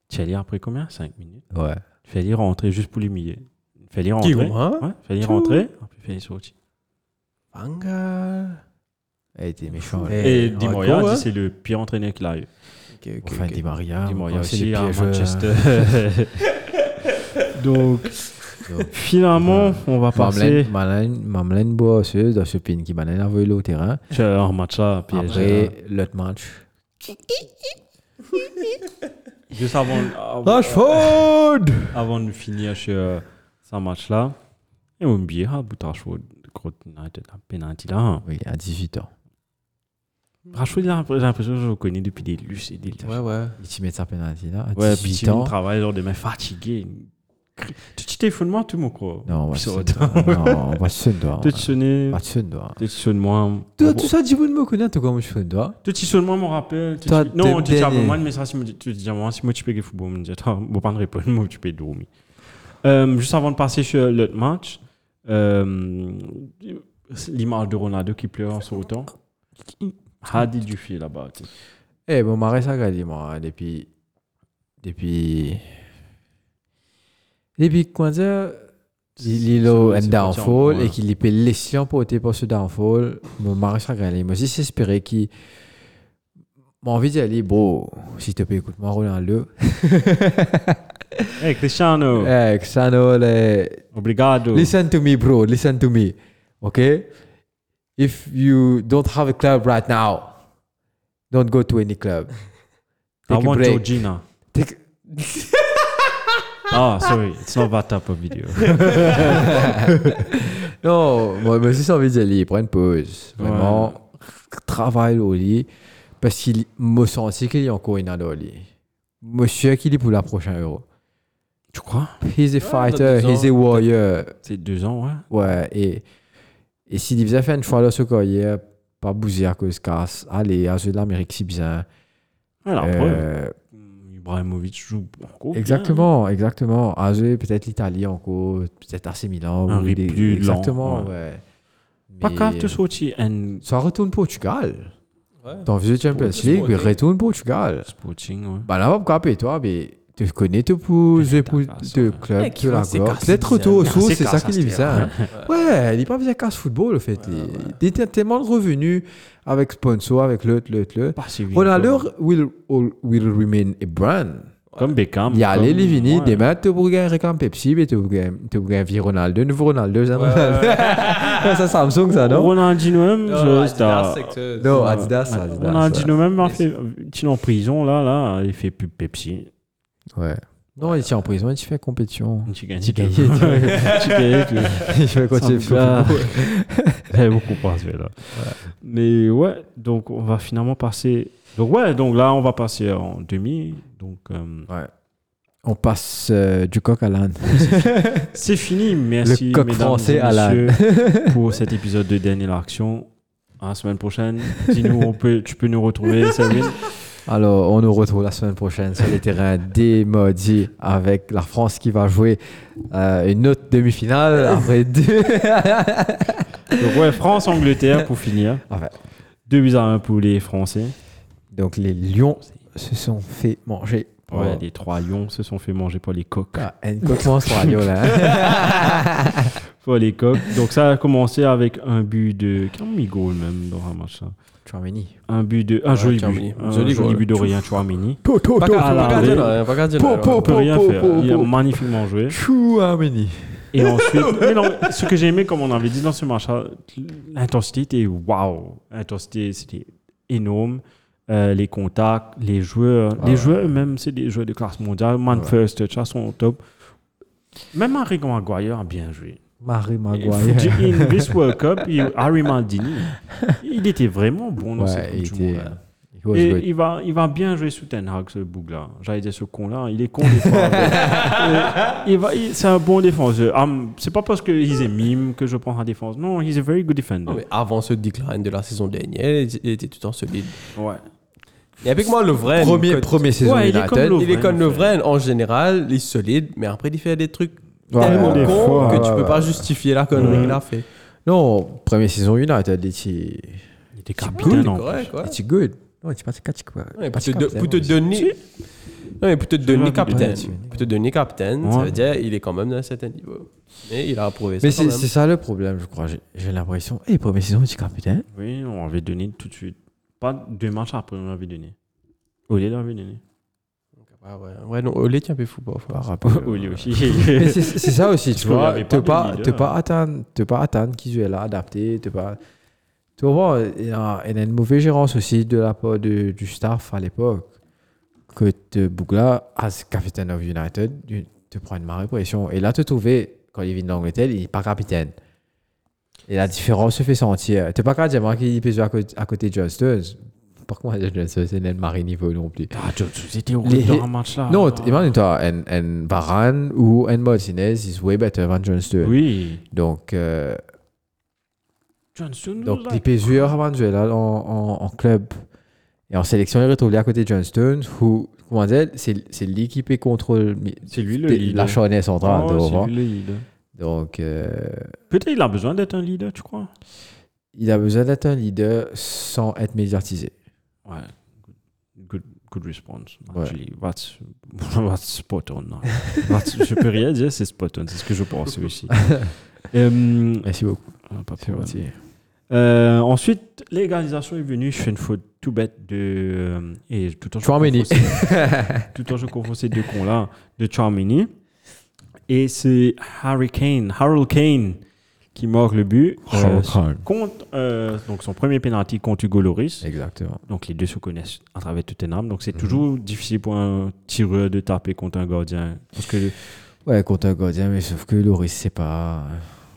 S3: Thierry après combien 5 minutes.
S2: Ouais.
S3: Il fait lui rentrer juste pour l'humilier. Il fait lui rentrer.
S1: Qui
S3: Ouais,
S1: hein?
S3: il fait lui
S1: Tout.
S3: rentrer. Après, il fait lui sortir.
S1: Van Gaal.
S2: Elle était méchante.
S3: Et
S1: en
S3: Di
S1: gros,
S3: Maria,
S1: hein.
S3: dit, c'est le pire entraîneur qu'il a eu.
S1: Ok, ok,
S2: Enfin,
S1: ok.
S2: Di Maria.
S3: Di Maria
S2: comme Ah, c'est
S3: aussi
S2: le
S3: à
S2: piégeur.
S3: Manchester. Donc,
S2: Donc, Euh,
S3: finalement, on va passer
S2: Mamlen- Mamlen Mamlen Boasseuse, dans ce pin qui m'a envoyé au terrain.
S3: en match à PSG.
S2: Après l'autre match.
S3: Juste avant, avant-
S2: Rashford
S3: avant de finir ce, ce match-là, et on oublié à bout de Rashford contre United, la penalty là. hein.
S2: Oui, à 18 ans.
S3: Rashford, il a l'impression- j'ai l'impression que je le connais depuis des lus et des lus.
S1: Ouais, ouais.
S2: Il s'y met sa penalty là. À
S3: Ouais, puis
S2: 18
S3: tu
S2: ans.
S3: travailles lors des mains fatiguées. Tu te téléphones moi, tout mon quoi.
S2: Non, on va
S3: Puis
S2: se
S3: ça
S2: Non, on va se doigt.
S3: Tu te
S2: On
S3: sonnes,
S2: va se doigt.
S3: tu te sonnes moi.
S2: Tout tout ça, dis-moi de me connaître, comme je fais doigt.
S3: Tu te sonnes moi, mon rappel. tu
S2: Toi,
S3: te- Non,
S2: t'es
S3: tu te
S2: dernier.
S3: moi, mais ça, si me- tu te dis à moi, si moi, tu peux que football, me dis, attends, bon, pas de réponse, moi, tu peux dormir. Euh, Juste avant de passer sur l'autre match, euh, l'image de Ronaldo qui pleure en sautant. Ah, dit du fil là-bas. tu sais.
S2: Eh, bon, m'arrête ça, Gali, moi, hein, depuis. Depuis. Depuis, comment dire. Il est low and
S3: C'est- c'est
S2: downfall
S3: ouais.
S2: et qu'il peut laisser emporter pour ce downfall. Mon mari s'est regardé. Moi, j'ai espéré qu'il. Mon envie d'y aller, bro. S'il te plaît, écoute-moi, Ronaldo.
S3: Hey, Cristiano,
S2: Eh, Xano, le-
S3: obrigado.
S2: listen to me, bro. Listen to me. OK? If you don't have a club right now, don't go to any club.
S3: I
S2: Take a
S3: want
S2: break.
S3: Georgina.
S2: Take-
S3: Ah, sorry, it's not that type of video.
S2: Non, moi, moi j'ai envie d'y aller, prendre une pause. Vraiment,
S3: Ouais.
S2: travaille au lit. Parce qu'il me senti qu'il y a encore une année au lit. Monsieur qu'il est pour la prochaine Euro.
S3: tu crois
S2: He's a fighter,
S1: dans deux
S2: he's a
S1: ans,
S2: warrior.
S3: C'est deux ans, ouais.
S2: Ouais, et, et s'il devait faire une fois là sur carrière, pas bouser à cause casse, allez, à ceux de l'Amérique, si bien.
S3: Ouais, Ah, la preuve.
S2: Euh,
S3: Il Ibrahimovic joue encore.
S2: Exactement, exactement. AG, peut-être l'Italie encore, peut-être AC Milan.
S3: Un
S2: ou
S3: rythme plus lent,
S2: Exactement,
S3: ouais.
S2: ouais.
S3: Pas
S2: Mais-
S3: capable de sortir un
S2: Ça retourne Portugal. Dans le Champions
S1: Pour-
S2: League, mais
S1: pour-
S2: retourne Portugal.
S3: Sporting, ouais.
S2: Bah là, pas capé, toi, mais tu connais tes pouces,
S3: Mais
S2: les
S3: t'as
S2: pouces
S3: pas ça,
S2: de
S3: ouais.
S2: club,
S1: Eh,
S2: de
S1: qui
S2: la
S1: font ses
S2: gloire.
S1: casses,
S2: Peut-être
S1: ils disent,
S2: retour
S1: hein.
S2: sous,
S3: Casses,
S2: c'est ça
S3: casses,
S2: qu'il dit,
S3: casses,
S2: ça. Ouais, il pas faisait casse football, au fait.
S1: Ouais,
S2: il-
S1: ouais.
S2: Il était tellement de revenus avec sponsor, avec l'autre, l'autre, l'autre.
S3: Pas si vite,
S2: Ronaldo
S3: quoi.
S2: will, will- will remain a brand.
S3: Comme Beckham.
S2: Il y a
S3: comme-
S2: les Livini,
S3: ouais.
S2: des matchs, tu peux gagner réclame Pepsi, mais tu peux gagner- tu peux gagner vie Ronaldo, nouveau Ronaldo, ça, ça Samsung, ça, non?
S3: Ronaldinho même, je- Euh, c'est à-
S2: Non, Adidas, ça, Adidas.
S3: Ronaldinho même, a
S1: Mais
S3: fait- il est en prison, là, là, il fait plus Pepsi.
S2: ouais. Ouais. Non, il était en prison, il fait compétition.
S3: Tu gagnes,
S2: Il gagnait,
S3: tu gagnes, tu-
S2: il fait continuer.
S3: Ça me J'avais beaucoup pensé là. Mais ouais, donc on va finalement passer. Donc ouais, donc là on va passer en demi. Donc euh,
S2: On passe euh, du coq à l'âne.
S3: c'est fini. Merci
S2: coq
S3: mesdames
S2: français
S3: et
S2: à la-
S3: messieurs pour cet épisode de Dernier Action. À la semaine prochaine. Dis-nous, on peut, tu peux nous retrouver, Sabine.
S2: Alors, on nous retrouve la semaine prochaine sur les terrains des maudits avec la France qui va jouer euh, une autre demi-finale après deux.
S3: Donc ouais, France Angleterre pour finir.
S2: Ah ouais.
S3: 2 buts à 1 pour les Français.
S2: Donc, les lions se sont fait manger. Oh.
S3: Ouais, les trois lions se sont fait manger par les coqs.
S2: Ah, un coq monstre radio là. hein.
S3: Par les coqs. Donc ça a commencé avec un but de Camille Goal même dans un match. là.
S2: Chouameni.
S3: un but de un joli
S1: Tchouameni.
S3: but un joli,
S1: Joli goal.
S3: but d'Aurélien Chouameni
S1: Pas
S3: Pas gardien, là, on peut rien
S2: po,
S3: faire
S2: po,
S3: il a
S2: po.
S3: magnifiquement joué
S2: Chouameni.
S3: et ensuite mais non, ce que j'ai aimé comme on avait dit dans ce match l'intensité était waouh l'intensité c'était énorme Euh, les contacts les joueurs
S2: Ah
S3: les
S2: ouais.
S3: joueurs eux-mêmes c'est des joueurs de classe mondiale man
S2: Ouais.
S3: first touch ça, sont au top même Harry Maguire a bien joué
S2: Marie
S3: Et faut
S2: Maguire.
S3: dire, in this World Cup il- Harry Maldini il était vraiment bon dans
S2: Ouais,
S3: cette Coupe
S2: il
S3: du
S2: était-
S3: Monde, là.
S2: He was
S3: Et
S2: good.
S3: il va, il va bien jouer sous Ten Hag, ce boug-là. J'allais dire ce con-là, hein. il est con des fois. mais- Et il va- il- c'est un bon défenseur. Ah, m- c'est pas parce qu'il est mime que je prends en défense. Non, he's a very good defender.
S1: Non, mais avant ce decline de la saison dernière, il était tout le temps solide.
S3: Ouais.
S1: Et avec moi, Lovren.
S2: Premier,
S1: quand-
S2: premier saison
S3: Ouais, il est
S2: United.
S3: comme l'autre.
S1: Il est comme
S3: Lovren,
S1: Lovren en général, il est solide, mais après, il fait des trucs
S2: Ouais,
S1: tellement
S2: ouais,
S1: cons
S2: ouais,
S1: que tu
S2: ouais,
S1: peux pas
S2: ouais.
S1: justifier la connerie
S3: Ouais.
S1: qu'il a fait.
S2: Non, première saison United, il était
S3: Il était
S1: Cool,
S3: capitaine
S1: c'est
S3: en
S1: correct, ouais.
S2: il était good. Non, il était pas catch quoi.
S1: Ouais,
S2: Pas
S1: pour,
S2: hein.
S1: te
S2: capitaine,
S1: do- pour te
S2: ouais.
S1: donner. Non, mais pour te
S3: l'as
S1: donner
S3: vu,
S1: capitaine.
S2: tu l'as
S1: Pour te donner capitaine, ça
S3: Ouais.
S1: veut dire il est quand même d'un certain niveau. Mais il a approuvé ça.
S2: Mais
S1: quand
S2: c'est
S1: même.
S2: c'est ça le problème, je crois. J'ai- J'ai l'impression. Et première saison, hein, il était capitaine.
S3: plus. Oui, on avait donné tout de suite. Pas deux matchs après, on l'avait donné. Olé l'avait donné.
S1: Ah ouais, ouais, non, Olé, tu un peu fou parfois.
S2: Par rapport.
S3: Olé aussi.
S2: Mais c'est c'est ça aussi, tu
S3: Parce qu'il y
S2: vois.
S3: avait
S2: Tu
S3: pas de
S2: pas,
S3: leader.
S2: t'es pas attendre, t'es pas attendre qu'ils soient là, adapté, t'es pas. Tu vois, il y a, il y a une mauvaise gérance aussi de la part de- du staff à l'époque. Que te Bougla, as capitaine of United, tu te prends une marée pression. Et là, te trouver, quand il vient d'Angleterre, il n'est pas capitaine. Et la différence se fait sentir. T'es pas capable de dire moi, qu'il peut jouer à côté, à côté de John Stones. Par contre, John Stones, c'est une marée niveau non plus.
S3: Ah, Joe, c'était horrible
S2: Les-
S3: dans un match là.
S2: Non, t- imagine-toi, un, un Varane ou un Martinez is way better than John Stones.
S3: Oui.
S2: Donc, euh,
S3: Johnson,
S2: donc
S3: nous a-
S2: les PSV à Venezuela hein, en, en, en club et en sélection, il est retrouvé à côté de Johnston, où, comment dire, c'est c'est lui qui peut contrôler mi-
S3: C'est lui le
S2: de- la
S3: leader.
S2: charnière centrale.
S3: Oh,
S2: de
S3: c'est
S2: devant.
S3: lui le leader.
S2: Donc, euh,
S3: Peut-être il a besoin d'être un leader, tu crois
S2: il a besoin d'être un leader sans être médiatisé.
S3: Ouais, good, good response.
S2: Ouais.
S3: Actually, that's, that's spot on. hein. That's- je peux rien dire, c'est spot on, c'est ce que je pense aussi. Euh,
S2: Merci beaucoup.
S3: ah, pas de
S2: C'est
S3: problème.
S2: gentil.
S3: Euh, ensuite, l'égalisation est venue. Je fais une faute tout bête de. euh, et tout le temps, je
S2: Chouameni.
S3: confonds ces- tout le temps, je confonds ces deux cons-là, de Chouameni. Et c'est Harry Kane, Harold Kane, qui marque le but.
S2: Harold
S3: euh,
S2: Kane.
S3: contre, euh, donc son premier penalty contre Hugo Loris.
S2: Exactement.
S3: Donc les deux se connaissent à travers Tottenham. Donc c'est toujours difficile pour un tireur de taper contre un gardien. Parce que
S2: Ouais, contre un gardien, mais sauf que Loris, c'est pas.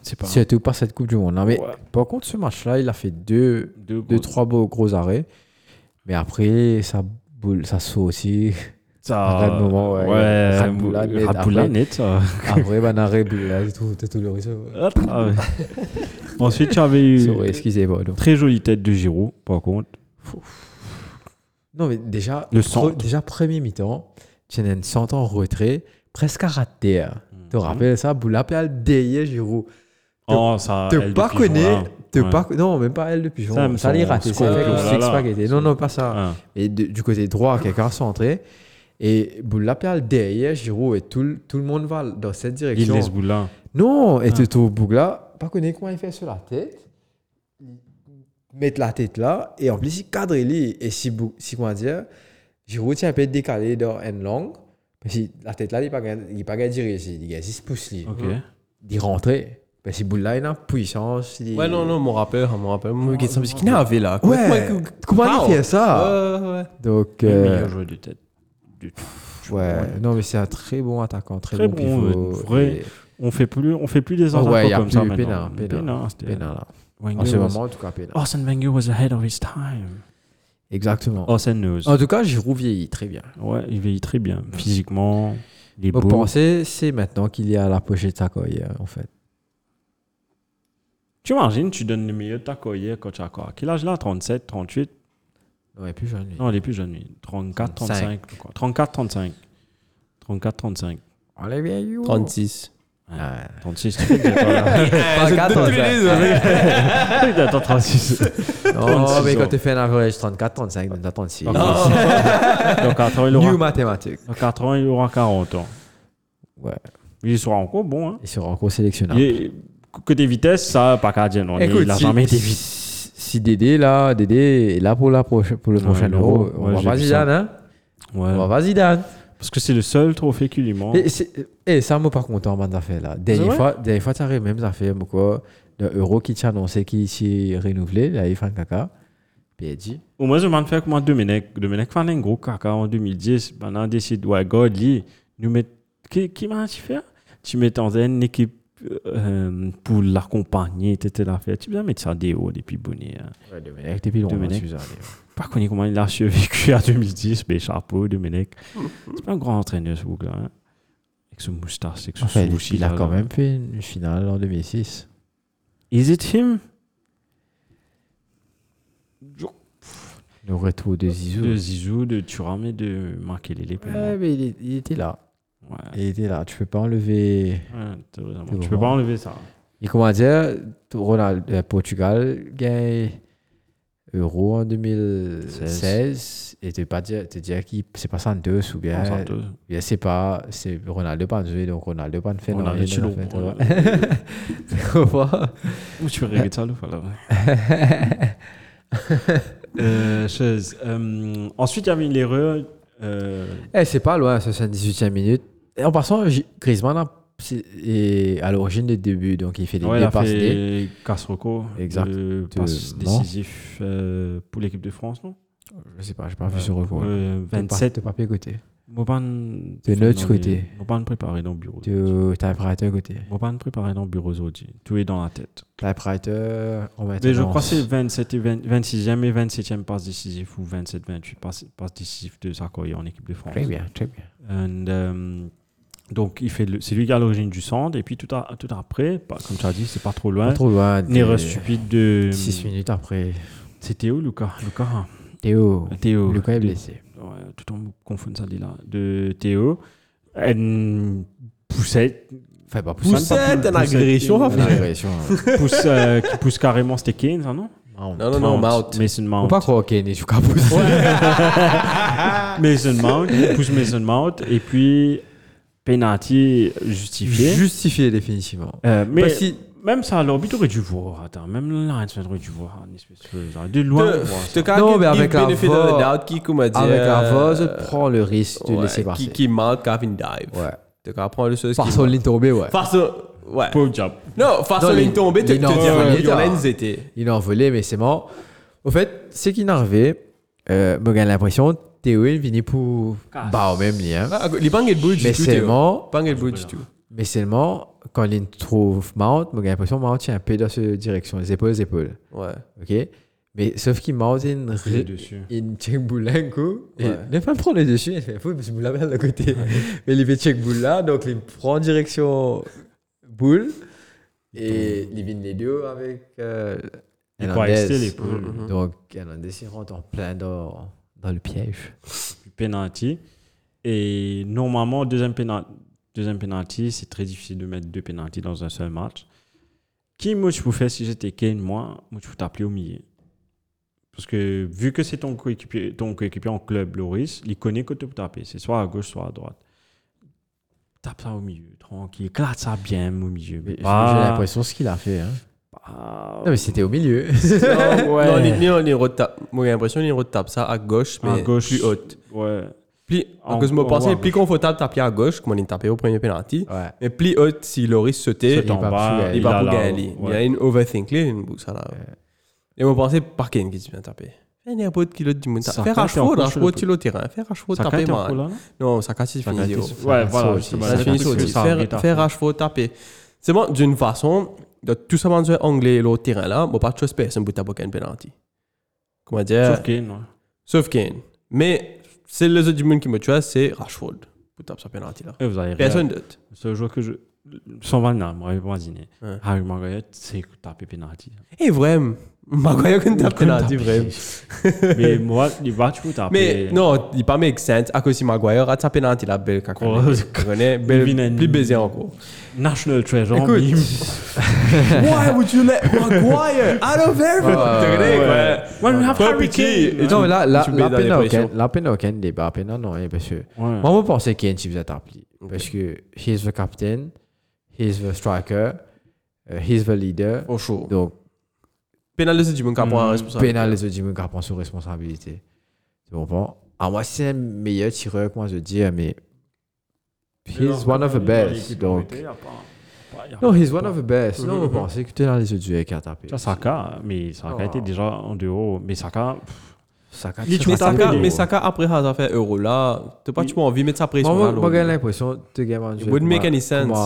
S3: c'est pas.
S2: Surtout pas cette Coupe du Monde. Non, mais
S3: Ouais.
S2: par contre, ce match-là, il a fait deux,
S3: deux
S2: deux,
S3: gros-
S2: trois beaux gros arrêts. Mais après, ça boule, ça saut aussi.
S3: ça-
S2: arrête le moment, ouais.
S3: Ouais,
S2: Raboula net,
S3: Raboula
S2: après.
S3: net, ça.
S2: Après, ben, arrêt, là, tout, tout le réseau.
S3: Hop, ah ouais. Ensuite, j'avais eu
S2: Sorry, excusez-moi. donc.
S3: très jolie tête de Giroud, par contre.
S2: Non, mais déjà,
S3: Le
S2: pre-
S3: centre.
S2: déjà premier mi-temps, tu n'as 100 ans retrait, presque à rater. Tu te
S3: Mhm.
S2: rappelles ça, Boulapel, derrière Giroud.
S3: Oh, ça.
S2: Te
S3: elle,
S2: pas
S3: depuis
S2: connais,
S3: Jean-Là.
S2: te
S3: Ouais.
S2: pas, non, même pas elle de pigeon.
S3: Ça,
S2: Ça,
S3: mais
S2: ça
S3: son-
S2: les raté,
S3: son
S2: c'est avec le
S3: contrôle,
S2: six
S3: là,
S2: pack était- Non,
S3: son-
S2: non, pas ça.
S3: Ah.
S2: Et de- du côté droit, quelqu'un centré. Et Boulapel derrière Giroud et tout, le- tout le monde va dans cette
S3: Il
S2: direction.
S3: laisse Boula.
S2: Non, et
S3: Ah.
S2: tu trouves Bougla, pas connaît comment il fait sur la tête, mettre la tête là, et en plus il cadre lui. Et si, Bou- si comment dire, Giroud tient un peu décalé dans une langue, parce que la tête là, il n'est pas gagne- il est pas dirigé, il gagne 10 pouces. lui.
S3: Ok.
S2: Il rentre. Parce que Bougla, il a une puissance. il-
S1: Ouais, non, non, mon rappeur, mon rappeur. Moi, question, parce qu'il avait là.
S2: Ah, Ouais,
S1: Comment-
S2: comment il fait ça
S1: Ouais, ouais.
S2: Donc,
S3: Le
S2: euh,
S3: meilleur joueur de tête. du tout.
S2: ouais, non, mais c'est un très bon attaquant, très,
S3: Très
S2: bon
S3: bon,
S2: pivot.
S3: euh, vrai
S2: et-
S3: On fait plus, on fait plus des
S2: Oh,
S3: attaquants
S2: ouais, y a
S3: comme
S2: plus
S3: ça
S2: Pénard,
S3: maintenant. hein,
S2: Pénard.
S3: c'était-
S2: Pénard, Ah, là.
S3: Wenger
S2: hein. En ce
S3: was-
S2: moment, en tout cas, Pénard.
S3: Arsène Wenger was ahead of his time.
S2: Exactement.
S3: Arsène knows.
S2: En tout cas, Giroud vieillit très bien.
S3: Ouais, il vieillit très bien. Physiquement, il est
S2: Vous
S3: beau.
S2: pensez, c'est maintenant qu'il est à la pochette de sa carrière, en fait.
S3: Tu imagines, tu donnes le meilleur de ta carrière quand tu as quoi Quel âge là 37, 38
S2: Ouais, plus jeune. lui.
S3: Non, il est plus jeune, lui. 34,
S2: 35.
S3: 35. quoi. 34, 35. 34, 35.
S2: On est bien, Oh, you. Ah.
S1: 36.
S3: Ouais. 36, tu fais déjà toi, là.
S2: Pas
S1: Je-
S2: 14,
S1: depuis les
S2: ouais.
S3: Attends, 36.
S2: Non,
S3: 36
S2: mais quand
S3: ans.
S2: tu fais un average 34, 35, donc t'as 36.
S3: Non. Dans 4 ans, il
S2: New
S3: aura,
S2: mathématiques.
S3: dans quatre ans, il aura 40 ans.
S2: Ouais.
S3: Il sera encore bon. Hein.
S2: Il sera encore sélectionnable.
S3: Il est- Côté vitesse, ça, pas qu'à dire. non. Il il a jamais été vite.
S2: si, si Dédé, là, Dédé est là pour, la proche- pour le
S3: Ouais,
S2: prochain
S3: l'Euro.
S2: Euro,
S3: Ouais,
S2: on va
S3: j'ai
S2: pas
S3: vu
S2: Zidane, hein
S3: Ouais.
S2: On va pas Zidane.
S3: Parce que c'est le seul trophée qu'il lui manque.
S2: Et, c'est- et ça, moi, par contre, en bande d'affaires, là. Dernière
S3: ouais
S2: fois, dernière fois, t'as les mêmes affaires, mais quoi. Le euro qui t'a annoncé qu'il s'est renouvelé, là, il fait un caca. PSG.
S3: Au moins, je m'en fais comment Domenech. Domenech fait un gros caca en 2010. Maintenant, on décide, ouais, God, lui, nous met... Qui, qui m'a tu fait Tu mets dans une équipe euh, pour l'accompagner, etc. Fait. Tu peux mettre ça des hauts, des puis bonnet. hein.
S2: Ouais, Domenech, depuis longtemps.
S3: Domenech.
S2: Suzanne.
S3: Pas connu comment il a survécu à 2010, mais ben, chapeau, Domenech. C'est pas un grand entraîneur, ce gars. Hein. Avec ce moustache, avec ce
S2: Enfin, il-
S3: souci.
S2: il a
S3: là,
S2: quand
S3: là.
S2: même fait une finale en 2006.
S3: Is it him
S2: Le retour de Zizou.
S3: De Zizou, de Thuram et de Makelele. pour moi.
S2: Ouais, mais il, est- il était là.
S3: Ouais.
S2: Il était là. Tu peux pas enlever.
S3: Ouais, t'as raison.
S2: C'est
S3: tu peux
S2: vraiment-
S3: pas enlever ça.
S2: Et comment dire, Ronald, euh, Portugal gagne Euro en 2016. Et te pas dire, te dire qu'il c'est pas deux ou bien.
S3: On s'entend.
S2: Je sais pas, c'est Ronaldo pas joué, donc Ronaldo pas fait.
S3: Ronaldo
S2: non, il
S3: Chilo,
S2: en fait,
S3: Ronaldo.
S2: ouais. Au revoir.
S3: Où tu regardes ça, là, voilà. Euh, chose. Euh, ensuite, il y avait une erreur. euh,
S2: Eh, c'est pas loin, 78e minute. Et en passant, J- Griezmann a- c'est- est à l'origine des débuts, donc il fait des
S3: ouais, il a
S2: dépasses. des-
S3: fait Casroco.
S2: Exact.
S3: Le passe
S2: non.
S3: décisif euh, pour l'équipe de France, non
S2: Je sais pas, j'ai pas vu ce recours.
S3: Euh,
S2: T'es pas-
S3: 27.
S2: T'es pas payé côté.
S3: Moban.
S2: De notre côté.
S3: Moban préparé dans le bureau.
S2: T'es typewriter côté.
S3: Moban préparé dans le bureau aujourd'hui. Tout est dans la tête.
S2: Typewriter, on va
S3: Mais je crois que c'est 27 et 20 26e et 27e passe décisif ou 27-28 passe, passe décisif de Sarkozy en équipe de France.
S2: Très bien, très bien.
S3: And, euh, donc, il fait le- c'est lui qui a l'origine du centre. Et puis, tout, à- tout après, pas- comme tu as dit, c'est pas trop
S2: Pas
S3: loin.
S2: trop loin.
S3: Une erreur stupide de.
S2: 6 minutes après.
S3: C'est Théo, Lucas. Lucas. hein.
S2: Théo.
S3: Théo.
S2: Lucas est
S3: De-
S2: blessé.
S3: Ouais, tout le monde confond ça, dit là. De Théo. And, poussette.
S2: Enfin, pas pour ça.
S3: Poussette,
S1: Poussette, une
S3: poussette,
S1: agression,
S3: une
S1: en fait.
S2: L'agression. hein.
S3: Pousse, euh, qui pousse carrément, c'était Keynes, hein, non
S1: Ah Non, non, non,
S3: Mount.
S1: Mount.
S3: Mason Mount.
S2: Faut pas croire qu'il est né jusqu'à pouce.
S3: Mason Mount. il pousse Mason Mount. Et puis, penalty justifié.
S2: Justifié définitivement.
S3: Euh, mais
S2: Parce Bah, si
S3: même ça, l'orbite aurait dû voir. Attends, même là, aurait dû voir une espèce de. genre, De loin, on voit
S1: Te-
S3: ça.
S1: te quand
S2: Non,
S1: il
S2: mais
S1: give
S2: avec la
S1: benefit of
S2: voix-
S1: the doubt, qui, comment dire,
S2: avec la
S1: euh,
S2: voix, je prends le risque de
S1: ouais,
S2: laisser passer.
S1: Qui, qui monte quand il dive.
S2: Ouais.
S1: Tu comprends le chose
S2: Par
S1: qui-
S2: son ligne tombée, ouais.
S1: Face au- Ouais.
S3: Pauvre diable.
S1: Non, face
S2: Non,
S1: à
S2: les-
S1: ligne tombée, tu
S2: les
S1: te
S2: normes, les
S1: dis,
S2: normes.
S1: Yolens était.
S2: Il a envolé, mais c'est mort. Au fait, c'est qu'il est arrivé. Euh, moi, j'ai l'impression, Théo est venu pour.
S3: Casse.
S2: Bah, au même lien.
S1: Ah, Les bangs et le bout du tout.
S2: Mais c'est
S1: Théo.
S2: mort.
S1: Bang et le bout du tout.
S2: Mais seulement, quand Lynn trouve Mount, moi, j'ai l'impression que Mount tient un peu dans cette direction, les épaules, les épaules.
S1: Ouais.
S2: OK? Mais sauf qu'il Mount est une.
S3: Il est
S2: ré-
S3: dessus.
S2: une check boule un coup et
S1: Ouais.
S2: ne pas me prendre le dessus il fait fou parce que boule avait le côté mais il fait check boule là donc il prend direction boule et il vient les deux avec euh,
S3: Il
S2: Hernandez.
S3: pourrait rester l'épaule.
S1: Mhm.
S2: donc Hernandez il rentre en plein dans dans le piège
S3: Puis penalty. Et normalement, deuxième pénalty, deuxième penalty, c'est très difficile de mettre deux pénalties dans un seul match. Qui, moi, je vous fais, si j'étais Kane, moi, moi, je vous t'appelais au milieu. Parce que vu que c'est ton coéquipier, ton coéquipier en club, Loris, il connaît que tu peux taper. C'est soit à gauche, soit à droite. Tape ça au milieu, tranquille. Éclate ça bien au milieu. Bah, mais
S2: J'ai j'ai
S1: Ah.
S3: pas-
S2: l'impression ce qu'il a fait. hein.
S3: pas-
S1: Euh,
S2: Non, mais c'était au milieu.
S1: Non, on est- on est retape. Moi, j'ai l'impression qu'on est retape ça à gauche, mais
S3: à Ah, gauche.
S1: plus haute.
S3: Ouais.
S1: Plus,
S3: En-
S1: en cause, je me
S3: en haut à
S1: pensais, plus
S3: gauche.
S1: confortable taper à gauche, comme on est tapé au premier penalty.
S2: ouais.
S1: Mais plus haute, si Loris sautait,
S2: Saute en
S3: va
S2: bas,
S1: il
S2: il
S1: va
S3: a
S1: pour
S3: là-
S1: gagner. Il y a
S3: ouais.
S1: une overthink, là, une boucle, ça là. Et on pensait, par Kane qui se vient taper. Il n'y a pas de kilo du monde.
S3: Ça
S1: Faire
S3: quand
S1: à
S3: t'es en
S1: chevaux, là,
S3: course,
S1: chevaux,
S3: le-
S1: tu le terrain. Faire à chevaux,
S3: Saka,
S1: taper,
S3: t'es en
S1: man.
S3: pro, là, non
S1: Non, ça casse, il
S2: Saka,
S1: finit
S2: t'es
S1: zéro.
S2: sur-
S3: Ouais,
S2: Saka,
S3: voilà.
S2: ça
S3: justement,
S2: aussi,
S1: Ça
S2: ça
S3: j'ai
S1: finit
S3: pas
S1: sur
S3: cru que
S1: 10.
S3: ça
S1: Faire,
S3: aurait été
S1: faire
S3: fait.
S1: à chevaux, taper. C'est bon, d'une façon, de tout ça dans un anglais et l'autre terrain là, bon, pas de chose personne pour taper un penalty. Comment dire
S3: Sauf Kane, ouais.
S1: Sauf Kane. Mais c'est les autres du monde qui me tue, c'est Rashford. Pour taper ce penalty là.
S3: Et vous allez rire.
S1: Personne d'autre.
S3: Ce joueur que je. Sans hein, Van Damme, Harry Maguire.
S1: Ouais.
S3: Harry Maguire, c'est taper penalty.
S1: Et vraiment, Eh, Maguire qui tape penalty, vraiment.
S3: Mais moi, il va, tu peux taper.
S1: Mais non, il pas make sense. À cause de Maguire, à taper penalty là, belle
S3: Oh,
S1: caca. René, belle,
S3: Vinani.
S1: plus baiser encore.
S3: National Treasure.
S1: Écoute.
S3: mais-
S1: Why would you let Maguire out of everything?
S2: Ouais, ouais,
S1: Ouais.
S3: When we have
S1: Ouais,
S3: Harry
S1: pitié.
S3: Kane.
S2: Non, mais là, là,
S1: tu mets
S2: la
S1: dans les
S2: peine à aucun,
S1: pressions.
S2: la peine à aucun débat, la peine à non, hein, parce que
S3: Ouais.
S2: moi, je pensais qu'il y a une chip d'appli. Parce que he's the captain, he's the striker, euh, he's the leader.
S1: Au chaud.
S2: Donc,
S1: Pénal de ce du monde hein, qui a un responsable.
S2: pénal les autres qui prend sur responsabilité. Tu comprends? À moi, c'est un meilleur tireur que moi, je dis, mais he's one of the best. Donc, non, he's one of the best. Non, on pensait que tu es dans les autres qui a tapé.
S3: Ça, Saka, mais Saka
S2: Ah.
S1: Oh.
S3: était déjà en dehors. Mais Saka, pff,
S2: Saka,
S3: Mais
S2: tire
S1: Mais
S2: à
S3: Saka,
S1: Saka,
S2: tapé.
S1: mais Saka après Hazard fait Euro là, t'as pas tu pas envie de mettre sa
S2: Moi,
S1: pression
S2: moi,
S1: là.
S2: moi, j'ai
S1: l'autre.
S2: l'impression que tu gagnes
S1: It wouldn't make any sense.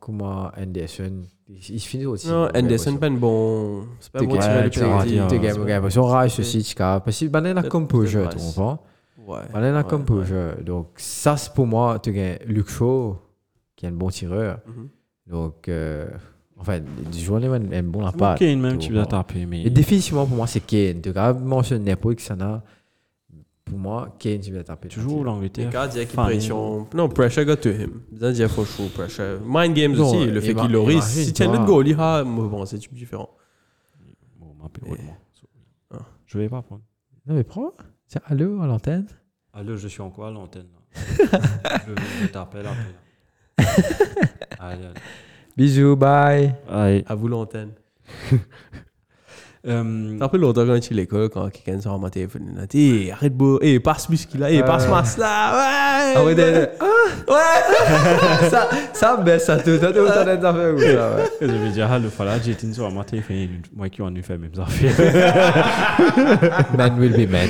S2: Comment Anderson, il il finit aussi.
S1: Non,
S2: j'ai
S1: Anderson
S2: l'impression.
S1: pas une bon, c'est pas un
S2: Tu
S1: bon
S2: gagnes,
S1: tireur de
S2: tu
S1: penalty.
S2: gagnes, tu
S3: ouais,
S1: ouais.
S2: gagnes, tu gagnes. Parce qu'on raille ce
S1: Ouais.
S2: site, car- parce qu'il banane a
S1: Peut-être
S2: comme
S1: plus de
S2: jeu, tu
S1: passe.
S2: comprends?
S1: Ouais.
S2: Banane a
S1: ouais,
S2: comme
S1: ouais.
S2: jeu. Donc, ça, c'est pour moi, tu gagnes Luke Shaw, qui est un bon tireur.
S1: Mhm.
S2: Donc, euh, enfin, du jour même un bon
S3: c'est pas
S2: impact.
S3: Kane même
S2: tu
S3: qui va
S2: comprends?
S3: taper. Mais
S2: Et définitivement, pour moi, c'est Kane. Tu as mentionné Nepo et Xana. Pour moi, Kane, tu vas taper.
S3: toujours
S1: Les
S3: l'Angleterre.
S1: gars disent qu'il
S3: Enfin,
S1: pression. Non, pressure got to him. Ils disent for sure pressure. Mind games
S2: Non,
S1: aussi, le fait
S2: ima-
S1: qu'il l'aurait.
S2: imagine,
S1: Si
S2: tu
S1: tiens
S2: vois.
S1: le goal, il a ah, bon, c'est différent.
S3: Bon, m'appelle Rodman.
S1: Ah.
S3: Je vais pas prendre.
S2: Non, mais prends. Tiens, allô, à l'antenne.
S3: Allô, Ah, je suis encore à l'antenne. là. je je t'appelle après. là. Allez, allez.
S2: Bisous, bye.
S3: Allez.
S1: À vous l'antenne.
S3: Euh,
S1: T'as un peu longtemps quand tu es à l'école quand quelqu'un sort à ma téléphone, il dit, Hey, arrête beau, hey, passe muscle là, hey, passe masse là. Ouais. Ah.
S2: Ah ouais, d'ailleurs. Ouais! ça, ça baisse, ça te donne autant d'affaires ou ça, ouais.
S3: je vais dire, ah, le Falad, j'ai été une soirée à ma téléphone. Moi qui en ai fait mes affaires.
S2: Man will be man.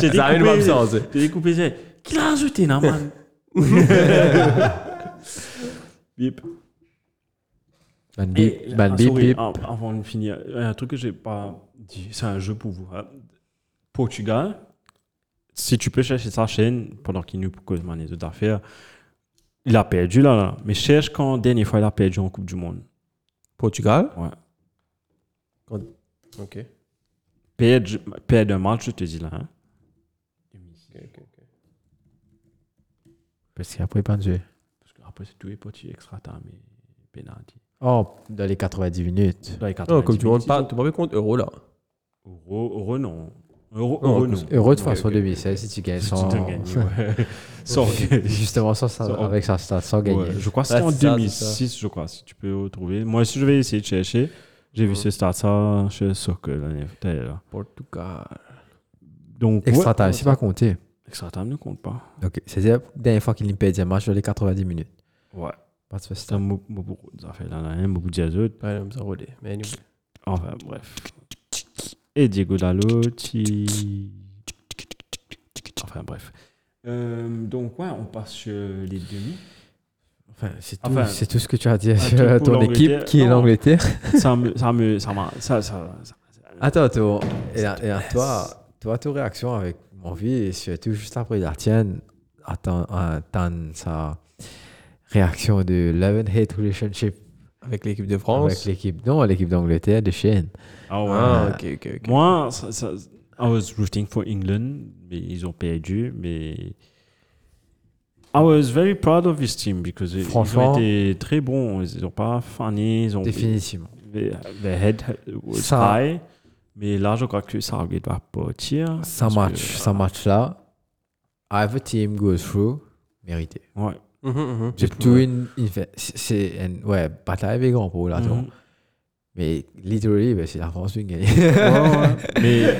S3: J'ai
S1: Ça arrive
S3: découpé-
S1: même sans, c'est.
S3: J'ai découpé, j'ai qui l'a ajouté, là, man Bip.
S2: Man beep, man
S3: Ah,
S2: beep,
S3: sorry,
S2: beep.
S3: av- Avant de finir, un truc que j'ai pas dit, c'est un jeu pour vous. hein. Portugal, si tu peux chercher sa chaîne pendant qu'il nous cause les autres affaires, il a perdu là, là. Mais cherche quand dernière fois il a perdu en Coupe du Monde.
S1: Portugal.
S3: Ouais.
S1: Ok.
S3: Perdre, perdre un match, je te dis là. hein.
S2: Parce qu'il a pas pendu.
S3: Parce que après, c'est tout est parti, extra time et penalty.
S2: Oh, dans les 90 minutes.
S3: Dans les 90
S1: Non, comme tu montes
S3: minutes,
S1: pas, t'as pas pris compte euro là.
S3: ils ont- Euro, euro, non. Euro,
S1: Non,
S3: euro,
S1: parce
S3: non.
S2: Heureux de façon
S1: ok,
S2: 2016 si tu gagnes
S3: Tu
S2: sans.
S3: t'as gagné, ouais. Sans gagner.
S2: Justement, sans, sans-
S3: Sans-
S2: avec sa stat, sans gagner.
S3: Ouais, je crois que c'était
S1: Ouais,
S3: en
S1: c'est ça, c'est
S3: 2006, je crois, si tu peux retrouver. Moi aussi, je vais essayer de chercher. J'ai vu ce stade-là chez Soccer l'année dernière.
S1: Portugal.
S3: Donc,
S2: Extra
S3: ouais.
S2: time, c'est pas compté.
S3: Extra time ne compte pas.
S2: Ok, c'est-à-dire, la dernière fois qu'il me perdait un match dans les 90 minutes.
S3: Ouais.
S2: Pas de
S3: C'est un
S2: stat.
S3: mou- mou- beaucoup d'affaires là, là, hein, beaucoup de jazz.
S1: Ouais, non, ça roulait. Mais anyway.
S3: Enfin, bref. Et Diego Dallo, qui- Enfin, bref. Euh, donc, ouais, on passe sur les demi.
S2: Enfin, c'est tout,
S3: Enfin,
S2: c'est tout ce que tu as à dire
S3: un
S2: sur
S3: truc pour
S2: ton équipe
S3: l'Angleterre.
S2: qui est
S3: Non.
S2: l'Angleterre.
S3: ça me. Ça me. Ça m'a. Ça. ça, ça-
S2: Attends, toi, et, et à toi, toi, ta réaction avec mon vie, surtout juste après la tienne, attends, attends sa réaction de love and hate relationship
S1: Avec l'équipe de
S2: avec
S1: France.
S2: l'équipe, non, l'équipe d'Angleterre de Shane.
S3: Ah ouais.
S1: Ah, ok, ok, ok.
S3: Moi, ça, ça- I was rooting for England, mais ils ont perdu, mais I was very proud of his team because ils-
S2: Franchement.
S3: ils ont été très bons. Ils n'ont pas fané. Ils ont
S2: Définitivement.
S3: the, the head was
S2: Ça-
S3: high. Mais là, je crois que Southgate va partir.
S2: Ça
S3: Parce
S2: match,
S3: que- euh,
S2: ça match là. If a team goes through, mérité.
S3: Ouais.
S1: Mhm, mhm.
S2: J'ai
S3: Ouais.
S2: tout une. une fait- C'est. c'est une- Ouais, bataille avec grand pour là, tu vois.
S3: Mhm.
S2: Mais literally, ben, c'est la France qui gagne.
S3: Mais,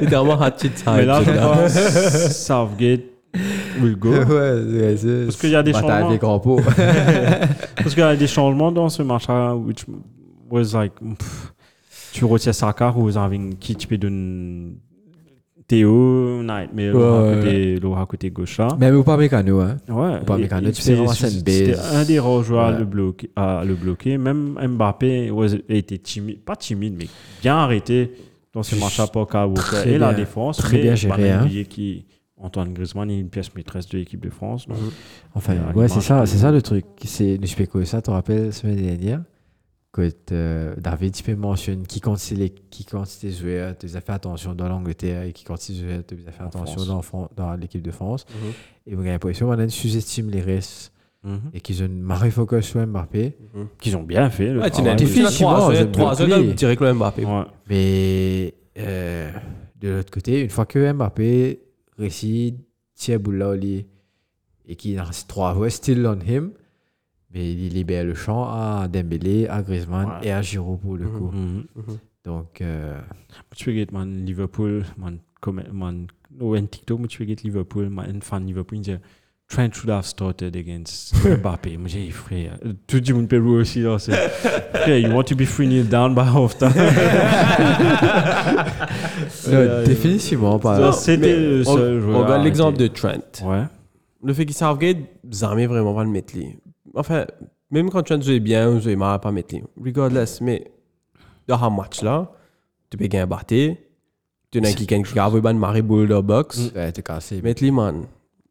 S1: Littéralement, hatchet
S2: Ah,
S1: time.
S3: mais là, je
S1: check that.
S3: crois que Southgate will go.
S2: ouais, ouais, c'est.
S3: Parce qu'il y a des
S2: bataille
S3: changements.
S2: avec grand pot.
S3: Parce qu'il y a des changements dans ce match-là, which was like. pff, tu retiens Saka, who was having qui tu peux donner Théo, Nightmare,
S2: Ouais,
S3: Laura
S2: ouais,
S3: côté, Laura côté gauche là.
S2: Même au pas mécano, hein.
S3: Ouais.
S2: Pas
S3: et-
S2: Mécano,
S3: et
S2: tu sais, vraiment, c'est une
S3: C'était
S2: base.
S3: un des rares joueurs à,
S2: Ouais.
S3: le bloquer, à le bloquer. Même Mbappé was, était timide, pas timide, mais bien arrêté dans ce match-là pour Kyle Walker
S2: Très
S3: et la
S2: bien.
S3: défense.
S2: Très
S3: mais
S2: bien
S3: faut
S2: géré,
S3: pas même
S2: hein.
S3: oublier qui Antoine Griezmann est une pièce maîtresse de l'équipe de France. donc,
S2: Enfin,
S3: Ouais,
S2: ouais,
S3: l'image
S2: c'est ça,
S3: peut-
S2: c'est ça le truc. C'est nous spéco ça, tu te rappelles la semaine dernière que euh, David tu peux mentionner qui compte c'est les qui compte tes joueurs, tu as fait attention dans l'Angleterre et qui compte tes joueurs, tu as fait
S3: En
S2: attention
S3: France.
S2: dans, Fran- dans l'équipe de France.
S1: Mhm.
S2: Et vous avez l'impression qu'on sous-estime les restes
S3: mhm.
S2: et qu'ils ont une marée focus sur Mbappé.
S3: Qu'ils ont bien fait. Le
S1: Ouais, Ah, tu
S3: travail.
S1: n'as
S2: ouais,
S1: définitivement
S2: effectivement,
S1: trois
S2: je
S1: heures,
S2: me
S1: trois heures,
S2: rappelais.
S1: là, direct le Mbappé.
S3: Ouais.
S2: Mais euh, de l'autre côté, une fois que Mbappé réussit, tient boula au lit et qu'il en reste trois ouais, still on him, mais il libère le champ à Dembélé, à Griezmann
S3: Ouais.
S2: et à Giroud pour le
S1: Mhm.
S2: coup.
S3: Mhm.
S2: Donc, euh,
S3: Motiveert man Liverpool, man, comment- man, oh, en TikTok motiveert Liverpool, man, en fan Liverpool, je, Trent should have started against Mbappé. Moi, j'ai dit, frère, euh, tout le monde Pérou aussi, là, c'est, frère, you want to be 3-0 down by half-time. Euh,
S2: non, définitivement
S3: Ça,
S2: pas.
S3: c'était le
S1: Ah, on,
S3: seul
S1: on
S3: joueur
S1: regarde
S3: à
S1: l'exemple de
S3: arrêter.
S1: Trent.
S3: Ouais.
S1: Le fait qu'il Southgate, jamais vraiment pas le mettre lui. Enfin, même quand Trent jouait bien ou jouait mal, pas mettre lui. Regardless, mais dans un match là, tu peux gagner un batté, tu n'as quelqu'un qui garde une marée boule de box,
S2: Ouais, t'es cassé.
S1: mettre lui, man.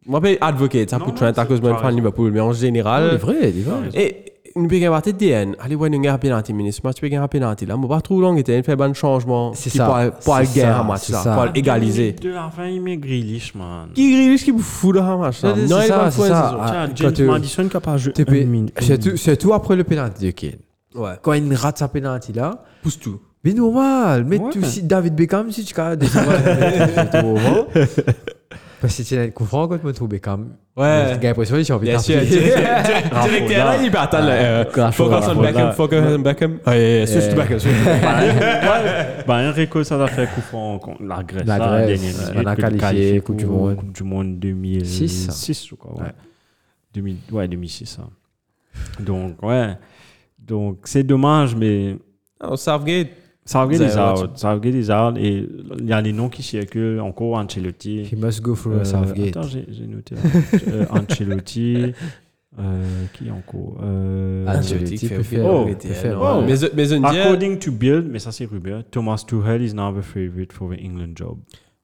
S1: Moi, je peux advocate ça
S3: Non,
S1: pour
S3: non,
S1: Trent à
S3: c'est-
S1: cause de
S3: t'as
S1: mon fan
S3: raison.
S1: Liverpool, mais en
S2: Ah, il est
S3: euh,
S1: général.
S2: vrai, il est vrai.
S1: Et nous pouvons gagner un DN. Allez, ouais, nous gagnons un penalty, mais moi, tu peux gagner un penalty là. Moi, pas trop long, il fait un bon changement.
S2: C'est
S1: qui
S2: ça,
S1: Pour, pour
S2: c'est
S1: gagner
S2: ça,
S1: un match
S2: c'est
S1: là,
S2: ça.
S1: pour égaliser.
S3: De la fin, il met Grealish, man.
S1: Qui grille, qui vous fout de un match là?
S2: C'est
S1: Non, il
S2: ça,
S1: va
S2: c'est
S1: jouer une
S2: ça.
S1: saison.
S2: Ah,
S3: Tiens,
S2: quand tu-
S3: James Madison qui a pas joué
S2: Tu peux-
S3: une minute.
S2: surtout, surtout après le pénalty de Kane.
S1: Ouais.
S2: Quand il rate sa pénalty là,
S1: Pousse tout.
S2: Mais normal, mais
S3: Ouais.
S2: tu si David Beckham si tu as des Parce que tu as un coup franc contre Montreau Beckham.
S1: Ouais.
S2: J'ai l'impression que j'ai envie de
S1: Bien sûr.
S2: t'appeler.
S1: Direct là, il peut attendre. euh,
S2: Grave,
S1: Focus on
S2: grave.
S1: Beckham, focus on Beckham. Ah, yeah, yeah, switch to Beckham, switch to Beckham.
S3: Ben, Enrico, ça a fait coup franc contre la Grèce.
S2: La
S3: là,
S2: Grèce,
S3: dernière
S2: ouais,
S3: minute,
S2: on a
S3: que de
S2: qualifié,
S3: qualifier
S2: Coupe du
S3: pour
S2: Monde.
S3: Coupe du Monde 2006,
S2: Six.
S3: je crois. Ouais.
S2: Ouais.
S3: 2000 ouais, 2006. hein. Donc, ouais. Donc, c'est dommage, mais
S1: Non, Southgate.
S3: Southgate
S1: Zéro,
S3: is out. Southgate is out. Et il y a les noms qui circulent encore Ancelotti.
S2: He must go through
S3: Euh,
S2: a Southgate.
S3: Attends, j'ai j'ai noté. euh, Ancelotti. euh, qui encore euh,
S2: Ancelotti peut faire.
S3: Oh.
S2: peut faire,
S1: Oh,
S2: ouais.
S1: mais mais Zundia-
S3: According to Bild, mais ça c'est Ruben, Thomas Tuchel is now the favorite for the England job.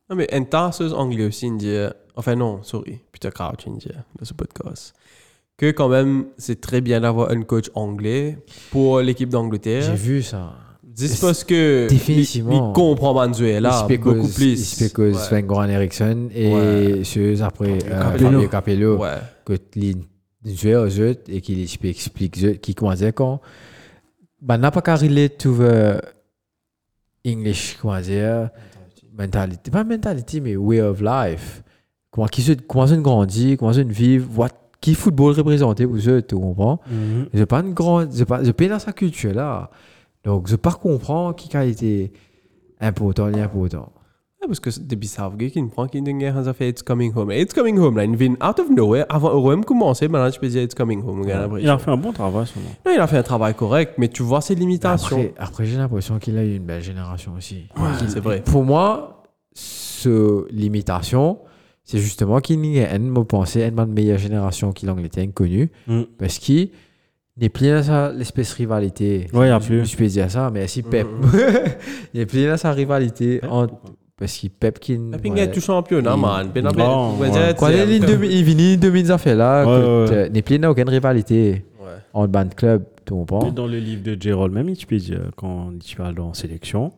S1: Non, mais un tasseuse anglais aussi, il dit. Enfin, non, sorry. Peter Crouch, il dit, dans ce podcast. Que quand même, c'est très bien d'avoir un coach anglais pour l'équipe
S2: J'ai
S1: d'Angleterre.
S2: vu ça.
S1: Dis parce que.
S2: Définitivement.
S1: Il il comprend Manuela beaucoup plus.
S2: C'est que
S1: Ouais.
S2: Sven Goran Eriksson
S1: Ouais.
S2: et ceux après euh,
S1: Capello.
S2: Fabio Capello.
S1: Ouais.
S2: que les joueurs aux autres et qui les explique aux autres, qui comment dire quand ben n'a pas qu'à relate to the English comment dire mentalité pas mentalité mais way of life comment qui se comment se grandit comment se vivre what qui football représenté pour eux tu comprends je pas une grande je pas je pas dans sa culture là donc je pas comprends qui a été important et important
S1: Ouais, parce que c'est depuis Southgate qui me prend qui dit qu'on a fait It's Coming Home. Et It's Coming Home, là, il vient out of nowhere. Avant Euro même commencer, maintenant je peux dire It's Coming Home. regarde, après.
S3: Il a fait un bon travail, ce moment.
S1: Non, il a fait un travail correct, mais tu vois ses limitations.
S2: Après, après, j'ai l'impression qu'il a eu une belle génération aussi. Qu'il-
S1: c'est vrai.
S2: Pour moi, ce limitation, c'est justement qu'il y a une, me pensée, une de meilleure génération qu'il l'Angleterre connue,
S3: Mm.
S2: parce qu'il n'est plus dans sa- l'espèce rivalité.
S3: Ouais, il y a
S2: Je-
S3: plus.
S2: Je peux dire ça, mais si Pep. il n'est plus dans sa rivalité, entre- parce qu'il Pep qui.
S1: Puis il y a tout championnat,
S2: Il-
S1: man. Ben,
S3: Non,
S1: ben, ouais,
S3: ouais.
S1: c'est-
S2: Quand il est demi- il finit demi affaires
S3: Ouais,
S2: là, que,
S3: ouais, ouais.
S2: euh, n'est plus dans aucune rivalité
S1: Ouais.
S2: entre band club, tout le monde.
S3: Dans le livre de Gérald, même, il te dit, euh, quand il parle en sélection,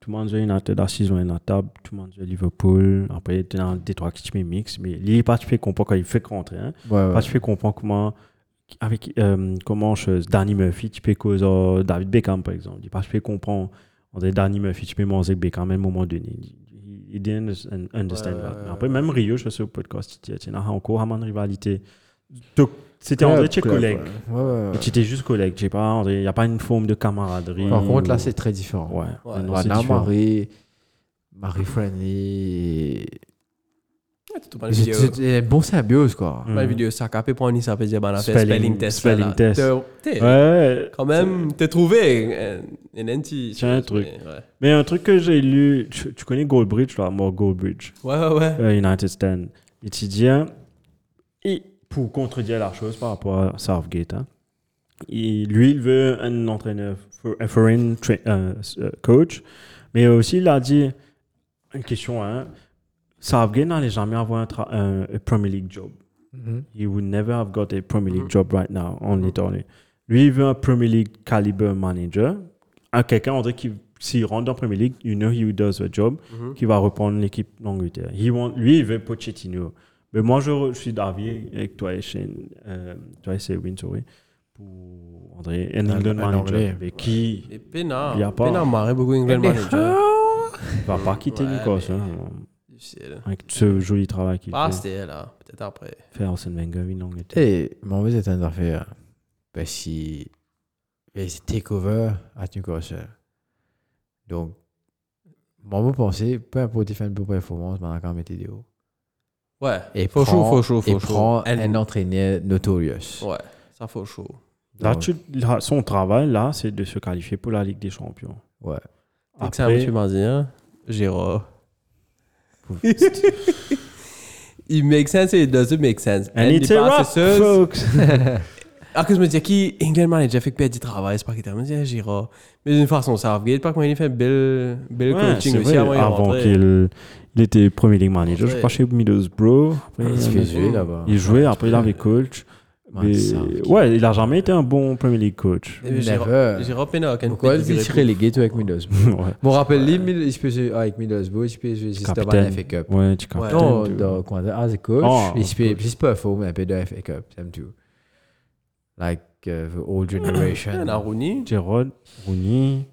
S3: Tout le monde jouait United à 6 ou à table, tout le monde jouait Liverpool. Après, il était dans Détroit qui fait mix, mais il est parti fait comprendre quand il fait rentrer. Hein.
S2: Ouais, ouais.
S3: Pas fait comprendre comment, avec, euh, comment je, Danny Murphy, tu peux cause euh, David Beckham, par exemple. Il pas fait comprendre, on dit Danny Murphy, tu peux manger Beckham à un moment donné. Il, il didn't un- understand
S2: Ouais,
S3: that.
S2: ouais, ouais,
S3: Après,
S2: ouais.
S3: même Rio, je sais au podcast, il y a- il y en a encore vraiment une rivalité. Donc, C'était
S2: Club,
S3: André, tes
S2: club,
S3: collègues.
S2: ouais. Ouais, ouais, ouais.
S3: Tu étais juste collègue, tu sais pas, il n'y a pas une forme de camaraderie.
S2: Par contre, là,
S3: ou-
S2: c'est très différent.
S3: Ouais,
S1: Ouais,
S3: non,
S2: Ouais,
S3: c'est
S2: là,
S3: différent.
S2: Marie, Marie Friendly.
S1: Ouais, tout le
S2: C'est
S1: vidéo.
S2: c'est un bon symbiose, quoi.
S3: Mm.
S1: Ma vidéo, ça a capé pour un ça peut dire, ben, on a fait
S3: Spelling-
S1: spelling test.
S3: spelling
S1: là.
S3: test.
S1: T'es- t'es-
S3: Ouais,
S1: Quand même, t'es trouvé euh, un, un anti.
S3: C'est un truc.
S1: Ouais,
S3: mais un truc que j'ai lu, tu, tu connais Goldbridge, là, moi, Goldbridge,
S1: ouais, ouais. ouais.
S3: euh, United Stand, étudiant, et pour contredire la chose par rapport à Southgate, hein, il- lui, il veut un entraîneur, fo- un foreign tra- euh, s- euh, coach, mais aussi, il a dit, une question, hein, Southgate n'allait jamais avoir un, tra- un- un Premier League job.
S2: Mhm.
S3: he would never have got a Premier League
S1: Mhm.
S3: job right now on Italy. Lui, il veut un Premier League caliber manager, à quelqu'un on dirait qui s'il rentre dans Premier League, you know he does a job,
S1: Mhm.
S3: qui va reprendre l'équipe d'Angleterre. He want- Lui, il veut Pochettino. Mais moi, je, re- je suis d'avis avec toi et Shane, euh, toi et Sewin, sorry, pour André, un
S2: Un-
S3: England
S2: un
S3: manager,
S2: Anglais.
S3: mais qui
S1: Et Pena.
S3: Y a pas.
S1: Pena marrait beaucoup England Manager.
S3: va pas quitter
S1: Ouais,
S3: Newcastle
S1: mais- Bah,
S3: hein,
S1: Difficile.
S3: avec ce joli travail qu'il
S1: Pas
S3: fait.
S1: c'était là, peut-être après.
S3: Faire Arsène Wenger en Angleterre.
S2: Et mon but était d'affaire. Ben, si. Ben, c'est takeover à Newcastle. Donc, mon mot pensé, peu importe les fans de performance, mais on a quand même été des hauts.
S1: Ouais.
S2: Et
S1: Faut
S2: prend-
S1: chaud, faut chaud,
S2: Et
S1: faut chaud.
S2: prend un entraîneur notorious.
S1: Ouais, ça faut chaud.
S3: Là,
S2: Donc,
S3: tu- là, son travail, là, c'est de se qualifier pour la Ligue des Champions.
S2: Ouais.
S1: Après, ça,
S3: Après,
S1: monsieur Mandien, Gérard. Il make sense et it doesn't make sense.
S3: and
S1: And
S3: it's
S1: il
S3: a
S1: passe
S3: wrap,
S1: seul.
S3: folks.
S1: Alors que je me disais, qui England manager fait que perdre du travail, c'est pas qu'il termine, c'est hein, Gérard. Mais d'une façon, Southgate, pas comment il fait un bel, bel
S3: Ouais, c'est
S1: coaching aussi
S3: vrai,
S1: avant, il
S3: avant
S1: rentrait.
S3: qu'il il était Premier League Manager, je
S1: Ouais.
S3: crois, chez Middlesbrough. Après,
S2: Il se
S3: il,
S2: fait
S1: mais-
S2: jouer là-bas.
S3: il jouait, après, il avait coach.
S2: Man,
S3: Mais-
S2: ça, qui-
S3: ouais, il a jamais été un bon Premier League coach.
S1: Et Gérard-
S2: Never.
S1: Gérard Pena, aucun
S2: Pourquoi
S1: coup de
S2: il
S1: gré-
S2: se relégué tout avec Middlesbrough
S3: ouais,
S2: Mon rappel, lui, Mid- il se peut jouer avec Middlesbrough, il se peut jouer juste avant la
S3: Capitaine.
S2: FA Cup.
S3: ouais, tu captes.
S2: Non,
S3: tu-
S2: dans- quand on as a coach,
S3: Oh,
S2: il se peut, il se peut perform un peu de FA Cup, ça me tue. Like uh, the old
S1: Il y en a
S2: generation.
S1: Rooney.
S3: Gerrard, Rooney.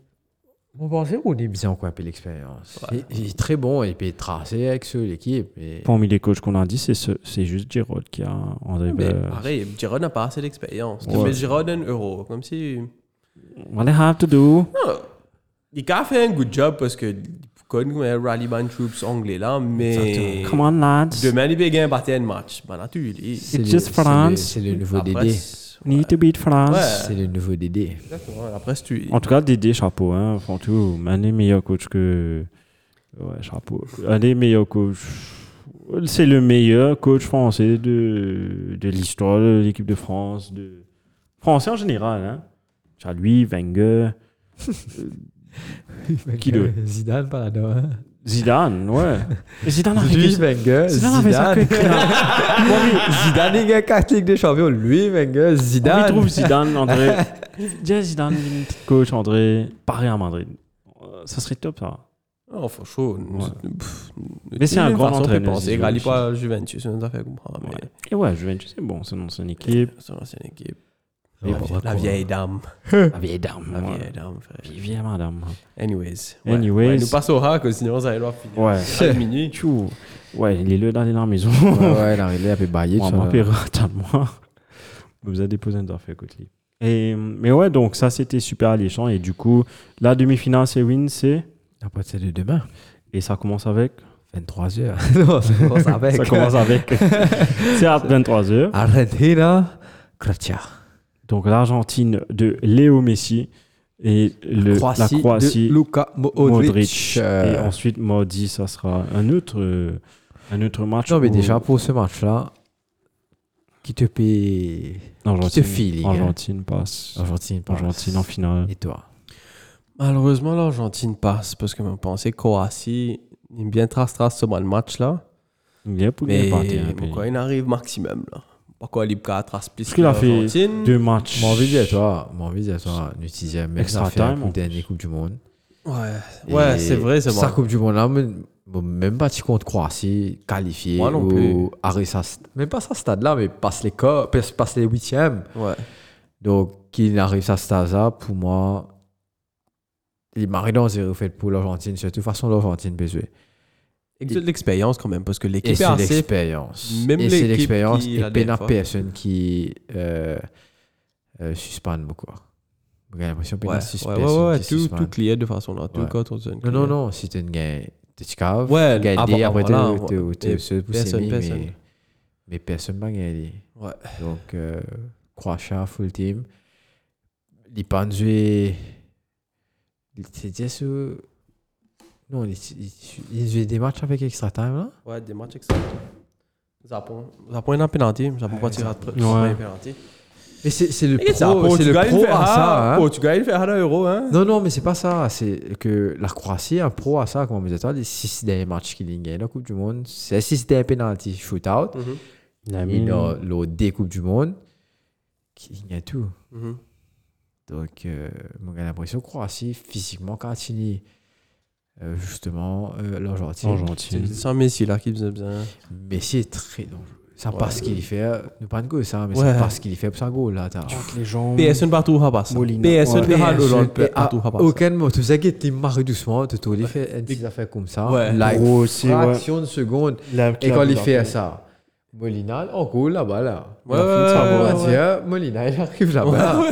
S2: Mon pensait au début, ils ont quoi un peu l'expérience.
S1: Ouais.
S2: Il, il est très bon, il peut tracer avec ceux, l'équipe. Mais...
S3: Parmi les coachs qu'on a dit, c'est ce- c'est juste Gerrard qui a André.
S1: Mais ah.
S3: Ber-
S1: Eh ben, pareil, Gérard n'a pas assez d'expérience. Tu
S3: Euh, Ouais.
S1: mets Gérard un euro, comme si...
S3: What they have to do.
S1: Non, il a fait un good job parce que comme rally band troops anglais là, mais
S3: Come on, lads.
S1: demain il peut gagner un parti de match. Ben là tu lis.
S2: C'est le-
S3: just
S2: c'est le-
S3: France.
S2: C'est le nouveau
S1: Après,
S2: Dédé.
S1: c'est- ouais,
S3: Need to beat France.
S1: Ouais.
S2: C'est le nouveau Dédé.
S1: exactement. Après c'est tu.
S3: En tout cas, Dédé, chapeau. Hein. Enfin, tout, un des meilleurs coachs que. Ouais, chapeau. Un des meilleurs coachs. C'est le meilleur coach français de, de l'histoire de l'équipe de France. De... Français en général. Hein. Tu as lui, Wenger, Qui le-
S2: Euh, Zidane par là-dedans. hein.
S3: Zidane, ouais. Mais Zidane a fait
S2: Lui,
S3: quelque-
S2: Wenger,
S3: Zidane a fait ça
S2: Zidane.
S3: que créer.
S2: Zidane, il gagne 4 Ligues des Champions. Lui, Wenger, Zidane.
S3: On y trouve Zidane, André. Dis Zidane, coach, André. Paris à Madrid. Euh, Ça serait top, ça.
S1: Oh, faut chaud. Nous-
S3: Ouais.
S1: pff,
S3: Mais c'est un
S1: une
S3: grand
S1: façon de
S3: entraîneur,
S1: penser.
S3: Zidane.
S1: Il rallie pas Juventus, on a fait comprendre.
S3: Ouais.
S1: Mais
S3: Et ouais, Juventus, c'est bon, c'est dans son équipe.
S1: c'est l'ancienne équipe.
S2: Mais
S1: la,
S2: bon,
S1: Oh, la
S2: quoi.
S1: vieille dame.
S3: La vieille dame.
S1: La
S3: ouais.
S1: vieille dame, frère.
S3: Puis viens, madame.
S1: Anyways.
S3: Anyways.
S1: Ouais, nous passons au hack, sinon ça va être finir.
S3: Ouais.
S1: Cinq minutes.
S3: Tchou. Ouais, il est là dans la maison.
S2: Ouais, ouais, il arrive, il a peu baillé.
S3: On
S2: tout ça, là.
S3: m'appelle, moi. Vous avez déposé un affaire, Kotli. Et, mais ouais, donc ça, c'était super alléchant. Et du coup, la demi-finale, c'est win, c'est.
S2: À partir de demain,
S3: Et ça commence avec.
S2: 23h. non, ça commence avec. Ah.
S3: Ça commence avec. c'est à 23h.
S2: Argentina, Croatia.
S3: Donc l'Argentine de Léo Messi et le, la Croatie
S2: de Luka Mo-
S3: Modric.
S2: Modric. euh,
S3: Et ensuite, mardi, ça sera un autre, euh, un autre match.
S2: Non, mais
S3: où
S2: déjà, pour ce match-là, qui te paie
S3: l'Argentine-
S2: qui te feeling, hein.
S3: Argentine passe.
S2: Argentine, passe.
S3: Argentine en finale.
S2: Et toi
S1: Malheureusement, l'Argentine passe parce que je pensais Croatie, il me bien trace-trace sur le match là.
S3: Il est pour
S1: Mais
S3: bien partir
S2: hein,
S3: un peu.
S1: pourquoi il arrive maximum là Pourquoi il peut trace plus
S3: Parce
S1: que
S3: qu'il a fait
S1: l'Argentine
S3: Deux matchs.
S2: Mon envie de dire, toi, mon envie de dire, toi, nous disions, même
S3: Extra
S2: ça fait un
S3: time,
S2: coup
S3: en
S2: dernier
S3: plus.
S2: Coupe du Monde.
S1: Ouais, ouais
S2: Et
S1: c'est vrai, c'est
S2: Sa
S1: bon.
S2: Coupe du Monde, là, même même pas si contre Croatie, qualifié,
S1: Moi non
S2: ou arrêt ça, même pas ça stade-là, mais passe les corps, passe, passe les huitièmes.
S1: Ouais.
S2: Donc, qu'il arrive à ce stade-là, pour moi, les Marinons, c'est refait pour l'Argentine, c'est de toute façon l'Argentine peut jouer.
S1: Et de l'expérience quand même, parce que
S2: Et
S1: l'équipe est
S2: c'est
S1: assez.
S2: l'expérience.
S1: même
S2: Et c'est
S1: l'équipe
S2: l'expérience.
S1: qui
S2: Et
S1: la
S2: peine à
S1: défend.
S2: personne qui euh, euh, suspend beaucoup. J'ai l'impression que
S1: Ouais, ouais, ouais, ouais, ouais, tout, tout clear de façon là, tout
S2: Ouais.
S1: quand on se donne
S2: Non, non,
S1: clear.
S2: non, si tu gagnes, tu caves.
S1: Ouais,
S2: gagné
S1: avant-
S2: après tu
S1: voilà,
S2: es
S1: ouais.
S2: tu
S1: Mais
S2: es pour
S1: personne,
S2: Semi,
S1: personne.
S2: mais, mais personne n'a gagné.
S1: Ouais.
S2: Donc, euh, Croatia, full team. Les Panzoué. C'est déjà ce. Non, ils- ils ils jouaient des matchs avec extra time là.
S1: Ouais, des matchs extra. Japon. Japon est en pénalité. Japon va tirer après.
S3: Ouais.
S1: Japon est en pénalité.
S2: Mais c'est c'est le
S1: Et ça,
S2: pro, c'est le
S1: Portugal,
S2: pro
S1: il fait
S2: à ça.
S1: ah,
S2: hein.
S1: Portugal, il fait un euro, hein.
S2: Non, non, mais c'est pas ça. C'est que la Croatie est un pro à ça, comme on disait, les six derniers matchs qu'il a gagné la Coupe du Monde. C'est six derniers penalty shootout.
S1: Mhm,
S2: Et là, l'autre des Coupes du Monde, qu'il gagne tout.
S1: mhm.
S2: Donc, euh, moi, j'ai l'impression que Croatie, physiquement, quand il est, euh, justement, euh, l'Argentine,
S1: C'est
S3: Argentine.
S1: Mm-hmm. sans Messi là qui faisait bien.
S2: Messi est très dangereux. Ça
S1: Ouais.
S2: passe ce qu'il fait, euh, ne pas de go, ça, mais
S1: Ouais.
S2: ça passe ce qu'il fait pour sa goal, là. t'as-
S3: les gens.
S1: PSN partout, Habas. PSN
S3: Molina.
S1: de
S2: Ouais.
S1: Hall, Hollande,
S2: Et à
S1: partout, Habas.
S2: Aucun mot, tu sais que tu marres doucement, tu t'en fait une petite affaire comme ça,
S1: Ouais.
S2: like
S3: Gros, c'est- ouais.
S2: fraction de seconde, et quand il fait ça, Molina, en goal là-bas, là.
S1: Ouais,
S2: Il a
S1: ouais,
S2: foutu sa
S1: ouais,
S2: balle,
S1: ouais.
S2: tu vois, bah, Molina, il arrive là-bas.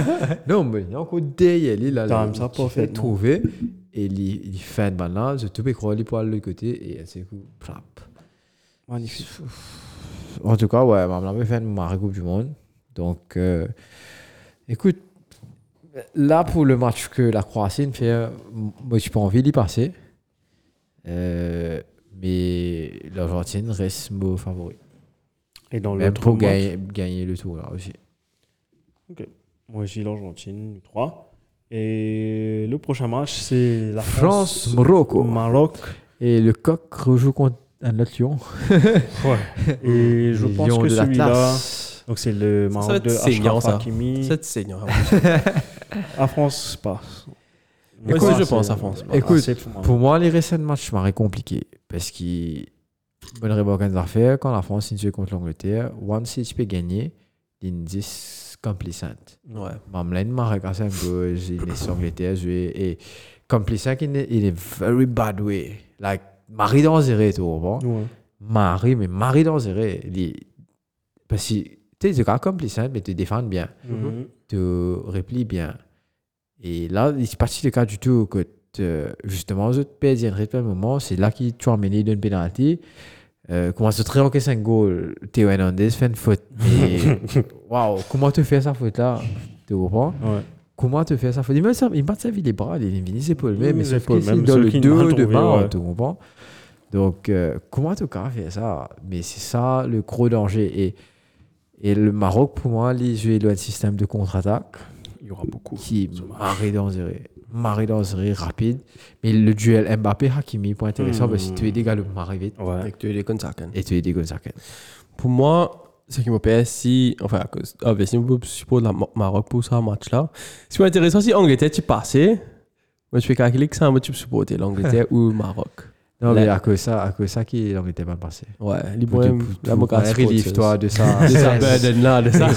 S2: Non, Molina, encore derrière lui, là.
S3: T'as
S2: là,
S3: même ça
S2: il
S3: pas
S2: fait
S3: fait, non.
S2: trouver, et il il fait une balle là, je te peux croire, il peut aller de l'autre côté, et c'est coup, plap.
S3: Magnifique.
S2: En tout cas, ouais, Mamlambe fait une marée Coupe du Monde. Donc, euh, écoute, là, pour le match que la Croatie me fait, euh, moi, j'ai pas envie d'y passer. Euh, mais l'Argentine reste mon favori.
S3: Et dans
S2: Même
S3: l'autre
S2: Euh, pour
S3: match,
S2: gagner, gagner le tour, là aussi.
S3: moi j'ai l'Argentine 3. Et le prochain match, c'est la
S2: France,
S3: France.
S2: Morocco.
S3: Maroc.
S2: Et le coq rejoue contre un autre lion.
S3: Et je
S2: Les
S3: pense
S2: lions
S3: que
S2: de
S3: celui-là.
S2: l'Atlas.
S3: Donc c'est le
S1: Ça, ça
S3: Maroc
S1: va
S3: de
S1: être saignant,
S3: Achraf
S1: ça.
S3: Hakimi.
S1: Cette seigneur.
S3: À France, pas.
S1: Moi aussi, je pense à France. passe.
S2: Écoute,
S3: Ah, c'est pour moi.
S2: Pour moi, les récents matchs m'araient compliqué. Parce qu'il. Bonne révocation d'affaires, quand la France est jouée contre l'Angleterre, one si tu peux gagner, l'indice complacent.
S1: Ouais.
S2: Mamlen m'a cassé un peu, il est l'Angleterre, joué. Et complacent, il est, il est very bad way. Like, Marie dans zéro, tu vois.
S3: Ouais.
S2: Marie, mais Marie dans zéro. il- Parce que, tu sais, tu es complacent, mais tu défends bien
S3: Mhm.
S2: te réplie bien. Et là, il se passe le cas du tout que euh, justement, je te perds un rythme à un moment, c'est là qu'il tu as mené d'une pénalité. Euh, comment se trévoquer 5 goals, Théo Hernandez fait une faute. Mais waouh, comment te faire sa faute là Tu comprends
S3: Ouais.
S2: Comment te faire sa faute Il m'a servi, il m'a servi les bras, il est venu ses épaules, mais
S3: Oui, les
S2: c'est
S3: épaules,
S2: qu'il
S3: même
S2: dans
S3: ceux
S2: le
S3: qui
S2: dos
S3: n'ont
S2: de
S3: tombé,
S2: barre,
S3: ouais.
S2: tu comprends Donc, euh, comment tu cas faire ça Mais c'est ça le gros danger. Et, et le Maroc, pour moi, les jouer le système de contre-attaque
S3: Il y aura beaucoup.
S2: qui
S3: Ce match.
S2: marée dangereux. Marée dangereux, rapide. Mais le duel Mbappé-Hakimi, point intéressant,
S3: Hmm.
S2: parce que tu es des gars le marée vite
S3: Ouais.
S1: Avec deux des Gonzagan.
S2: et tu es des Gonzaga.
S1: Pour moi, ce qui m'opère, si. Enfin, à cause. Ah, ben, si vous supposez la Mar- Maroc pour ce match-là. Ce qui est intéressant, si Angleterre, tu passais. Moi, je fais calculer que c'est un match pour supporter l'Angleterre ou le Maroc.
S2: Non,
S1: Là-
S2: mais à cause ça, à cause ça qui n'en était pas passé.
S1: Ouais, libre la Mocasse.
S2: toi de ça.
S1: De sa burden là, de ça.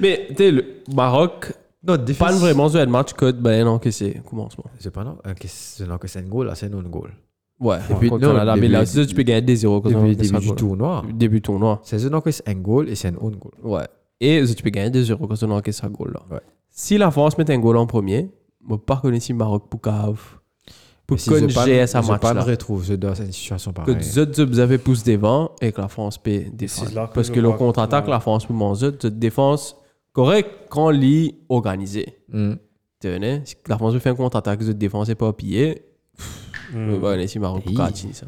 S1: Mais, tu sais, le Maroc,
S2: Non,
S1: pas
S2: défense.
S1: vraiment ce match code, ben non, que c'est commencement.
S2: C'est pas non, euh, que c'est non que c'est un goal, là, c'est non goal.
S1: Ouais,
S2: Et
S1: et
S2: puis,
S1: puis,
S2: non,
S1: Canada,
S2: début-
S1: mais là aussi, ça, tu peux gagner des 0 quand
S2: Depuis
S1: on
S2: le début du tournoi,
S1: Début tournoi.
S2: c'est non que c'est un goal et c'est un own goal.
S1: Ouais. Et ça, tu peux gagner des 0 quand on encaisse un goal là.
S2: Ouais.
S1: Si la France met un goal en premier, moi, par contre, ici, Maroc pour cave. Pour
S2: Mais si je pas-
S1: congé sa
S2: je
S1: match
S2: pas me
S1: là.
S2: retrouve je dans une situation
S1: Que
S2: pareille.
S1: Zut Zut, vous avez poussé devant et que la France peut
S3: C'est là
S1: défendre.
S3: que
S1: Parce
S3: je
S1: que le
S3: vois-
S1: contre-attaque,
S3: ouais.
S1: la France peut manger. Zut Zut défense correcte quand l'y organisée.
S2: Hmm.
S1: Tenez, si la France veut faire un contre-attaque, Zut défense n'est pas pillée.
S3: Mhm.
S1: Mm. Bah, ici, Maroc hein. pour
S2: Hey.
S1: Katini, ça.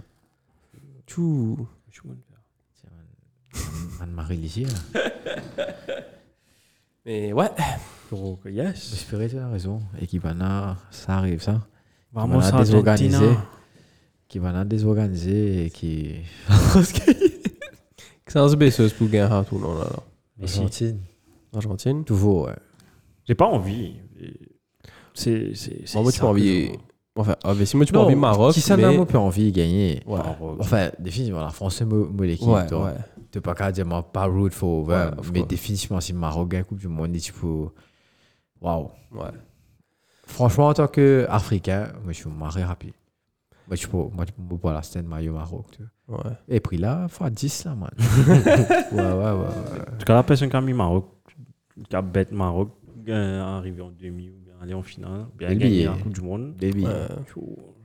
S1: Tout.
S2: Tiens, man- Anne-Marie Lissier, là.
S1: eh. Mais ouais.
S3: Donc, Yes.
S2: Espérez, tu as raison. E Et Kibana, ça arrive, ça.
S3: Vamos
S2: Voilà,
S3: Argentina.
S2: désorganisé. Kibana désorganisé et qui. Parce que-
S1: Sans baisseuse pour gagner un tournoi là. là.
S3: Mais si.
S1: Argentine.
S2: eh. Toujours, ouais.
S3: J'ai pas envie. C'est. c'est- c'est
S1: Bon, moi, tu
S3: ça
S1: m'as
S3: que
S1: envie-
S3: je-
S1: Enfin, avec- si moi, tu peux envie Maroc.
S2: Qui ça
S1: mais-
S2: n'a pas envie de gagner
S1: Ouais.
S3: Maroc.
S2: Enfin, définitivement, la France, c'est mo- mo l'équipe.
S1: Ouais,
S2: donc,
S1: ouais.
S2: T'es pas qu'à dire, moi, pas root for over.
S1: Ouais, of
S2: mais
S1: course.
S2: définitivement, si le Maroc gagne la Coupe du Monde, et tu peux. Waouh.
S1: Ouais.
S2: Franchement, en tant qu'Africain, moi, je suis marré rapide. Moi, je peux. Moi, je peux pas la scène maillot Maroc. tu vois.
S1: Ouais.
S2: Et puis là, fois 10 là, man. ouais, ouais, ouais. ouais.
S3: Parce que la personne qui a mis Maroc, qui a bête Maroc, euh, arrivé en demi ou bien aller en finale, bien
S2: Lui,
S3: gagner
S2: il-
S3: la Coupe du Monde.
S2: Mais lui,
S1: Ouais.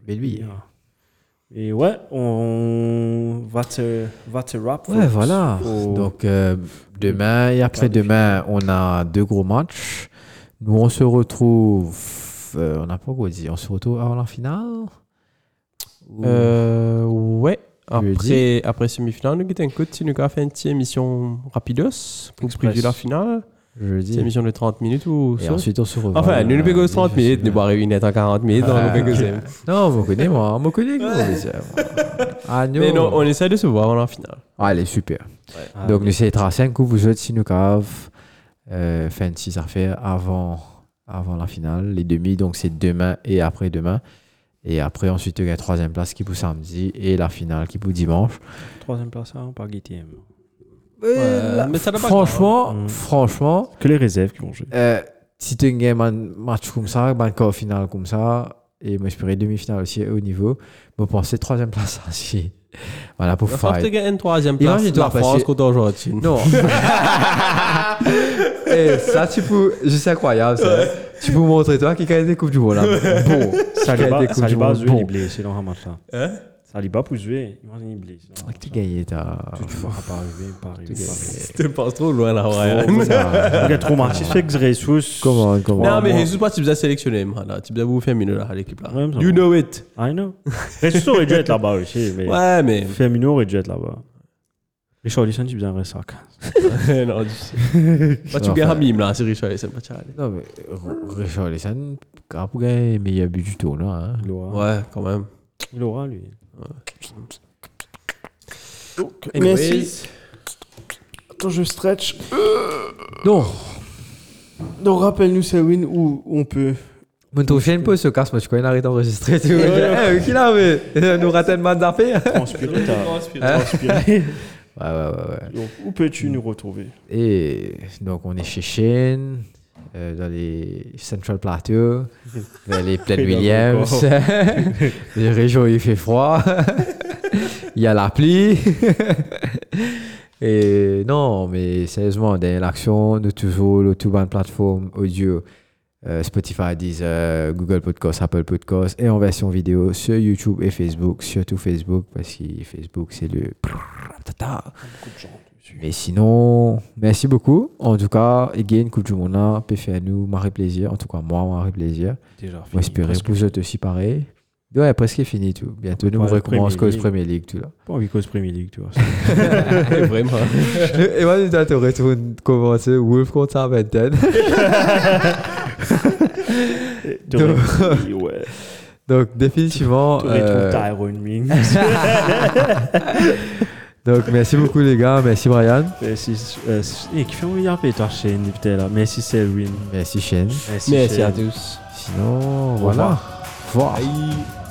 S2: mais lui.
S3: Et ouais, on va te, va te wrap.
S2: Ouais,
S3: folks.
S2: voilà.
S3: Faut-
S2: Donc, euh, demain et après-demain, on a deux gros matchs. Nous, on se retrouve. euh, on n'a pas quoi dit. On se retrouve avant la finale Ou-
S1: Euh, ouais.
S2: Jeudi.
S1: Après, après semi-finale, nous avons continué à faire une petite émission rapidos pour
S3: Express.
S1: préview la finale.
S2: Jeudi.
S1: Une émission de 30 minutes ou
S2: Et
S1: ça.
S2: ensuite, on se revoit.
S1: Enfin, nous, nous
S2: euh,
S1: pégons 30 minutes, nous
S2: déjà
S1: boire une heure en 40 minutes,
S2: Ah,
S1: on nous
S2: ok.
S1: pégons
S2: Non, vous connaissez moi, hein. vous connaissez moi. Ah non.
S1: Mais non, on essaie de se voir en finale.
S2: Ah, elle est super.
S3: Ah,
S2: Donc, nous c'est 5 ou vous êtes si nous cave euh, 26 affaires avant avant la finale, les demi donc c'est demain et après-demain. Et après ensuite il y a la troisième place qui pour samedi et la finale qui pour dimanche.
S3: troisième place, hein, par Guitiem.
S1: Ouais, Euh, mais ça n'a pas
S2: Euh, franchement,
S3: grave. Mm.
S2: franchement,
S3: Que les réserves qui vont jouer.
S2: euh, si tu gagnes un match comme ça, un quart finale comme ça, et ben, moi j'espérais demi-finale aussi euh, au niveau, je pensais troisième place aussi. Voilà pour
S1: Je pense
S2: faire.
S1: que tu une troisième
S2: Imagine-toi
S1: place. La
S2: passer-
S1: France contre l'Argentine.
S2: Non. Et Eh, ça, tu peux. Juste incroyable, ça. Tu peux montrer, toi, qui gagne des Coupes du Monde. Là. Bon. Qui gagne
S3: Saliba,
S2: des Coupes du
S3: Saliba,
S2: Monde.
S3: Zoué, il est
S2: Bon.
S3: blessé dans un match-là.
S1: Hein
S3: Saliba, pour Zoué, imagine, il est blessé. dans un
S2: Tu
S3: match-là.
S2: gagnes ta.
S3: Tout tu feras pas arriver, pas arriver.
S2: gagnes.
S1: Tu penses trop loin là, ouais.
S3: Il est traumatisé, c'est que Jesus.
S2: Comment, comment
S3: Trois
S1: Non, mais
S3: mois.
S1: Jesus, pas tu faisais sélectionner, man, là. Tu faisais vous faire minute à l'équipe là.
S3: Ouais, mais ça
S1: You
S3: va.
S1: know it.
S3: I know. Jesus aurait dû être là-bas aussi, mais.
S1: Ouais, mais.
S3: Firmino aurait dû être là-bas. Richard Lisson, tu bien ça.
S1: non, tu sais. Bah, tu
S2: Enfin.
S1: gagnes Hamim là, c'est Richard, c'est pas Charlie.
S2: Non, mais. Richard Lesson, quand pour gagner le meilleur but du tournoi. Hein.
S3: Il aura.
S1: Ouais, quand même.
S3: Il aura, lui.
S1: Merci.
S4: Attends, je stretch.
S2: Non.
S4: Donc, rappelle-nous, c'est win où on peut.
S2: Mon prochaine pause se casse, moi, je connais arrête d'enregistrer. Tu vois,
S4: Ouais.
S2: Eh, qui l'a, mais. Nous ratons le match d'affaires.
S3: Transpirer, t'as- transpirer.
S2: Ouais, ouais, ouais, ouais.
S3: Donc, où peux-tu nous retrouver
S2: Et donc, on est chez Shane, euh, dans les Central Plateau, vers les Plaines
S3: Et dans
S2: Williams, les régions où il fait froid, il y a la pluie. Et non, mais sérieusement, derrière l'action, nous toujours le tout bonne plateforme audio. euh, Spotify, Deezer, Google Podcast, Apple Podcast et en version vidéo sur YouTube et Facebook, surtout Facebook parce que Facebook c'est le mais sinon, merci beaucoup. En tout cas, again, Coupe du Monde, là, PFNU, Marie Plaisir. En tout cas, moi, Marie Plaisir.
S3: Déjà.
S2: Moi, espérer que vous êtes aussi pareil. Ouais, presque fini tout. Bientôt, nous, on
S3: Ouais,
S2: recommence
S3: Premier
S2: cause
S3: League.
S2: Premier League, tout là.
S3: Pas envie cause Premier League, tu vois.
S1: Vraiment.
S2: Et moi, tu te retournes commencer Wolf contre Southampton.
S3: T'aurais dit, ouais.
S2: Donc, définitivement.
S3: T'aurais
S2: euh,
S3: trouvé Tyrone Mings.
S2: donc, merci beaucoup, les gars. Merci, Brian.
S3: Merci. euh, Et qui fait un milliard pétard chez Niptel là. Merci, Selwyn.
S2: Merci, Shane.
S1: Merci
S3: Shane.
S1: à tous.
S2: Sinon, voilà. Au revoir.
S1: Bye.